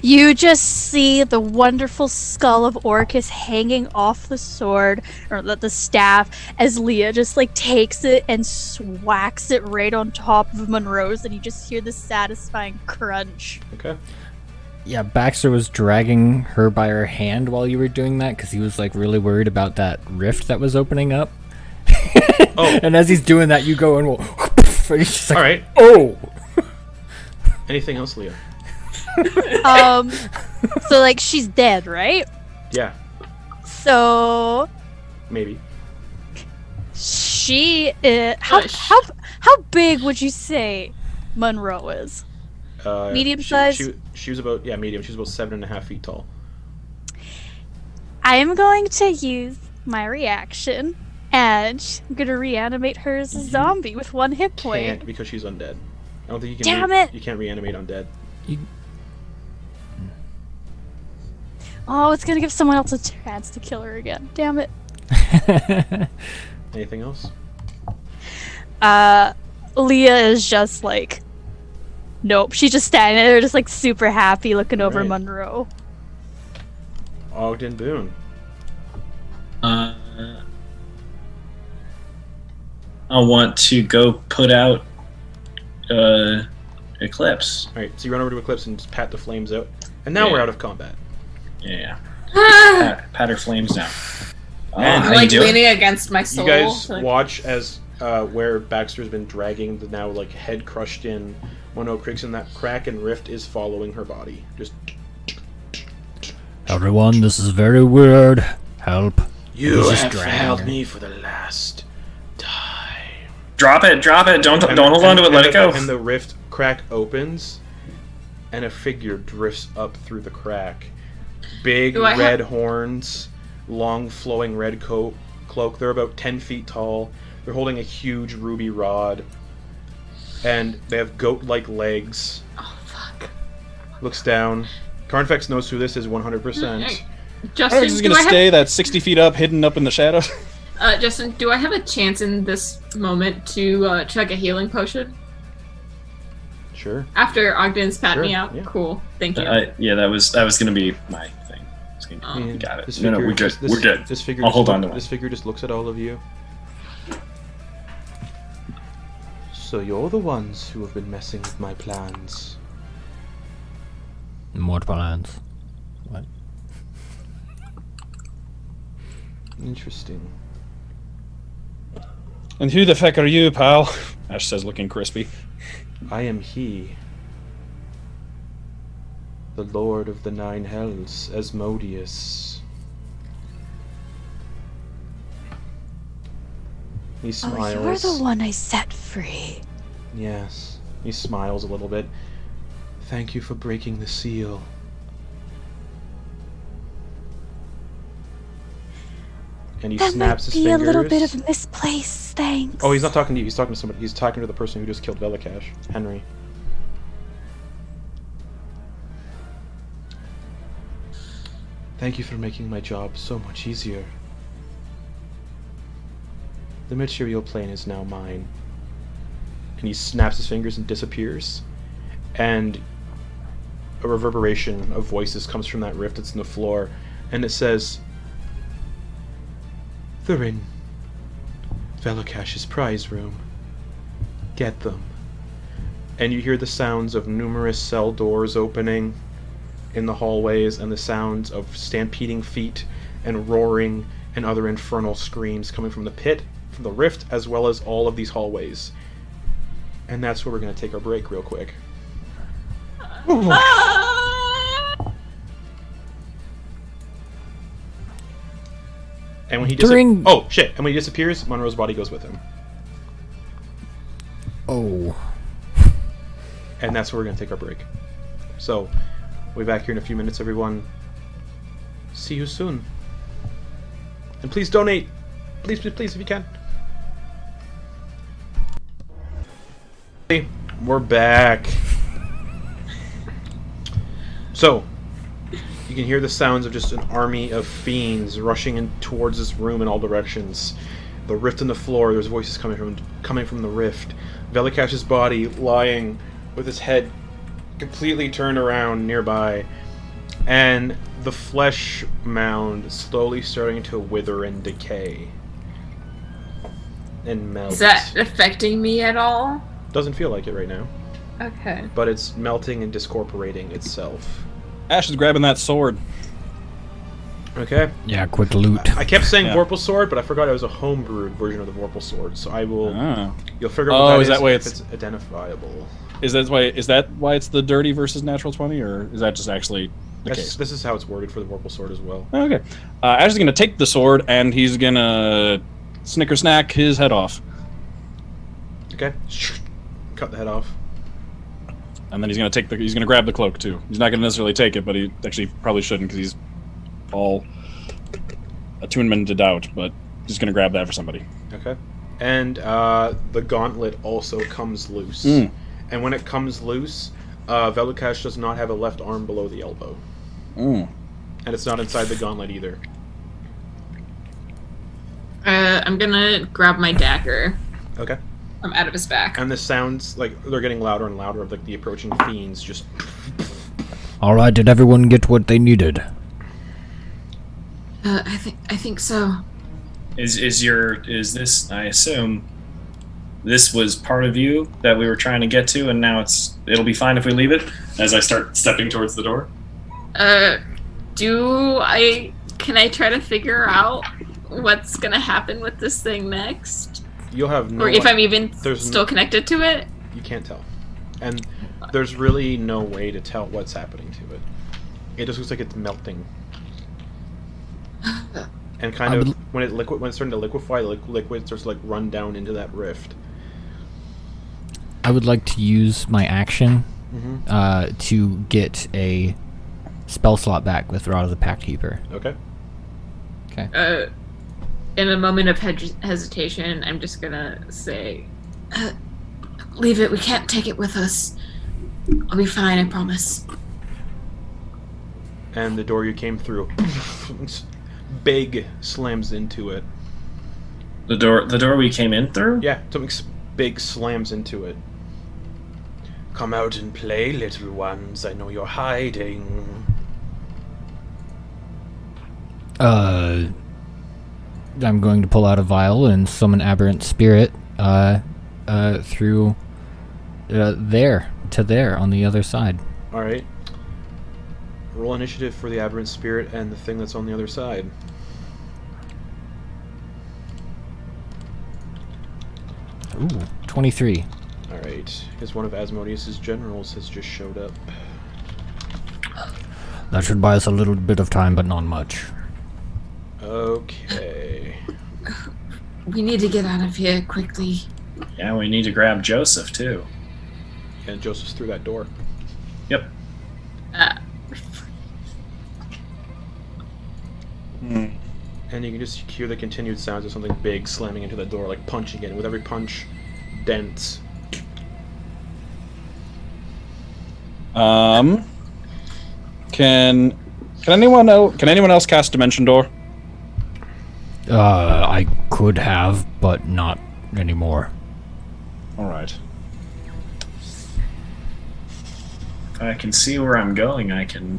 S7: You just see the wonderful skull of Orcus hanging off the sword or the, the staff as Leah just like takes it and swacks it right on top of Monroe's, and you just hear the satisfying crunch.
S2: Okay.
S6: Yeah, Baxter was dragging her by her hand while you were doing that because he was like really worried about that rift that was opening up.
S2: Oh.
S6: and as he's doing that, you go and will. And he's just like,
S2: All right.
S6: Oh,
S2: Anything else, Leah?
S7: Um, so like she's dead, right?
S2: Yeah,
S7: So
S2: maybe.
S7: she is how
S4: Push.
S7: how how big would you say Monroe is?
S2: Uh,
S7: Medium
S2: she-
S7: size?
S2: She, she was about yeah medium. She was about seven and a half feet tall.
S7: I am going to use my reaction, and I'm gonna reanimate her as a zombie with one hit
S2: Mhm. Can't
S7: point.
S2: because she's undead. I don't think you can.
S7: Damn
S2: re-
S7: it.
S2: You can't reanimate undead.
S7: Oh, it's gonna give someone else a chance to kill her again. Damn it.
S6: "Oh!"
S2: Anything else?
S7: Uh, Leah is just like, nope. She's just standing there, just like super happy, looking over
S2: Right.
S7: Monroe.
S2: Ogden Boone.
S5: Uh, Uh, I want to go put out uh, Eclipse.
S2: All right, so you run over to Eclipse and just pat the flames out. And now we're
S5: Yeah.
S2: out of combat.
S5: Yeah,
S4: Ah,
S5: pat, pat her flames down. Oh,
S2: Man,
S5: how
S4: I'm
S5: you
S4: like
S5: doing?
S4: leaning against my soul.
S2: you guys
S4: to, like,
S2: watch as uh, where Baxter's been dragging the now like head crushed in Mono Creeks, and that crack and rift is following her body. Just
S6: Everyone, this is very weird. Help.
S2: you
S6: He's just dragging her.
S2: for the last time.
S5: Drop it, drop it. Don't
S2: And-
S5: don't hold
S2: and-
S5: on to it.
S2: and
S5: Let it
S2: the-
S5: go.
S2: And the rift crack opens, and a figure drifts up through the crack. Big
S4: Do I have-
S2: red horns, long flowing red coat cloak. They're about ten feet tall. They're holding a huge ruby rod, and they have goat-like legs.
S4: Oh fuck.
S2: Looks down. Carnfex knows who this is 100%.
S4: Justin,
S3: Henry's is
S4: do
S3: gonna
S4: I have
S3: stay that 60 feet up, hidden up in the shadow.
S4: Uh, Justin, do I have a chance in this moment to uh, chug a healing potion
S2: Sure.
S4: after Ogden's pat
S2: Sure,
S4: me out?
S2: yeah.
S4: Cool, thank you.
S5: I, yeah, that was that was gonna be my thing. Uh, I was gonna-
S4: Um,
S5: You Oh, got it.
S2: This
S5: No, no,
S2: figure-
S5: we're good.
S2: This,
S5: We're good.
S2: This figure
S5: I'll
S2: just
S5: hold
S2: look-
S5: on to it.
S2: This figure just looks at all of you. So you're the ones who have been messing with my plans.
S6: More balance.
S2: Interesting.
S3: and who the feck are you, pal? Ash says, looking crispy.
S2: I am he. The Lord of the Nine Hells, Asmodeus. He
S7: Oh,
S2: smiles.
S7: you're the one I set free.
S2: Yes. He smiles a little bit. Thank you for breaking the seal. And he
S7: That might
S2: snaps his
S7: be
S2: fingers.
S7: a little bit of misplaced thanks.
S2: oh, he's not talking to you. He's talking to somebody. He's talking to the person who just killed Velikash, Henry. Thank you for making my job so much easier. The material plane is now mine. And he snaps his fingers and disappears. And a reverberation of voices comes from that rift that's in the floor. And it says, They're in Velokash's prize room. Get them. And you hear the sounds of numerous cell doors opening in the hallways and the sounds of stampeding feet and roaring and other infernal screams coming from the pit, from the rift, as well as all of these hallways. And that's where we're going to take our break real quick.
S4: Ah!
S2: And when he dis-
S6: During-
S2: Oh, shit. And when he disappears, Monroe's body goes with him.
S6: Oh.
S2: And that's where we're going to take our break. So, we'll be back here in a few minutes, everyone. See you soon. And please donate. Please, please, please, if you can. Hey, We're back. So, you can hear the sounds of just an army of fiends rushing in towards this room in all directions. The rift in the floor, there's voices coming from coming from the rift. Velikash's body lying with his head completely turned around nearby, and the flesh mound slowly starting to wither and decay. And melt.
S4: Is that affecting me at all?
S2: Doesn't feel like it right now,
S4: Okay.
S2: but it's melting and discorporating itself.
S3: Ash is grabbing that sword.
S2: Okay.
S6: Yeah, quick loot.
S2: I kept saying
S3: Yeah.
S2: Vorpal Sword, but I forgot it was a homebrewed version of the Vorpal Sword. So I will.
S3: Ah.
S2: You'll figure out
S3: Oh,
S2: what
S3: is that
S2: is
S3: way
S2: if
S3: it's-
S2: it's identifiable.
S3: Is that why? Is that why it's the dirty versus natural twenty, or is that just actually the
S2: That's-
S3: case?
S2: This is how it's worded for the Vorpal Sword as well.
S3: Okay. Uh, Ash is gonna take the sword and he's gonna snicker snack his head off,
S2: Okay. Cut the head off.
S3: and then he's gonna take the he's gonna grab the cloak too. He's not gonna necessarily take it, but he actually probably shouldn't because he's all attunemented out. But he's gonna grab that for somebody.
S2: Okay. And uh, the gauntlet also comes loose.
S3: Mm.
S2: And when it comes loose, uh, Velukash does not have a left arm below the elbow.
S3: Mm.
S2: And it's not inside the gauntlet either.
S4: Uh, I'm gonna grab my dagger.
S2: Okay.
S4: I'm out of his back.
S2: And the sounds, like, they're getting louder and louder of, like, the approaching fiends just.
S6: Alright, did everyone get what they needed?
S4: Uh, I think I think so.
S5: Is is your is this? I assume this was part of you that we were trying to get to, and now it's it'll be fine if we leave it. As I start stepping towards the door.
S4: Uh, do I? Can I try to figure out what's gonna happen with this thing next,
S2: You'll have no.
S4: or if
S2: i-
S4: I'm even
S2: there's n-
S4: still connected to it?
S2: you can't tell, and there's really no way to tell what's happening to it. It just looks like it's melting, and kind
S6: I
S2: of
S6: would-
S2: when it liquid when it's starting to liquefy, the liq- liquid starts to like run down into that rift.
S6: I would like to use my action
S2: Mhm.
S6: uh, to get a spell slot back with Rod of the Pact Keeper.
S2: Okay.
S4: Uh, in a moment of hes- hesitation, I'm just gonna say, uh, "Leave it. We can't take it with us. I'll be fine. I promise."
S2: and the door you came through big slams into it
S5: The door the door we came in through.
S2: yeah something s- big slams into it come out and play little ones i know you're hiding
S6: Uh, I'm going to pull out a vial and summon Aberrant Spirit uh, uh, through uh, there to there on the other side.
S2: all right roll initiative for the aberrant spirit and the thing that's on the other side
S6: Ooh, 23.
S2: all right because one of asmodeus's generals has just showed up
S6: That should buy us a little bit of time, but not much.
S2: okay
S4: We need to get out of here quickly.
S5: Yeah, we need to grab Joseph too.
S2: and joseph's through that door
S5: Yep.
S4: Uh,
S2: and you can just hear the continued sounds of something big slamming into the door like punching it with every punch dents
S3: Um, can can anyone else, can anyone else cast Dimension Door?
S6: Uh, I could have, but not anymore.
S3: All right.
S5: If I can see where I'm going, I can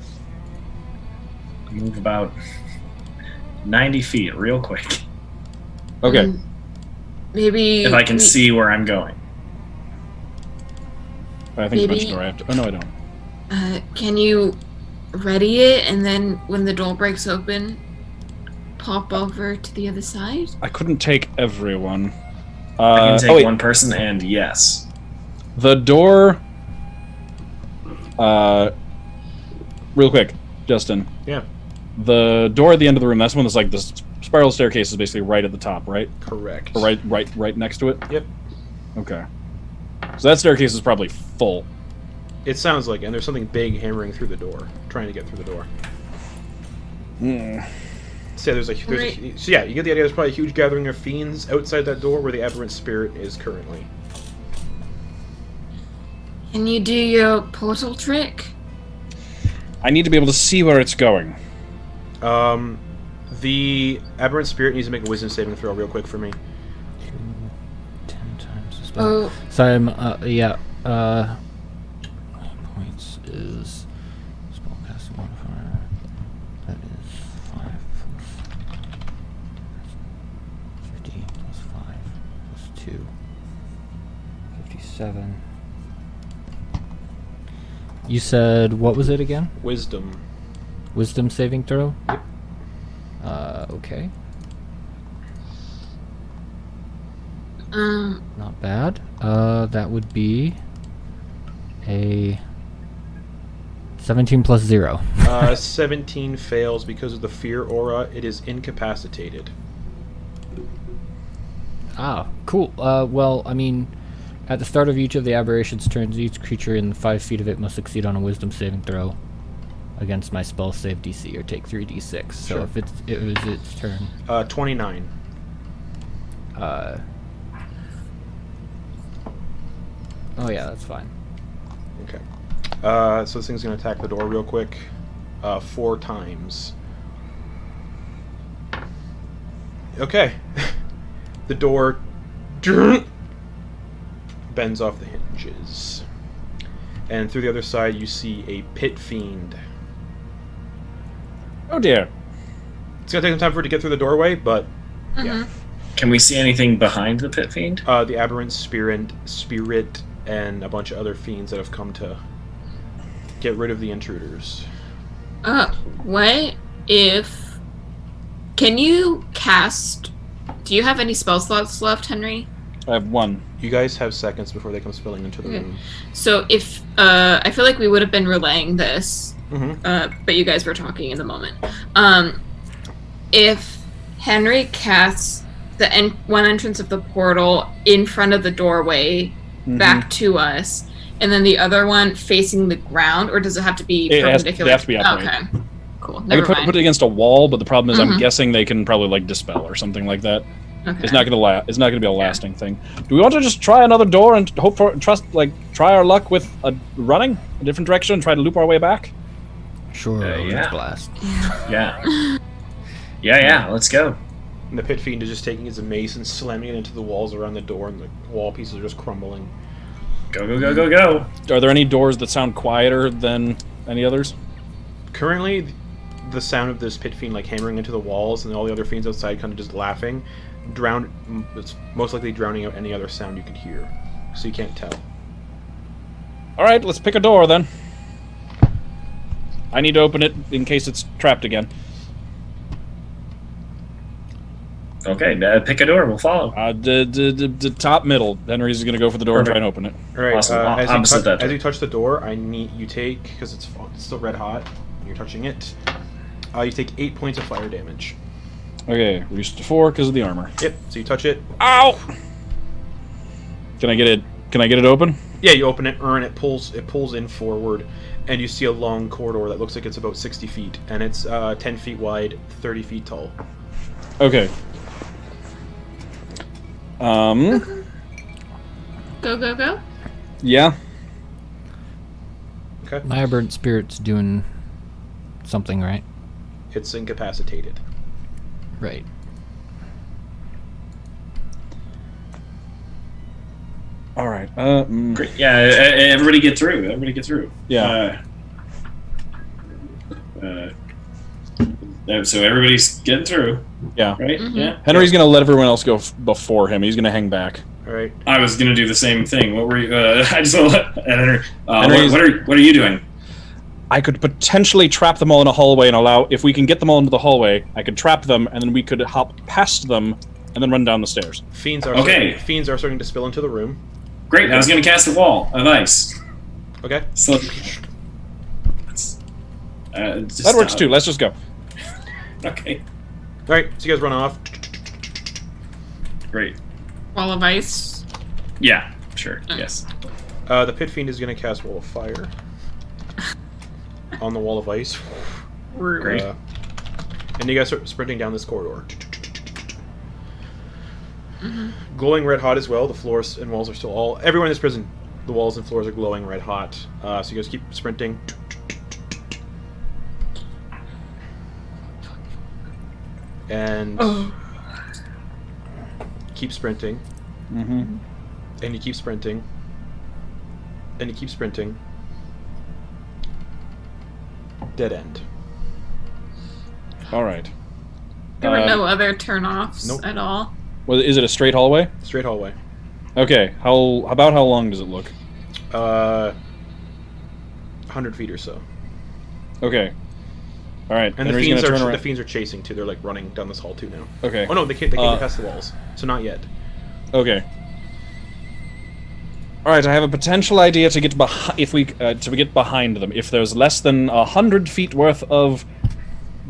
S5: move about ninety feet real quick.
S3: Okay.
S4: um, Maybe.
S5: If I can
S4: we-
S5: see where I'm going.
S3: I think
S4: Maybe-
S3: Dimension Door. I have to. Oh no, I don't.
S4: Uh, can you ready it and then when the door breaks open, pop over to the other side?
S3: I couldn't take everyone. Uh,
S5: I can
S3: oh,
S5: take
S3: wait,
S5: one person and yes.
S3: The door. Uh, real quick, Justin.
S2: Yeah.
S3: The door at the end of the room. That's the one that's like this spiral staircase is basically right at the top, right?
S2: correct
S3: Or right, right, right next to it.
S2: Yep.
S3: Okay. So that staircase is probably full.
S2: It sounds like, and there's something big hammering through the door, trying to get through the door. So yeah, there's a, there's a hu- so yeah, you get the idea. There's probably a huge gathering of fiends outside that door where the aberrant spirit is currently.
S4: Can you do your portal trick?
S3: I need to be able to see where it's going.
S2: Um, the aberrant spirit needs to make a wisdom saving throw real quick for me.
S6: Ten times as well.
S4: Oh,
S6: So I'm, uh, yeah, uh, points is spellcasting modifier. That is five plus fifty plus five plus two. Fifty-seven. You said what was it again?
S2: Wisdom.
S6: Wisdom saving throw? Yep. Uh, okay.
S4: um,
S6: Not bad. Uh, that would be a 17 plus 0.
S2: Uh, 17 fails because of the fear aura. It is incapacitated.
S6: Ah, cool. Uh, well, I mean, at the start of each of the aberration's turns, each creature in 5 feet of it must succeed on a wisdom saving throw against my spell save DC or take 3d6. So
S2: Sure.
S6: if it's, it was its turn,
S2: Uh, 29.
S6: uh. Oh, yeah, that's fine.
S2: Okay. Uh, so this thing's gonna attack the door real quick. Uh, four times. Okay. the door bends off the hinges. And through the other side, you see a pit fiend.
S3: Oh dear. Oh
S2: It's gonna take some time for it to get through the doorway, but Yeah.
S5: Can we see anything behind the pit fiend?
S2: Uh, the aberrant spirit, spirit, and a bunch of other fiends that have come to get rid of the intruders.
S4: Uh, what if? Can you cast? Do you have any spell slots left, Henry?
S3: I have one.
S2: You guys have seconds before they come spilling into the
S4: Okay.
S2: room.
S4: So if uh, I feel like we would have been relaying this,
S2: Mhm.
S4: uh, but you guys were talking in the moment. Um, if Henry casts the en- one entrance of the portal in front of the doorway
S3: Mm-hmm.
S4: back to us, and then the other one facing the ground, or does it have to be
S3: It has- they
S4: perpendicular? Oh,
S3: have to be upright.
S4: Okay, cool.
S3: I
S4: Never
S3: could put,
S4: mind.
S3: put it against a wall, but the problem is
S4: Mhm.
S3: I'm guessing they can probably like dispel or something like that.
S4: okay.
S3: It's not gonna la- It's not gonna be a lasting thing. Do we want to just try another door and hope for trust like try our luck with a running a different direction and try to loop our way back?
S6: Sure,
S5: Uh,
S6: Eldritch
S5: yeah.
S6: Blast.
S5: Yeah. Yeah, yeah, let's go.
S2: And the pit fiend is just taking his mace and slamming it into the walls around the door, and the wall pieces are just crumbling.
S5: Go, go, go, go, go.
S3: Are there any doors that sound quieter than any others?
S2: Currently, th- the sound of this pit fiend like hammering into the walls, and all the other fiends outside kind of just laughing, drown. m- It's most likely drowning out any other sound you could hear, so you can't tell.
S3: All right, let's pick a door then. I need to open it in case it's trapped again.
S5: Okay, uh, pick a door. We'll follow.
S3: Uh, the, the, the, the top middle. Henry's gonna go for the door and try and open it.
S2: All right.
S5: Awesome.
S2: Uh,
S5: O-
S2: as, you
S5: opposite
S2: tou-
S5: that
S2: as
S5: door.
S2: you touch the door, I need you take because it's, f- it's still red hot. and You're touching it. Uh, you take eight points of fire damage.
S3: Okay, reduced to four because of the armor.
S2: Yep. So you touch it.
S3: Ow! Can I get it? Can I get it open?
S2: Yeah, you open it, urn. It pulls. It pulls in forward, and you see a long corridor that looks like it's about sixty feet, and it's uh, ten feet wide, thirty feet tall.
S3: Okay. Um.
S4: Go go go.
S3: Yeah.
S2: Okay.
S6: My aberrant spirit's doing something, right?
S2: It's incapacitated.
S6: Right.
S3: All right. Uh. mm,
S5: Great. Yeah, uh, uh, everybody get through. Everybody get through.
S3: Yeah.
S5: Uh, uh, uh, so everybody's getting through.
S3: Yeah.
S5: Right?
S4: Mhm.
S5: Yeah.
S3: Henry's gonna let everyone else go f- before him. He's gonna hang back.
S2: All right.
S5: I was gonna do the same thing. What were you? Uh, I just want to let Henry. Uh, what,
S3: Henry's-
S5: what are what are you doing?
S3: I could potentially trap them all in a hallway and allow. If we can get them all into the hallway, I could trap them, and then we could hop past them and then run down the stairs.
S2: Fiends are
S5: Okay.
S2: starting- fiends are starting to spill into the room.
S5: Great. I was gonna cast a wall of ice.
S2: Okay.
S5: So. That's- Uh, just
S3: that works
S5: stop.
S3: too. Let's just go.
S5: Okay.
S2: All right. So you guys run off.
S5: Great.
S4: Wall of ice.
S5: Yeah. Sure.
S4: Mm.
S5: Yes.
S2: Uh, the pit fiend is going to cast wall of fire on the wall of ice.
S4: Rude.
S5: Great.
S2: Uh, and you guys are sprinting down this corridor. Glowing red hot as well. The floors and walls are still all. Everyone in this prison, the walls and floors are glowing red hot. Uh, so you guys keep sprinting. And
S4: Oh.
S2: keep sprinting.
S3: Mm-hmm.
S2: And you keep sprinting. And you keep sprinting. Dead end.
S3: All right.
S4: There were
S3: Uh,
S4: no other turnoffs
S2: nope.
S4: at all.
S3: Well, is it a straight hallway?
S2: Straight hallway.
S3: Okay. How about how long does it look?
S2: Uh, 100 feet or so.
S3: Okay. All right.
S2: And the
S3: Henry's
S2: fiends,
S3: gonna turn
S2: are, the
S3: around.
S2: fiends are chasing too. They're like running down this hall too now.
S3: okay.
S2: Oh no, they can't, they can't
S3: Uh,
S2: get past the walls. So not yet.
S3: Okay. All right, I have a potential idea to get behind if we uh, to get behind them. If there's less than a hundred feet worth of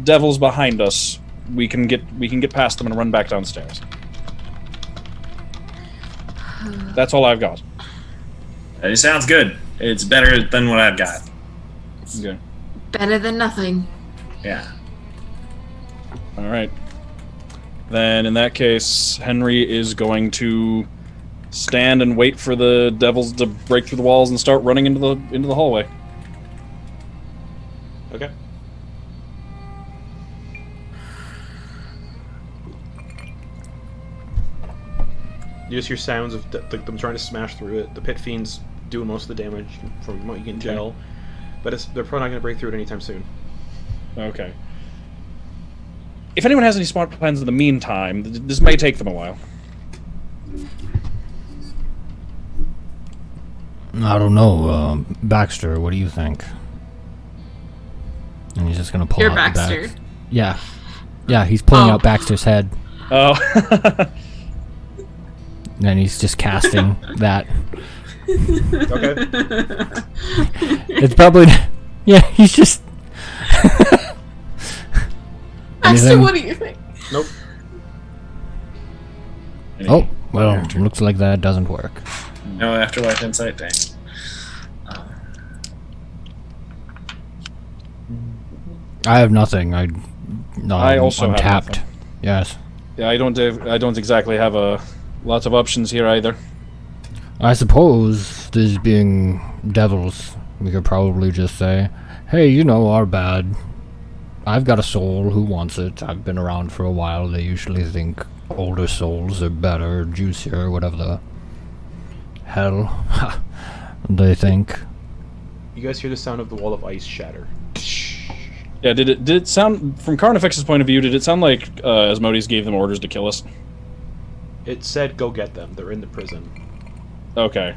S3: devils behind us, we can get we can get past them and run back downstairs. That's all I've got.
S5: It sounds good. It's better than what I've got.
S3: Okay.
S4: Better than nothing.
S5: Yeah.
S3: All right. Then in that case, Henry is going to stand and wait for the devils to break through the walls and start running into the into the hallway.
S2: Okay. You just hear sounds of th- like them trying to smash through it. The pit fiends doing most of the damage from what you can
S3: Okay.
S2: tell, but it's, they're probably not going to break through it anytime soon.
S3: Okay. if anyone has any smart plans in the meantime, th- this may take them a while.
S6: I don't know, uh, Baxter. What do you think? And he's just gonna pull
S4: You're
S6: out the
S4: Baxter.
S6: Bax- Yeah, yeah. He's pulling
S4: Oh.
S6: out Baxter's head,
S3: Oh,
S6: and he's just casting that.
S2: Okay.
S6: It's probably, yeah. He's just
S4: Baxter,
S6: Anything?
S4: what do you think?
S2: Nope.
S6: oh well. Looks like that doesn't work.
S3: Mm.
S5: No afterlife insight. Dang.
S6: I have nothing. I no.
S3: I
S6: I'm-
S3: also
S6: I'm
S3: have
S6: tapped.
S3: nothing.
S6: Yes.
S3: yeah, I don't. have- I don't exactly have a lots of options here either.
S6: I suppose, this being devils, we could probably just say, hey, you know, our bad. I've got a soul. Who wants it? I've been around for a while. They usually think older souls are better, juicier, whatever the hell they think.
S2: You guys hear the sound of the wall of ice shatter.
S3: Yeah, did it did it sound from Carnifex's point of view? Did it sound like uh, Asmodeus gave them orders to kill us?
S2: It said, "Go get them. They're in the prison."
S3: Okay.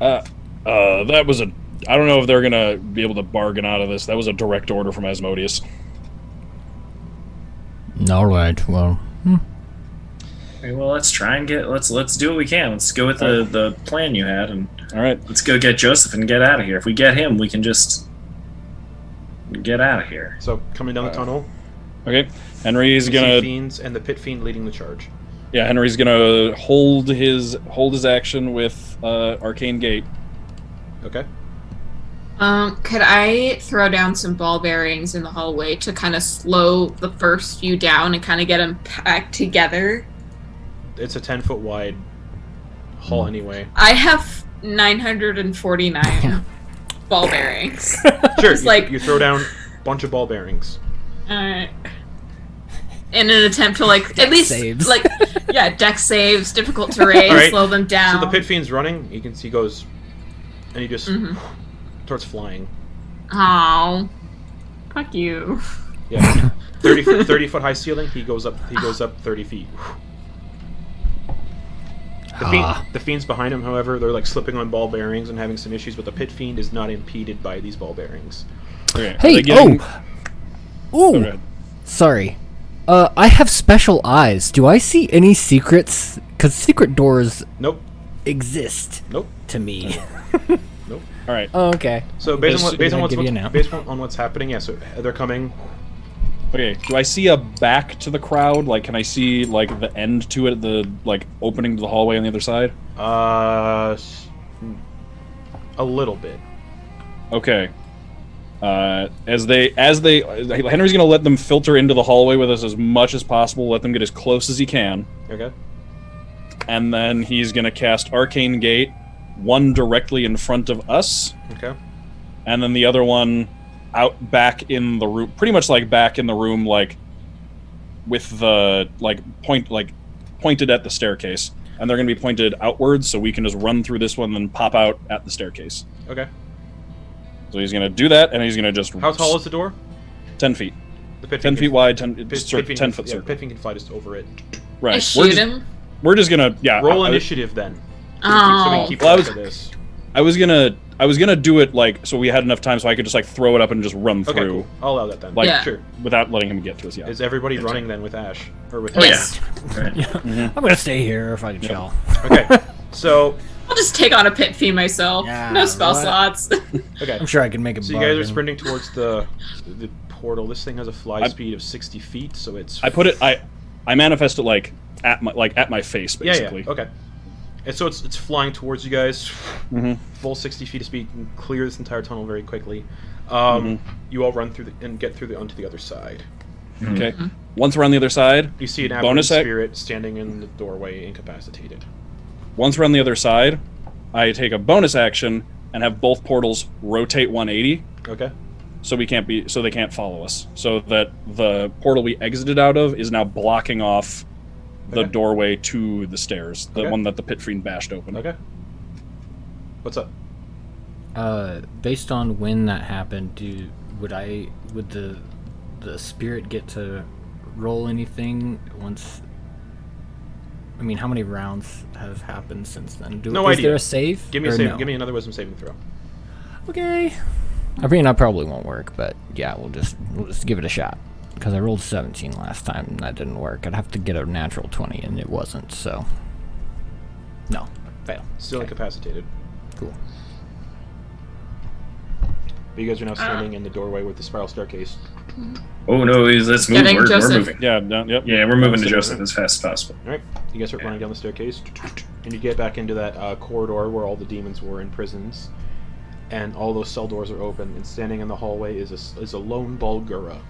S3: Uh, uh, that was a. I don't know if they're gonna be able to bargain out of this. That was a direct order from Asmodeus.
S6: All right. Well,
S5: Okay, well, let's try and get. Let's let's do what we can. Let's go with the the plan you had, and
S3: All right.
S5: let's go get Joseph and get out of here. If we get him, we can just get out of here.
S2: So coming down the
S3: Uh,
S2: tunnel,
S3: Okay. Henry's
S2: you
S3: gonna.
S2: see fiends and the pit fiend leading the charge.
S3: Yeah, Henry's gonna hold his hold his action with uh, arcane gate.
S2: Okay.
S4: Um, could I throw down some ball bearings in the hallway to kind of slow the first few down and kind of get them packed together?
S2: It's a ten foot wide hall anyway.
S4: I have 949 ball bearings.
S2: Sure.
S4: Just
S2: you,
S4: like-
S2: you throw down a bunch of ball bearings.
S4: Alright. In an attempt to like at least
S6: saves.
S4: like yeah, deck saves, difficult terrain,
S2: Alright,
S4: slow them down.
S2: So the pit fiend's running. He can. He goes, and he just
S4: Mhm.
S2: starts flying.
S4: Oh, fuck you.
S2: Yeah. 30, foot- 30 foot high ceiling. He goes up. He goes up thirty feet. The,
S6: Ah.
S2: fiend, the fiends behind him, however, they're like slipping on ball bearings and having some issues. But the pit fiend is not impeded by these ball bearings.
S3: Okay. are
S6: hey,
S3: they getting-
S6: oh, ooh,
S3: Okay.
S6: sorry. Uh, I have special eyes. Do I see any secrets? Cause secret doors
S2: Nope.
S6: exist
S2: Nope.
S6: to me. Oh,
S3: All right.
S6: okay.
S2: So based on
S3: Just-
S2: what, based on
S6: I'll
S2: what's,
S6: give you
S2: what's
S6: a nap.
S2: based on what's happening, yeah. So they're coming.
S3: Okay. Do I see a back to the crowd? Like, can I see like the end to it, the like opening to the hallway on the other side?
S2: Uh, s- a little bit.
S3: Okay. Uh, as they as they Henry's gonna let them filter into the hallway with us as much as possible. Let them get as close as he can,
S2: Okay.
S3: and then he's gonna cast arcane gate, one directly in front of us,
S2: Okay.
S3: and then the other one out back in the room, pretty much like back in the room, like with the like point like pointed at the staircase. And they're gonna be pointed outwards, so we can just run through this one, then pop out at the staircase.
S2: Okay.
S3: So he's gonna do that, and he's gonna just
S2: How tall is the door?
S3: ten feet?
S2: The pit
S3: ten
S2: fiend
S3: feet wide, ten,
S2: Pit,
S3: cir-
S2: pit fiend
S3: ten
S2: can-
S3: foot
S2: yeah,
S3: circle.
S2: Pit fiend can fly just over it.
S3: right.
S4: I
S3: we're
S4: shoot
S3: just,
S4: him.
S3: We're just gonna yeah.
S2: Roll
S3: Uh, I,
S2: initiative then. So we
S4: Oh,
S2: can keep
S3: Well, I
S2: track
S3: was-
S2: of this.
S3: I was gonna I was gonna do it like so we had enough time so I could just like throw it up and just run
S2: Okay,
S3: through
S2: cool. I'll allow that then.
S3: Like-
S4: Yeah.
S2: sure.
S3: without letting him get to us. Yeah.
S2: Is everybody running then with Ash or with?
S5: Oh
S4: Yes.
S5: yeah. Right.
S6: I'm gonna stay here if I can chill.
S2: Okay. So
S4: I'll just take on a pit fee myself.
S6: Yeah,
S4: no spell
S6: what?
S4: slots.
S2: okay.
S6: I'm sure I can make it.
S2: So you guys are sprinting towards the the portal. This thing has a fly
S3: I-
S2: speed of sixty feet, so it's
S3: I put it I I manifest it like at my like at my face
S2: yeah,
S3: basically.
S2: yeah. Okay. And so it's it's flying towards you guys,
S6: Mm-hmm.
S3: Mhm.
S2: full sixty feet of speed, and clear this entire tunnel very quickly.
S6: Mm-hmm.
S2: Um, You all run through the, and get through the onto the other side.
S3: Okay. Once we're on the other side,
S2: You see an
S3: Bonus
S2: Bonus
S3: ac-
S2: spirit standing in the doorway, incapacitated.
S3: once we're on the other side, I take a bonus action and have both portals rotate 180
S2: Okay.
S6: Mm-hmm.
S3: so we can't be so they can't follow us. So that the portal we exited out of is now blocking off the
S2: Okay.
S3: doorway to the stairs, the
S2: Okay.
S3: one that the pit fiend bashed open.
S2: Okay. What's up?
S6: Uh, based on when that happened, do would I would the the spirit get to roll anything once? I mean, how many rounds have happened since then? Do,
S2: No
S6: is
S2: idea.
S6: there a save?
S2: Give me a
S6: or
S2: save.
S6: no?
S2: Give me another wisdom saving throw.
S6: Okay. I mean, that probably won't work, but yeah, we'll just we'll just give it a shot. Because I rolled 17 last time and that didn't work. I'd have to get a natural 20 and it wasn't, so. No, fail.
S2: Still
S6: Okay.
S2: incapacitated.
S6: Cool.
S2: But you guys are now standing in the doorway with the spiral staircase.
S5: Oh no, is- let's move.
S4: Getting
S5: We're, we're
S4: Joseph.
S5: moving.
S3: Yeah, down, yep.
S5: Yeah, we're moving to
S3: Joseph.
S5: Joseph as fast as possible.
S2: All right, you guys start running down the staircase, and you get back into that uh, corridor where all the demons were in prisons, and all those cell doors are open. And standing in the hallway is a is a lone Bulgura,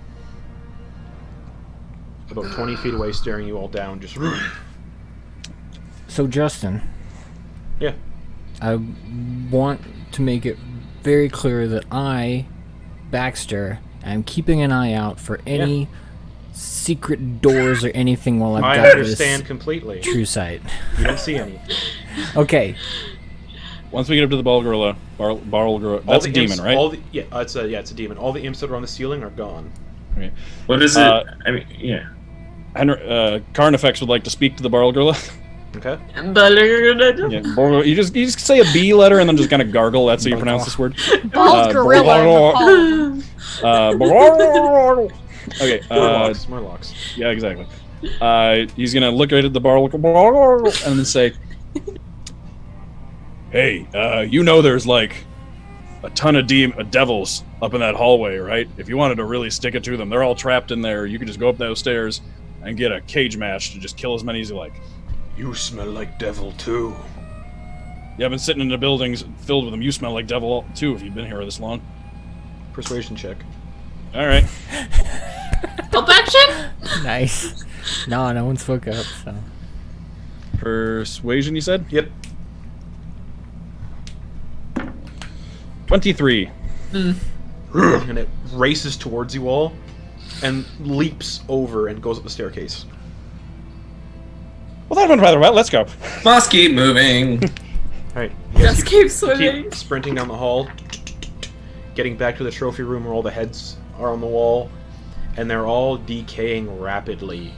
S2: about twenty feet away, staring you all down. Just
S6: So, Justin.
S2: Yeah.
S6: I want to make it very clear that I, Baxter, am keeping an eye out for any secret doors or anything while I've
S2: I
S6: got
S2: understand completely.
S6: this true sight.
S2: You don't see any.
S6: Okay.
S3: Once we get up to the ball gorilla, bar, barrel gorilla, that's a
S2: the
S3: demon,
S2: imps-
S3: right?
S2: All the, yeah, uh, it's a yeah, it's a demon. All the imps that are on the ceiling are gone.
S5: What is it?
S3: Uh,
S5: I mean, yeah.
S3: Henry, uh, Carnifex would like to speak to the barrel gorilla.
S2: Okay.
S3: yeah, barrel gorilla- you just you just say a B letter and then just kind of gargle. That's how you pronounce this word.
S7: Bald
S3: Uh,
S7: gorilla in the hall.
S3: Uh, barrel- okay. Uh,
S2: Morlocks. Morlocks.
S3: yeah, exactly. Uh, he's gonna look right at the barrel gorilla and then say, "Hey, uh, you know there's like a ton of de- uh, devils up in that hallway, right? If you wanted to really stick it to them, they're all trapped in there. You could just go up those stairs and get a cage match to just kill as many as you like."
S1: You smell like devil too.
S3: You haven't sitting in the buildings filled with them. You smell like devil too if you've been here this long.
S2: Persuasion check.
S3: All right.
S4: Help action?
S6: nice. No, no one's woke up, so.
S3: Persuasion, you said?
S2: Yep.
S3: 23.
S2: and it races towards you all and leaps over and goes up the staircase.
S3: Well, that went rather well. Let's go.
S5: Let's keep moving.
S2: All right, you guys
S4: Just keep
S2: keep,
S4: swimming.
S2: keep sprinting down the hall, getting back to the trophy room where all the heads are on the wall, and they're all decaying rapidly.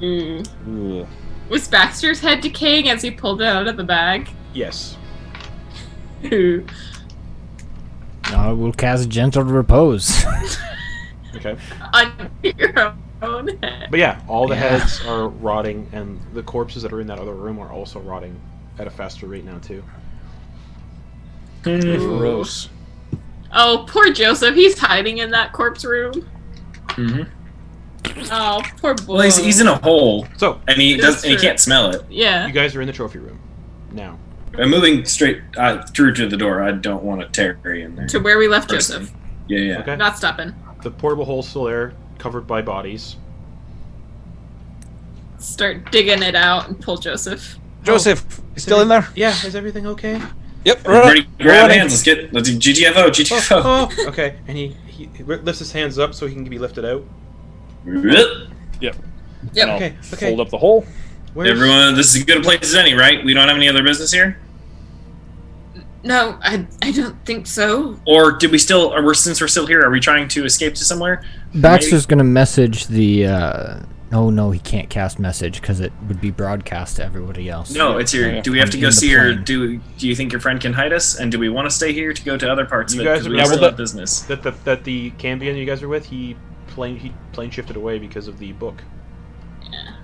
S4: Mm. Was Baxter's head decaying as he pulled it out of the bag?
S2: Yes.
S4: Ooh.
S6: I will cast gentle repose.
S2: Okay.
S4: On your own head.
S2: But yeah, all the
S6: Yeah.
S2: heads are rotting, and the corpses that are in that other room are also rotting at a faster rate now too.
S3: Gross.
S4: Oh, poor Joseph. He's hiding in that corpse room.
S5: hmm
S4: Oh, poor boy.
S5: Well, he's, he's in a hole,
S2: So
S5: and he
S4: That's
S5: doesn't. and He
S4: true.
S5: can't smell it.
S4: Yeah.
S2: you guys are in the trophy room now.
S5: I'm moving straight uh, through to the door. I don't want to Terry in there.
S4: To where we left
S5: First
S4: Joseph.
S5: Yeah, yeah.
S2: Okay.
S4: Not stopping.
S2: The portable hole's still there, covered by bodies.
S4: Start digging it out and pull Joseph.
S3: Joseph, you still in there?
S2: Yeah, is everything okay?
S3: Yep.
S5: Ready, grab hands. Let's get. Let's do GTFO. GTFO.
S2: Oh, okay. And he, he he lifts his hands up so he can be lifted out.
S5: Whoop.
S4: Yep.
S2: Okay, okay.
S3: Fold up the hole.
S2: Where's,
S5: Everyone, this is as good a place as any, right? We don't have any other business here,
S4: No, I, I don't think so.
S5: or did we still? Or we're, since we're still here, are we trying to escape to somewhere?
S6: Baxter's gonna message the. uh Oh no, he can't cast message because it would be broadcast to everybody else.
S5: No, it's here.
S3: Yeah.
S5: Do we have to
S6: I'm
S5: go
S6: in the
S5: see her?
S6: plane.
S5: Do Do you think your friend can hide us? And do we want to stay here to go to other parts
S2: You
S5: of it?
S2: guys
S5: Because
S2: are-
S5: we
S2: yeah,
S5: have
S2: well,
S5: still have
S2: the-
S5: business.
S2: that the that the Cambion you guys are with? He plane he plane shifted away because of the book.
S4: Yeah.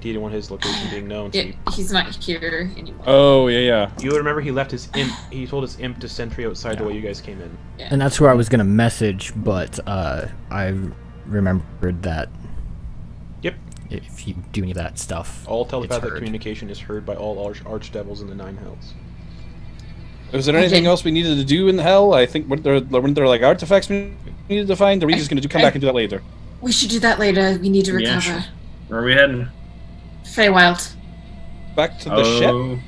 S2: He didn't want his location being known. So
S4: Yeah, he's not here anymore.
S3: Oh, yeah, yeah.
S2: he, you would remember he left his imp. He told his imp to sentry outside the way you guys came in.
S6: And that's where I was gonna message, but uh, I remembered that.
S2: Yep.
S6: If you do any of that stuff.
S2: All
S6: It's
S2: telepathic
S6: heard.
S2: communication is heard by all arch archdevils in the Nine Hells.
S3: Was there anything
S4: Okay.
S3: else we needed to do in hell? I think weren't there, weren't there like artifacts we needed to find? Or are we just going to come back and do that later?
S4: We should do that later. We need to
S5: Yeah,
S4: recover.
S5: Where are we heading?
S4: Feywild.
S3: Back to the
S5: Uh,
S3: ship?
S5: Oh,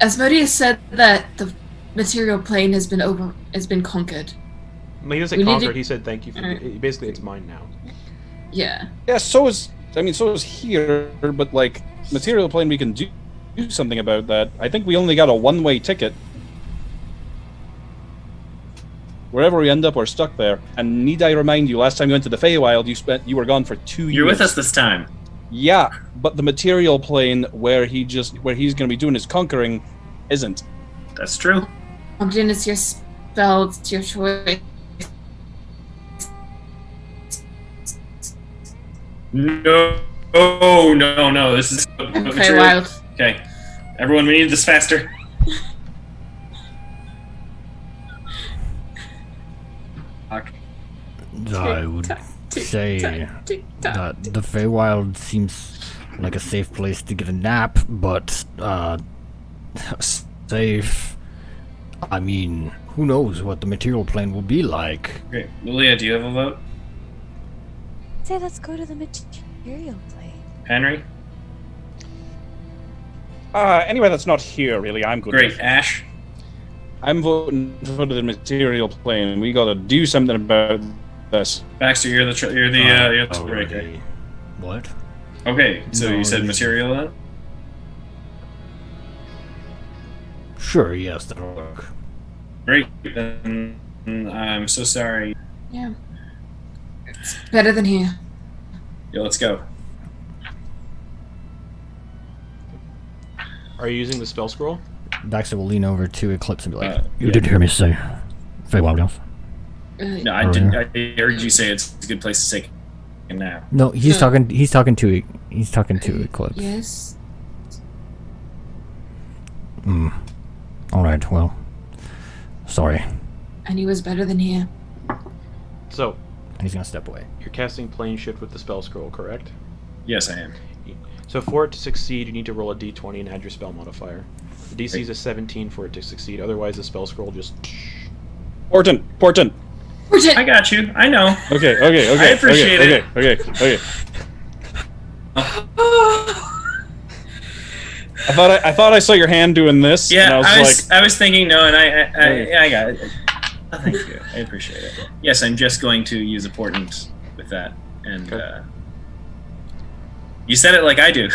S4: Asmodeus said that the material plane has been over has been conquered.
S2: Well, He
S4: We
S2: doesn't
S4: need
S2: conquer.
S4: to-
S2: it, He said thank you for.
S4: Alright.
S2: it- Basically, it's mine now.
S4: Yeah.
S3: Yeah, so is. I mean, so is here, but like, material plane, we can do, do something about that. I think we only got a one way ticket. Wherever we end up, we're stuck there. And need I remind you, last time you went to the Feywild, you spent you were gone for two
S5: You're
S3: years.
S5: with us this time.
S3: Yeah, but the material plane where he just where he's going to be doing his conquering isn't.
S5: That's true.
S4: Ogden, it's your spell. It's your choice.
S5: No, no, no, no. This is
S4: Okay, wild.
S5: Okay, everyone, we need this faster.
S6: I would say that the Feywild seems like a safe place to get a nap, but uh, safe. I mean, who knows what the material plane will be like?
S5: Okay, Lilia, do you have a vote?
S7: Say, let's go to the material plane.
S5: Henry?
S3: Uh, anyway, that's not here really. I'm good.
S5: Great. Ash?
S3: I'm voting for the material plane. We got to do something about this.
S5: Baxter, you're the tr- you're the uh, you're the
S6: Oh,
S5: tiebreaker.
S6: really? What?
S5: Okay, so
S6: No,
S5: you said
S6: you-
S5: material. Then?
S6: Sure, yes, that'll work.
S5: Great. Then I'm so sorry.
S4: Yeah. It's better than here.
S5: Yeah, let's go.
S2: Are you using the spell scroll?
S6: Baxter will lean over to Eclipse and be like,
S5: Uh,
S6: "You
S5: yeah.
S6: did hear me say, Feywild elf."
S4: Uh,
S5: No, I
S6: Oh,
S5: didn't. I heard you say it's a good place to take a nap.
S6: No, he's
S4: Yeah.
S6: talking. He's talking to. E- He's talking to Eclipse.
S4: Yes.
S6: Mm. All right. Well, sorry.
S4: And he was better than here.
S2: So,
S6: And he's gonna step away.
S2: you're casting plane shift with the spell scroll, correct?
S5: Yes, I am.
S2: So for it to succeed, you need to roll a d20 and add your spell modifier. The DC is a 17 for it to succeed. Otherwise, the spell scroll just.
S3: Porton, Porton.
S4: Bridget!
S5: I got you. I know.
S3: Okay, okay, okay.
S5: appreciate
S3: okay,
S5: it.
S3: Okay, okay, okay. I thought I, I thought I saw your hand doing this.
S5: Yeah,
S3: and I was, like,
S5: I was thinking no, and I I, I,
S3: Hey.
S5: yeah, I got it. Oh, thank you. I appreciate it. Yes, I'm just going to use a portent with that, and
S2: Okay.
S5: uh, you said it like I do,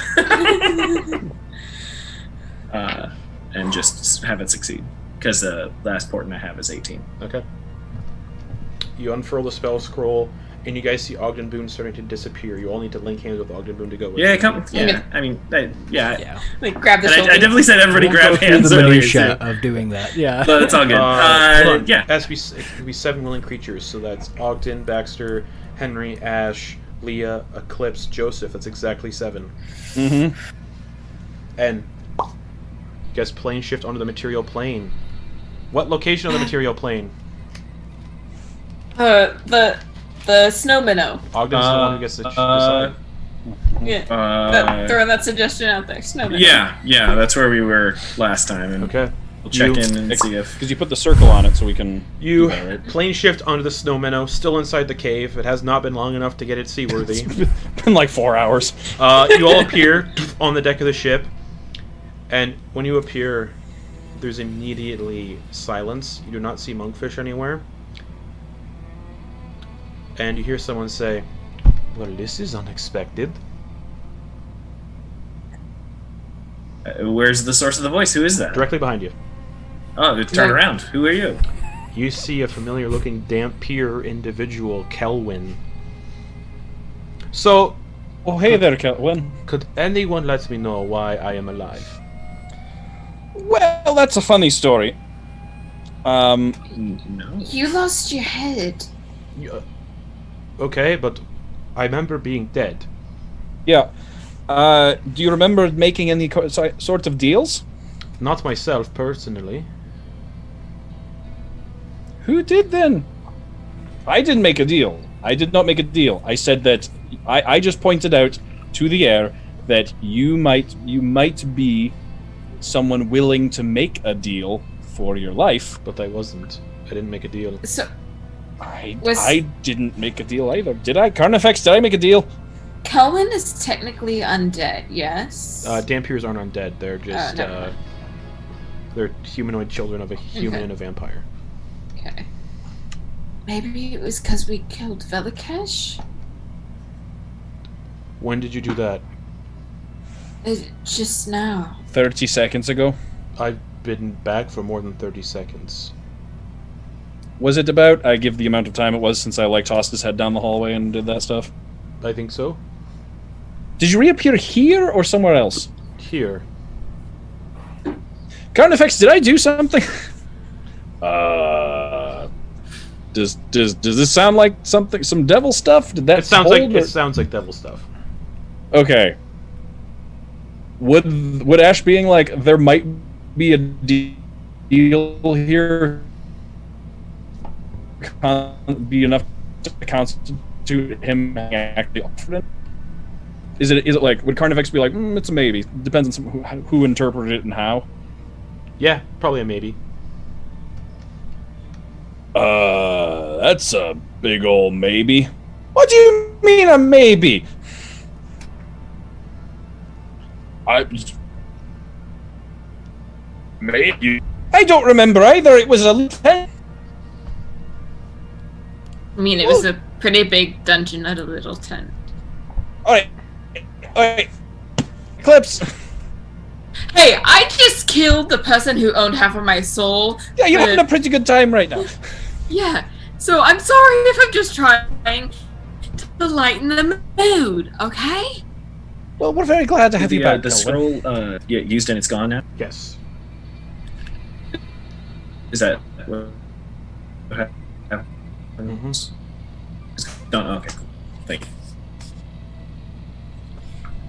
S5: uh, and just s- have it succeed because the last portent I have is 18.
S2: Okay. You unfurl the spell scroll, and you guys see Ogden Boone starting to disappear. You all need to link hands with Ogden Boone to go with
S5: Yeah,
S2: him.
S5: come.
S4: Yeah.
S5: Yeah, I mean, I, yeah.
S6: Yeah.
S4: like, grab
S5: And
S4: this.
S5: I, I definitely said Uh, everybody
S6: We'll
S5: grab
S6: go through
S5: hands
S6: the
S5: uh, earlier,
S6: minutia
S5: too.
S6: of doing that. Yeah.
S5: but it's all good.
S2: Uh,
S5: Uh,
S2: hold on.
S5: yeah,
S2: As we s- it could be seven willing creatures, so that's Ogden, Baxter, Henry, Ash, Leah, Eclipse, Joseph. That's exactly seven.
S3: mhm.
S2: And guess plane shift onto the material plane. What location on the material plane?
S4: Uh, the the snow minnow.
S2: Ogden's the one who gets to ch- decide.
S5: Uh,
S4: Yeah.
S5: uh,
S4: throwing that suggestion out there. Snow minnow.
S5: yeah, yeah. That's where we were last time, and
S2: Okay.
S5: we'll check
S3: You-
S5: in and see if
S3: Because you put the circle on it so we can.
S2: You
S5: that, right?
S2: plane shift onto the snow minnow, still inside the cave. It has not been long enough to get it seaworthy.
S3: been like four hours.
S2: Uh, you all appear on the deck of the ship, and when you appear, there's immediately silence. You do not see monkfish anywhere, and you hear someone say, "Well, this is unexpected."
S5: Uh, Where's the source of the voice? Who is that?
S2: Directly behind you,
S5: Oh, turn
S4: Yeah.
S5: around. Who are you?
S2: you see a familiar-looking dampier individual, Kelwyn. So,
S3: Oh, hey there, Kelwyn.
S2: could anyone let me know why I am alive?
S3: Well, that's a funny story. Um,
S5: No.
S4: You lost your head.
S2: You- uh, okay, but I remember being dead.
S3: yeah. Uh, do you remember making any co- si- sorts of deals?
S2: Not myself personally.
S3: Who did then? I didn't make a deal. I did not make a deal. I said that I, I just pointed out to the air that you might you might be someone willing to make a deal for your life.
S2: But I wasn't. I didn't make a deal.
S4: So
S3: I,
S4: Was-
S3: I didn't make a deal either. Did I? Carnifex, did I make a deal?
S4: Kelvin is technically undead. Yes.
S2: Uh, Dampiers aren't undead. They're just
S4: never
S2: uh,
S4: mind.
S2: they're humanoid children of a human and a vampire.
S4: okay. Maybe it was because we killed Velikesh.
S2: When did you do that?
S4: Uh, Just now.
S3: 30 seconds ago.
S2: I've been back for more than thirty seconds.
S3: was it about? I give the amount of time it was since I like tossed his head down the hallway and did that stuff.
S2: I think so.
S3: Did you reappear here or somewhere else?
S2: Here.
S3: Current effects. Did I do something? uh, does does does this sound like something? Some devil stuff? Did that
S2: It sounds
S3: hold
S2: like it
S3: or-
S2: sounds like devil stuff.
S3: Okay. Would would Ash being like there might be a de- deal here con- be enough to constitute him being actually offered it? Is it is it like would Carnifex be like mm, it's a maybe depends on some, who, who interpreted it and how.
S2: Yeah, probably a maybe.
S3: Uh, that's a big old maybe. What do you mean a maybe? I maybe I don't remember either. It was a little.
S4: I mean, it was a pretty big dungeon at a little tent.
S3: All right, all right. Eclipse.
S4: Hey, I just killed the person who owned half of my soul.
S3: Yeah, you're
S4: Right.
S3: having a pretty good time right now.
S4: Yeah, so I'm sorry if I'm just trying to lighten the mood, okay?
S3: Well, we're very glad to have you
S5: the, uh,
S3: back.
S5: the
S3: Nolan.
S5: scroll uh, you used and it's gone now.
S2: Yes.
S5: Is that? what- what hap-
S3: Mm-hmm.
S2: Mhm.
S5: It's done. Okay, cool. Thank you.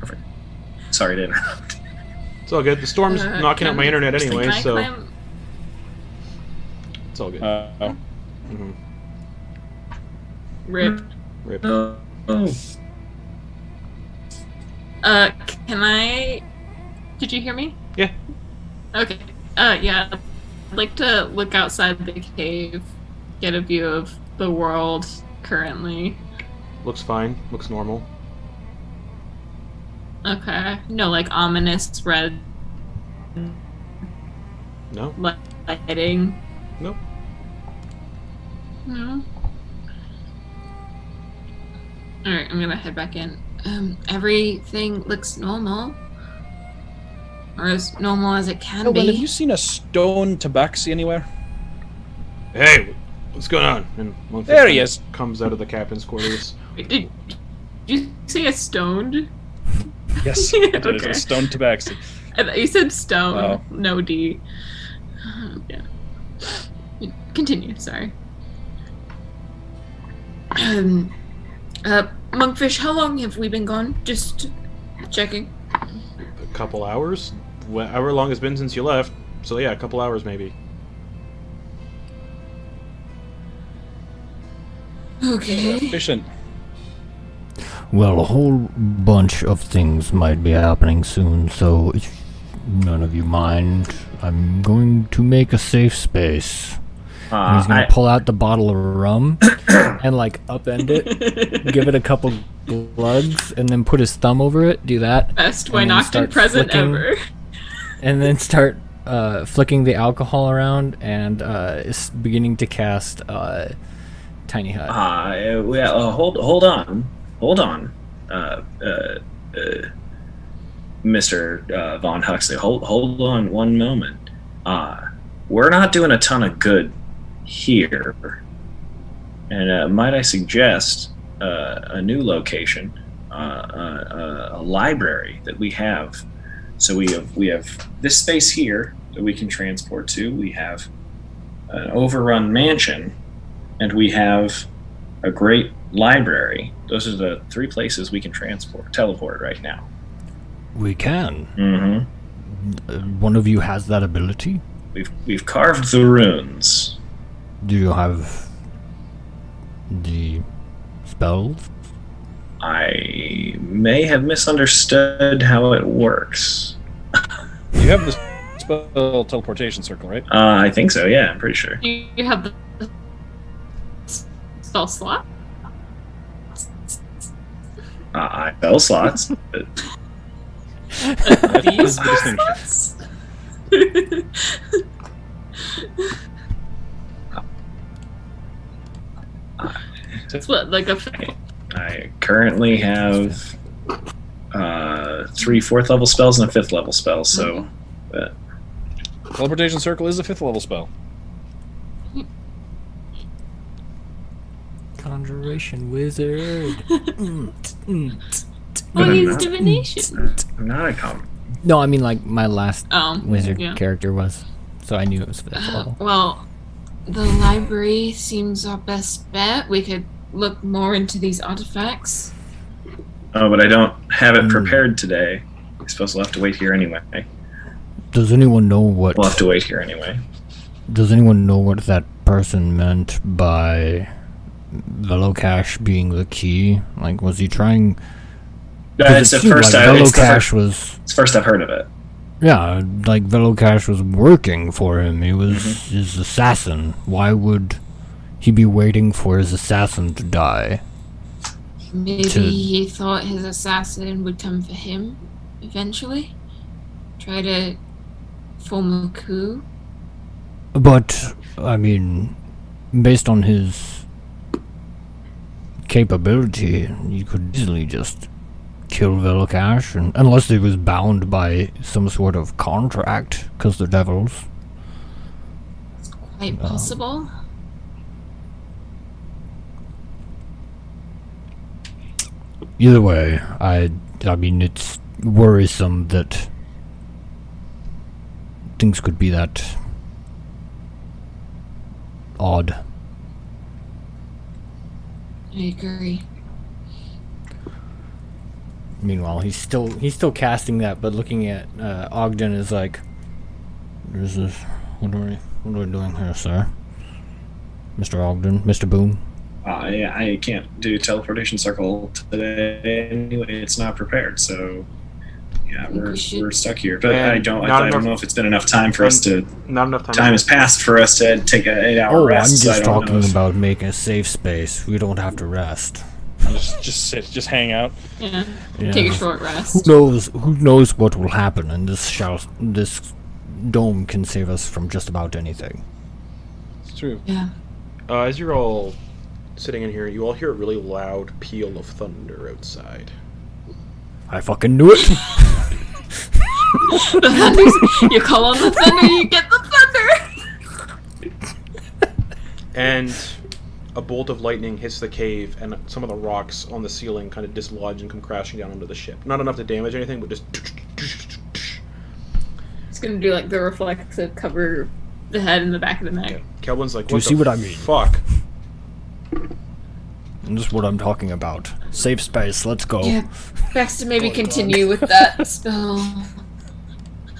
S5: Perfect. Sorry to interrupt.
S2: It's all good. The storm's
S4: Uh,
S2: knocking out
S4: can-
S2: my internet
S4: can
S2: anyway,
S4: I
S2: so
S4: climb-
S2: it's all good.
S3: Uh,
S2: hmm
S4: Rip.
S2: Rip.
S5: Oh, oh.
S4: Uh, can I? Did you hear me?
S2: Yeah.
S4: Okay. Uh, yeah. I'd like to look outside the cave, get a view of the world currently.
S2: Looks fine. Looks normal.
S4: Okay. No, like ominous red
S2: No.
S4: li- lighting.
S2: Nope.
S4: No. All right, I'm gonna head back in. Um, everything looks normal, or as normal as it can
S3: Nolan,
S4: be.
S3: have Oh, you seen a stone tabaxi anywhere?
S2: Hey, what's going on? And one
S3: There
S2: fist
S3: he is.
S2: Comes out of the captain's quarters.
S4: Wait, Did, did you say a stoned?
S3: Yes, it is
S4: Okay.
S3: a stone tabaxi.
S4: I thought you said stone.
S3: Oh.
S4: No D. Yeah. Continue. Sorry. Um, uh, Monkfish, how long have we been gone? Just checking.
S2: a couple hours. Wh- However long it's been since you left. So yeah, a couple hours maybe.
S4: Okay.
S3: Efficient.
S6: Well, a whole bunch of things might be happening soon, so if none of you mind, I'm going to make a safe space. And
S5: Uh,
S6: he's gonna
S5: I,
S6: pull out the bottle of rum and like upend it, give it a couple glugs, and then put his thumb over it. Do that,
S4: Best
S6: And then
S4: when Octon
S6: start
S4: present
S6: flicking.
S4: ever.
S6: and then start uh, flicking the alcohol around and uh, is beginning to cast uh, tiny hut.
S5: uh, yeah, uh, hold hold on, hold on, uh, uh, uh, Mister uh, Von Huxley. Hold hold on one moment. Uh, we're not doing a ton of good here, and uh, might I suggest uh, a new location, uh, uh, uh, a library that we have. So we have we have this space here that we can transport to. We have an overrun mansion, and we have a great library. Those are the three places we can transport, teleport right now.
S6: We can.
S5: Mm-hmm.
S6: Uh, one of you has that ability.
S5: We've we've carved the runes.
S6: Do you have the spells?
S5: I may have misunderstood how it works.
S3: You have this spell teleportation circle, right?
S5: Uh, I think so. Yeah, I'm pretty sure.
S4: Do you have the stall slot?
S5: Uh, I bell slots. but
S4: These
S3: the distinction.
S4: slots? It's what, like a
S5: I currently have uh, three fourth level spells and a fifth level spell. So
S3: Teleportation circle is a fifth level spell.
S6: conjuration wizard. Mm, t- mm, t-
S4: Well,
S5: I'm
S4: he's
S5: not-
S4: divination.
S5: I'm not a com.
S6: No, I mean like my last
S4: Oh,
S6: wizard
S4: yeah.
S6: character was, so I knew it was fifth
S4: Uh,
S6: level.
S4: well, the library seems our best bet. We could look more into these artifacts.
S5: Oh, but I don't have it
S6: Hmm.
S5: prepared today. I suppose we'll have to wait here anyway.
S6: Does anyone know what?
S5: We'll have to wait here anyway.
S6: Does anyone know what that person meant by Velocash being the key? Like, was he trying?
S5: Uh,
S6: 'cause
S5: it's
S6: it
S5: the
S6: seemed
S5: first.
S6: like
S5: I, it's, the
S6: Velocash
S5: first
S6: was.
S5: it's first I've heard of it.
S6: Yeah, like Velocash was working for him. He was
S5: Mm-hmm.
S6: his assassin. Why would he be waiting for his assassin to die?
S4: Maybe
S6: To-
S4: he thought his assassin would come for him eventually. Try to form a coup.
S6: But I mean, based on his capability, you could easily just kill Velocash, and unless he was bound by some sort of contract, because they're devils.
S4: It's quite possible.
S6: Either way, I I mean, it's worrisome that things could be that odd.
S4: I agree.
S6: Meanwhile, he's still he's still casting that, but looking at uh, Ogden is like, "This is what are we what are we doing here, sir?" Mister Ogden, Mister Boom.
S5: I I can't do teleportation circle today anyway. It's not prepared, so yeah,
S4: think we
S5: we're,
S4: should-
S5: we're stuck here. But
S2: Yeah,
S5: I don't
S2: not
S5: I, I don't
S2: enough-
S5: know if it's been enough time for us to.
S2: Not enough time.
S5: Time has passed for us to take an eight hour
S6: Oh, I'm
S5: rest. so I
S6: just
S5: don't know
S6: talking
S5: if-
S6: about making a safe space. We don't have to rest.
S3: just, just sit, just hang out.
S4: Yeah.
S6: Yeah.
S4: Take a short
S6: Who
S4: rest.
S6: knows? Who knows what will happen? And this shall this dome can save us from just about anything.
S3: It's true.
S4: Yeah.
S2: Uh, as you're all sitting in here, you all hear a really loud peal of thunder outside.
S6: I fucking knew it.
S4: The thunder's, you call on the thunder, you get the thunder.
S2: And a bolt of lightning hits the cave, and some of the rocks on the ceiling kind of dislodge and come crashing down onto the ship. Not enough to damage anything, but just.
S4: It's gonna do like the reflexive cover the head and the back of the neck.
S2: Kelvin's like,
S6: Do you see
S2: the
S6: what I mean?"
S2: Fuck.
S6: and this is what I'm talking about. Safe space. Let's go.
S4: Yeah. Best to
S6: Oh,
S4: maybe continue with that spell.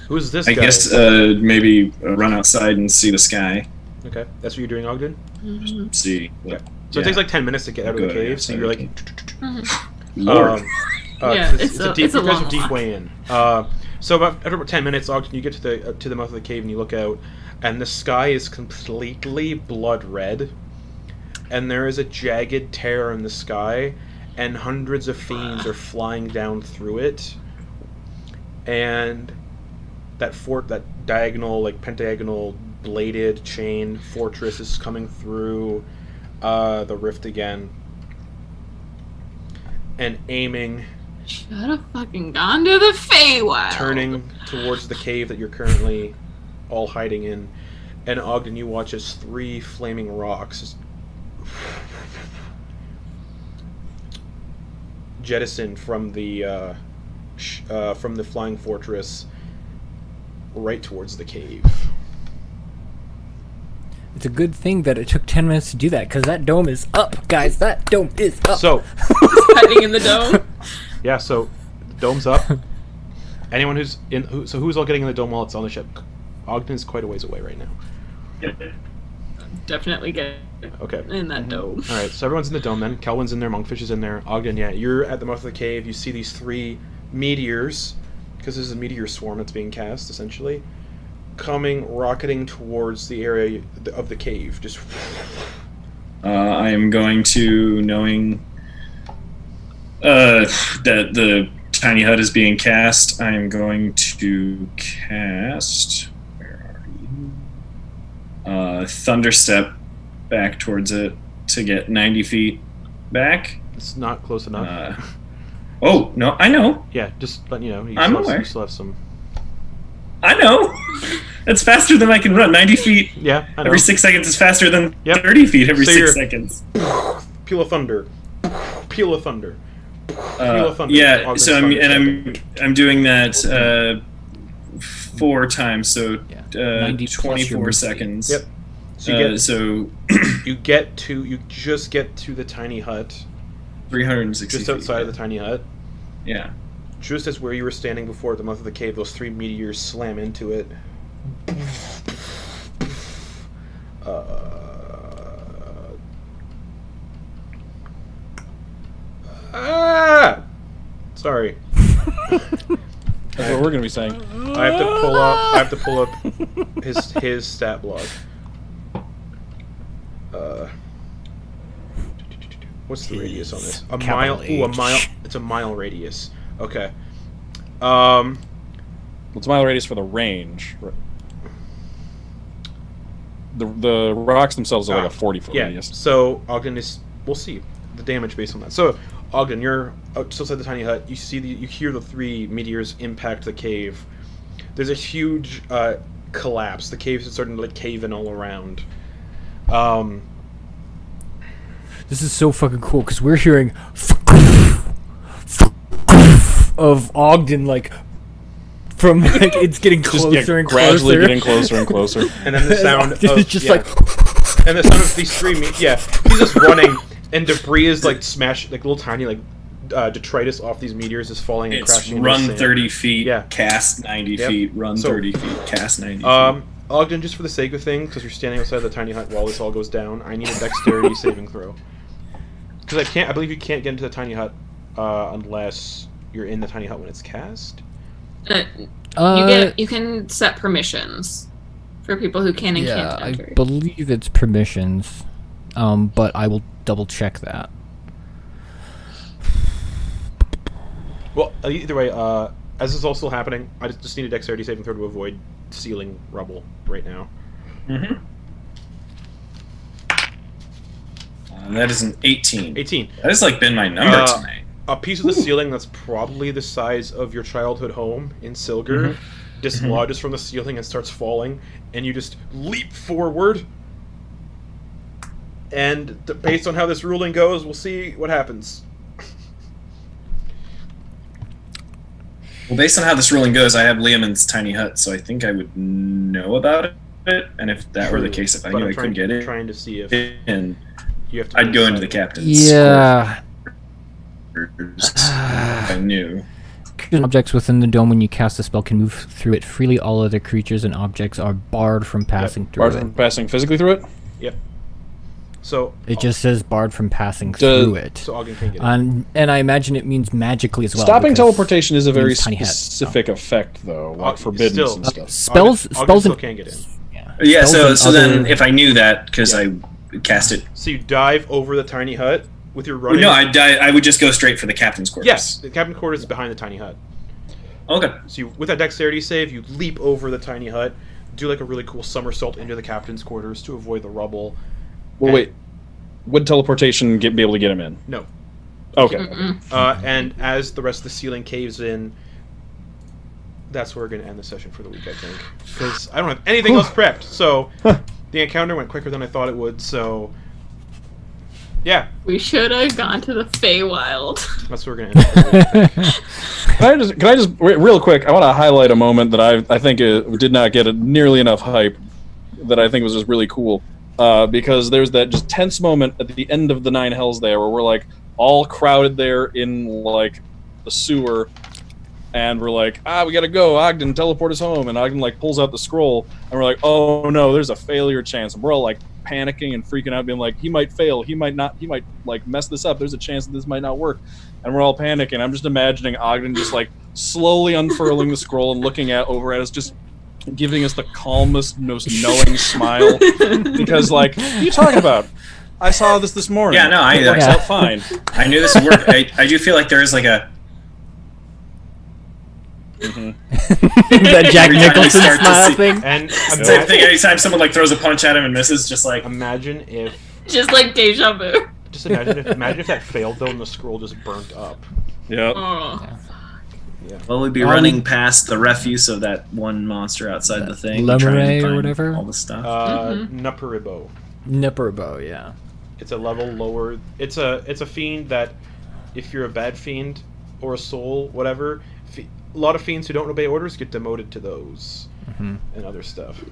S2: Who's this
S5: I
S2: guy?
S5: guess uh, maybe uh, run outside and see the sky.
S2: Okay, that's what you're doing, Ogden?
S4: Mhm.
S5: See. What,
S2: So it
S5: Yeah.
S2: takes like 10 minutes to get out of the
S5: Good,
S2: cave,
S5: yeah,
S2: so you're like.
S5: Lord.
S2: Um, uh,
S4: Yeah,
S2: 'cause it's,
S4: it's
S2: it's a,
S4: a-
S2: deep,
S4: it's a
S2: you guys
S4: long
S2: are deep
S4: walk.
S2: way in. Uh, so about, after about ten minutes, Ogden, you get to the up to the mouth of the cave and you look out, and the sky is completely blood red, and there is a jagged tear in the sky, and hundreds of fiends are flying down through it, and that fort, that diagonal, like pentagonal bladed chain fortress is coming through uh, the rift again. And aiming
S4: Should have fucking gone to the Feywild.
S2: turning towards the cave that you're currently all hiding in. And Ogden, you watch as three flaming rocks just jettison from the uh, sh- uh, from the flying fortress right towards the cave.
S6: It's a good thing that it took 10 minutes to do that, because that dome is up, guys. That dome is up.
S2: So
S4: Hiding in the dome.
S2: yeah, so dome's up. Anyone who's in who, so who's all getting in the dome while it's on the ship? Ogden's quite a ways away right now.
S4: Definitely get
S2: Okay.
S4: in
S6: Mm-hmm.
S4: that dome.
S2: All right, so everyone's in the dome then. Kelvin's in there, Monkfish is in there, Ogden, yeah. You're at the mouth of the cave. You see these three meteors, because this is a meteor swarm that's being cast, essentially, coming, rocketing towards the area of the cave. Just
S5: Uh, I am going to, knowing uh, that the tiny hut is being cast, I am going to cast. Where are you? Uh, Thunderstep back towards it to get 90 feet back.
S2: it's not close enough.
S5: Uh, oh, no, I know.
S2: yeah, just letting you know. You
S5: I'm
S2: still have-
S5: aware.
S2: you still have some.
S5: I know. It's faster than I can run. 90 feet
S2: Yeah, I know.
S5: every six seconds is faster than
S2: Yep.
S5: 30 feet every
S2: So
S5: six
S2: you're-
S5: seconds.
S2: Peel of thunder. Peel of thunder. Peel
S5: Uh,
S2: of thunder.
S5: yeah,
S2: August
S5: so I'm
S2: thunder.
S5: and I'm I'm doing that uh, four times, so
S6: Yeah.
S5: uh,
S6: 90 plus your
S5: 24
S6: movement.
S5: seconds.
S2: Yep. So you
S5: Uh,
S2: get
S5: so
S2: you get to you just get to the tiny hut,
S5: 360
S2: just
S5: feet,
S2: outside of the tiny hut.
S5: yeah.
S2: Just as where you were standing before at the mouth of the cave, those three meteors slam into it. Uh, ah! Sorry,
S3: That's what we're gonna be saying.
S2: I have to pull up. I have to pull up his his stat block. Uh, what's the radius on this? A
S6: Capital
S2: mile. Ooh, a
S6: H.
S2: mile. It's a mile radius. Okay. Um.
S3: What's mile radius for the range? right? The the rocks themselves are like
S2: Ah,
S3: a forty foot
S2: Yeah.
S3: radius.
S2: So Ogden is. We'll see the damage based on that. So Ogden, you're out just outside the tiny hut. You see the. You hear the three meteors impact the cave. There's a huge uh, collapse. The caves are starting to like cave in all around. Um.
S6: This is so fucking cool because we're hearing of Ogden like from like it's getting
S3: Just
S6: closer
S3: yeah,
S6: and
S3: gradually
S6: closer.
S3: getting closer and closer.
S2: and then the sound of
S6: it's just
S2: yeah.
S6: like
S2: and the sound of these three me- yeah he's just running and debris is like smash like little tiny like uh, detritus off these meteors is falling and
S5: It's
S2: crashing into
S5: run
S2: the sand.
S5: 30 feet,
S2: Yeah.
S5: cast 90
S2: Yep.
S5: feet, run
S2: So-
S5: 30 feet, cast 90 feet.
S2: um ogden just for the sake of things because you're standing outside the tiny hut while this all goes down i need a dexterity saving throw because i can't i believe you can't get into the tiny hut uh, unless you're in the tiny hut when it's cast
S4: Uh,
S6: uh,
S4: you get you can set permissions for people who can and
S6: yeah,
S4: can't
S6: I
S4: enter.
S6: believe it's permissions, um, but I will double check that.
S2: well uh, either way uh as this is all still happening i just, just need a dexterity saving throw to avoid sealing rubble right now
S5: Mhm. Uh, that is an 18.
S2: 18
S5: That has like been my number
S2: Uh,
S5: tonight.
S2: a piece of the ceiling that's probably the size of your childhood home in Silger
S6: Mm-hmm.
S2: dislodges from the ceiling and starts falling, and you just leap forward. And th- based on how this ruling goes, we'll see what happens.
S5: Well, based on how this ruling goes, I have Liamon's tiny hut, so I think I would know about it. And if that were the case, if I
S2: But
S5: knew
S2: I'm
S5: I
S2: trying-
S5: couldn't get it
S2: Trying to see if
S5: in,
S2: you have to.
S5: I'd go into the
S2: decide.
S5: captain's.
S6: Yeah,
S5: quarters. I knew.
S6: objects within the dome when you cast a spell can move through it freely. All other creatures and objects are barred from passing through
S3: Barred
S6: it.
S3: from passing physically through it.
S2: So
S6: It just says barred from passing
S3: Does-
S6: through it.
S2: so Ogden can't get in.
S6: Um, and I imagine it means magically as well.
S3: Stopping
S6: because
S3: teleportation is a very
S6: means tiny head, so-
S3: specific effect, though,
S2: Uh,
S3: like forbiddance
S2: still-
S3: and stuff.
S6: Spells,
S2: Ogden, Ogden
S6: spells,
S2: still
S6: and,
S2: can't get in.
S5: Yeah, so
S6: spells
S5: so
S6: and
S5: then
S6: other-
S5: if I knew that, because I cast it.
S2: So you dive over the tiny hut with your running.
S5: No, I, I, I would just go straight for the captain's quarters.
S2: yes, the cabin quarters is behind the tiny hut.
S5: Okay.
S2: So you, with that dexterity save, you leap over the tiny hut, do like a really cool somersault into the captain's quarters to avoid the rubble.
S6: Oh,
S3: Well, wait. Would teleportation get, be able to get him in?
S2: No.
S3: Okay.
S4: Mm-mm.
S2: Uh, and as the rest of the ceiling caves in, that's where we're going to end the session for the week, I think. Because I don't have anything else prepped. So the encounter went quicker than I thought it would. So yeah,
S4: We should have gone to the Feywild.
S2: that's where we're going to end. it for the week.
S3: Can I just, can I just re- real quick? I want to highlight a moment that I I think uh did not get a, nearly enough hype. That I think was just really cool uh, because there's that just tense moment at the end of the Nine Hells there where we're like all crowded there in like the sewer, and we're like ah we gotta go Ogden teleport us home and Ogden like pulls out the scroll and we're like oh no there's a failure chance and we're all like panicking and freaking out being like he might fail he might not he might like mess this up there's a chance that this might not work and we're all panicking. I'm just imagining Ogden just like slowly unfurling the scroll and looking at over at us, just giving us the calmest, most knowing smile. Because like, what are you talking about? I saw this this morning.
S5: Yeah, no, I-
S3: it works
S6: yeah.
S3: out fine.
S5: I knew this would work. I, I do feel like there is like a.
S6: that Jack
S5: Every time we
S6: Nicholson
S5: start to
S6: smile
S5: see-
S6: thing.
S2: And
S5: Same
S2: imagine,
S5: thing. Anytime someone like throws a punch at him and misses, just like
S2: imagine if
S4: Just like deja vu.
S2: just imagine if imagine if that failed though, and the scroll just burnt up.
S3: Yeah,
S4: Oh.
S5: Well, we'd be
S6: Um,
S5: running past the refuse of that one monster outside the thing,
S6: Lemuray
S5: trying to
S6: or
S5: find
S6: whatever?
S5: All the stuff.
S2: Uh, Naparibo.
S6: Nipperbo, yeah.
S2: It's a level lower. It's a it's a fiend that, if you're a bad fiend or a soul, whatever, fe- a lot of fiends who don't obey orders get demoted to those
S6: Mhm.
S2: and other stuff.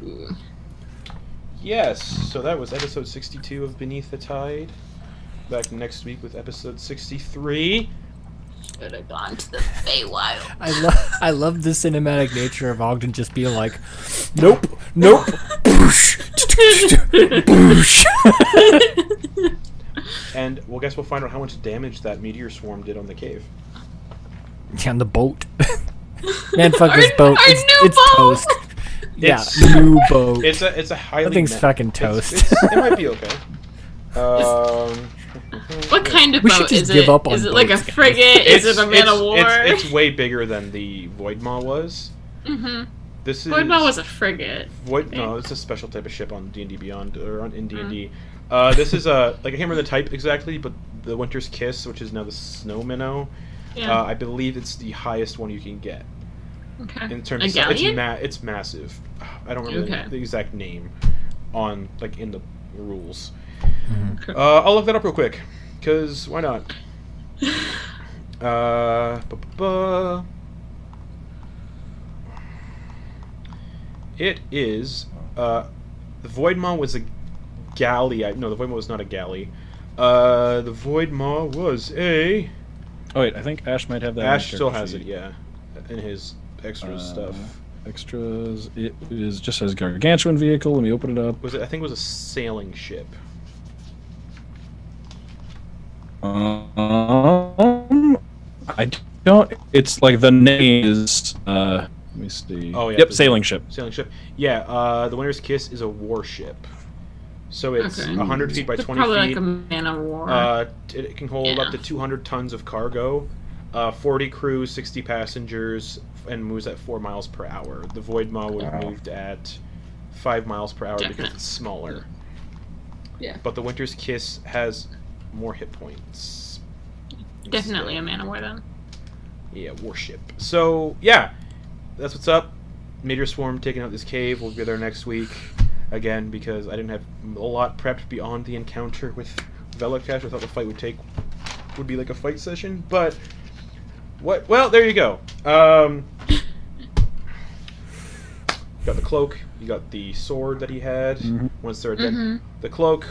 S2: Yes. So that was episode 62 of Beneath the Tide. Back next week with episode 63.
S4: Should have gone to the Feywild.
S6: I love I love the cinematic nature of Ogden just being like, nope, nope, boosh, boosh.
S2: And well, guess we'll find out how much damage that meteor swarm did on the cave.
S6: Down the boat. Man, fuck this
S4: Our-
S6: boat.
S4: our
S6: it's,
S4: new
S6: it's
S4: boat.
S6: toast. Yeah,
S2: It's-
S6: new boat.
S2: It's a it's a highly
S6: That thing's
S2: ma-
S6: fucking
S2: it's-
S6: toast.
S2: it's- it might be okay. Um,
S4: What kind of
S6: We should
S4: boat
S6: just
S4: is
S6: give
S4: it?
S6: up on
S4: Is it like a
S6: boats, guys.
S4: frigate? Is it a man
S2: it's-
S4: of war?
S2: It's, it's way bigger than the Void Maw was.
S4: mm-hmm.
S2: This is
S4: Void Maw was a frigate.
S2: Void- no, it's a special type of ship on D and D Beyond or on in D and
S4: Mm-hmm.
S2: D. Uh, This is a like I can't remember the type exactly, but the Winter's Kiss, which is now the Snow Minnow,
S4: Yeah.
S2: uh, I believe it's the highest one you can get
S4: okay.
S2: in terms
S4: A
S2: of size.
S4: galleon?
S2: it's ma- it's massive. I don't remember the-
S4: Okay.
S2: the, exact name on like in the rules.
S6: Mhm.
S4: Okay.
S2: Uh, I'll look that up real quick, cause why not? Uh, bu- bu- bu. It is. Uh, the Void Maw was a galley. I, no, the Void Maw was not a galley. Uh, the Void Maw was a.
S3: Oh wait, I think Ash might have that. in
S2: Ash
S3: his
S2: still
S3: character
S2: has it,
S3: sheet.
S2: yeah, in his extra
S3: Uh,
S2: stuff.
S3: Extras. It is just says gargantuan vehicle. Let me open it up.
S2: Was it? I think it was a sailing ship.
S3: Um, I don't. It's like the name is. Uh, let me see.
S2: Oh, yeah,
S3: Yep,
S2: the-
S3: sailing ship.
S2: Sailing ship. Yeah. Uh, the Winter's Kiss is a warship, so it's
S4: Okay.
S2: hundred feet by
S4: It's
S2: twenty
S4: probably
S2: feet.
S4: like a man of war.
S2: Uh, t- it can hold up
S4: Yeah.
S2: to 200 tons of cargo, uh, 40 crew, 60 passengers, f- and moves at 4 miles per hour. The Void Maw would have
S3: Wow.
S2: moved at 5 miles per hour because
S4: Definite.
S2: it's smaller.
S4: Yeah.
S2: But the Winter's Kiss has more hit points.
S4: Definitely a
S2: Instead.
S4: man of war then.
S2: Yeah, warship. So, yeah, that's what's up. Meteor Swarm taking out this cave. We'll be there next week again because I didn't have a lot prepped beyond the encounter with Velocash. I thought the fight would take would be like a fight session, but what? Well, there you go. Um, you got the cloak. You got the sword that he had.
S3: Mhm.
S2: Once they're dead,
S4: Mm-hmm.
S2: the cloak.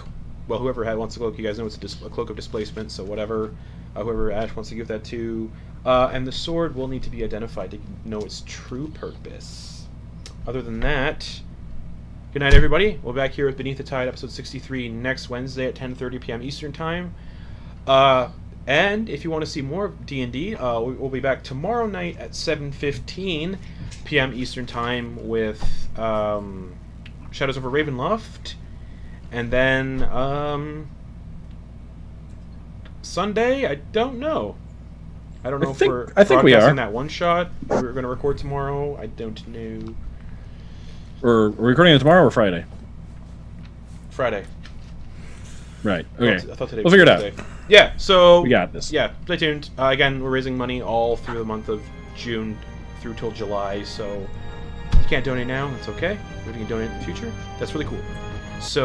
S2: Well, whoever had wants the cloak, you guys know it's a, dis- a cloak of displacement. So whatever, uh, whoever Ash wants to give that to, uh, and the sword will need to be identified to know its true purpose. Other than that, good night, everybody. We'll be back here with Beneath the Tide, episode sixty-three, next Wednesday at ten thirty p.m. Eastern time. Uh, and if you want to see more D and D, uh, we'll be back tomorrow night at seven fifteen p.m. Eastern time with um, Shadows over Ravenloft. And then um Sunday, I don't know. I don't
S3: I
S2: know if
S3: think-
S2: we're
S3: I think we
S2: broadcasting
S3: are.
S2: that one shot. We We're going to record tomorrow. I don't know.
S3: Or we're recording it tomorrow or Friday.
S2: Friday.
S3: Right.
S2: I thought-
S3: Okay.
S2: I thought today
S3: We'll
S2: was
S3: figure it out.
S2: Tuesday. Yeah. So
S3: We got this.
S2: yeah, stay tuned. Uh, again, we're raising money all through the month of June through till July. So if you can't donate now, that's okay. But if you can donate in the future, that's really cool.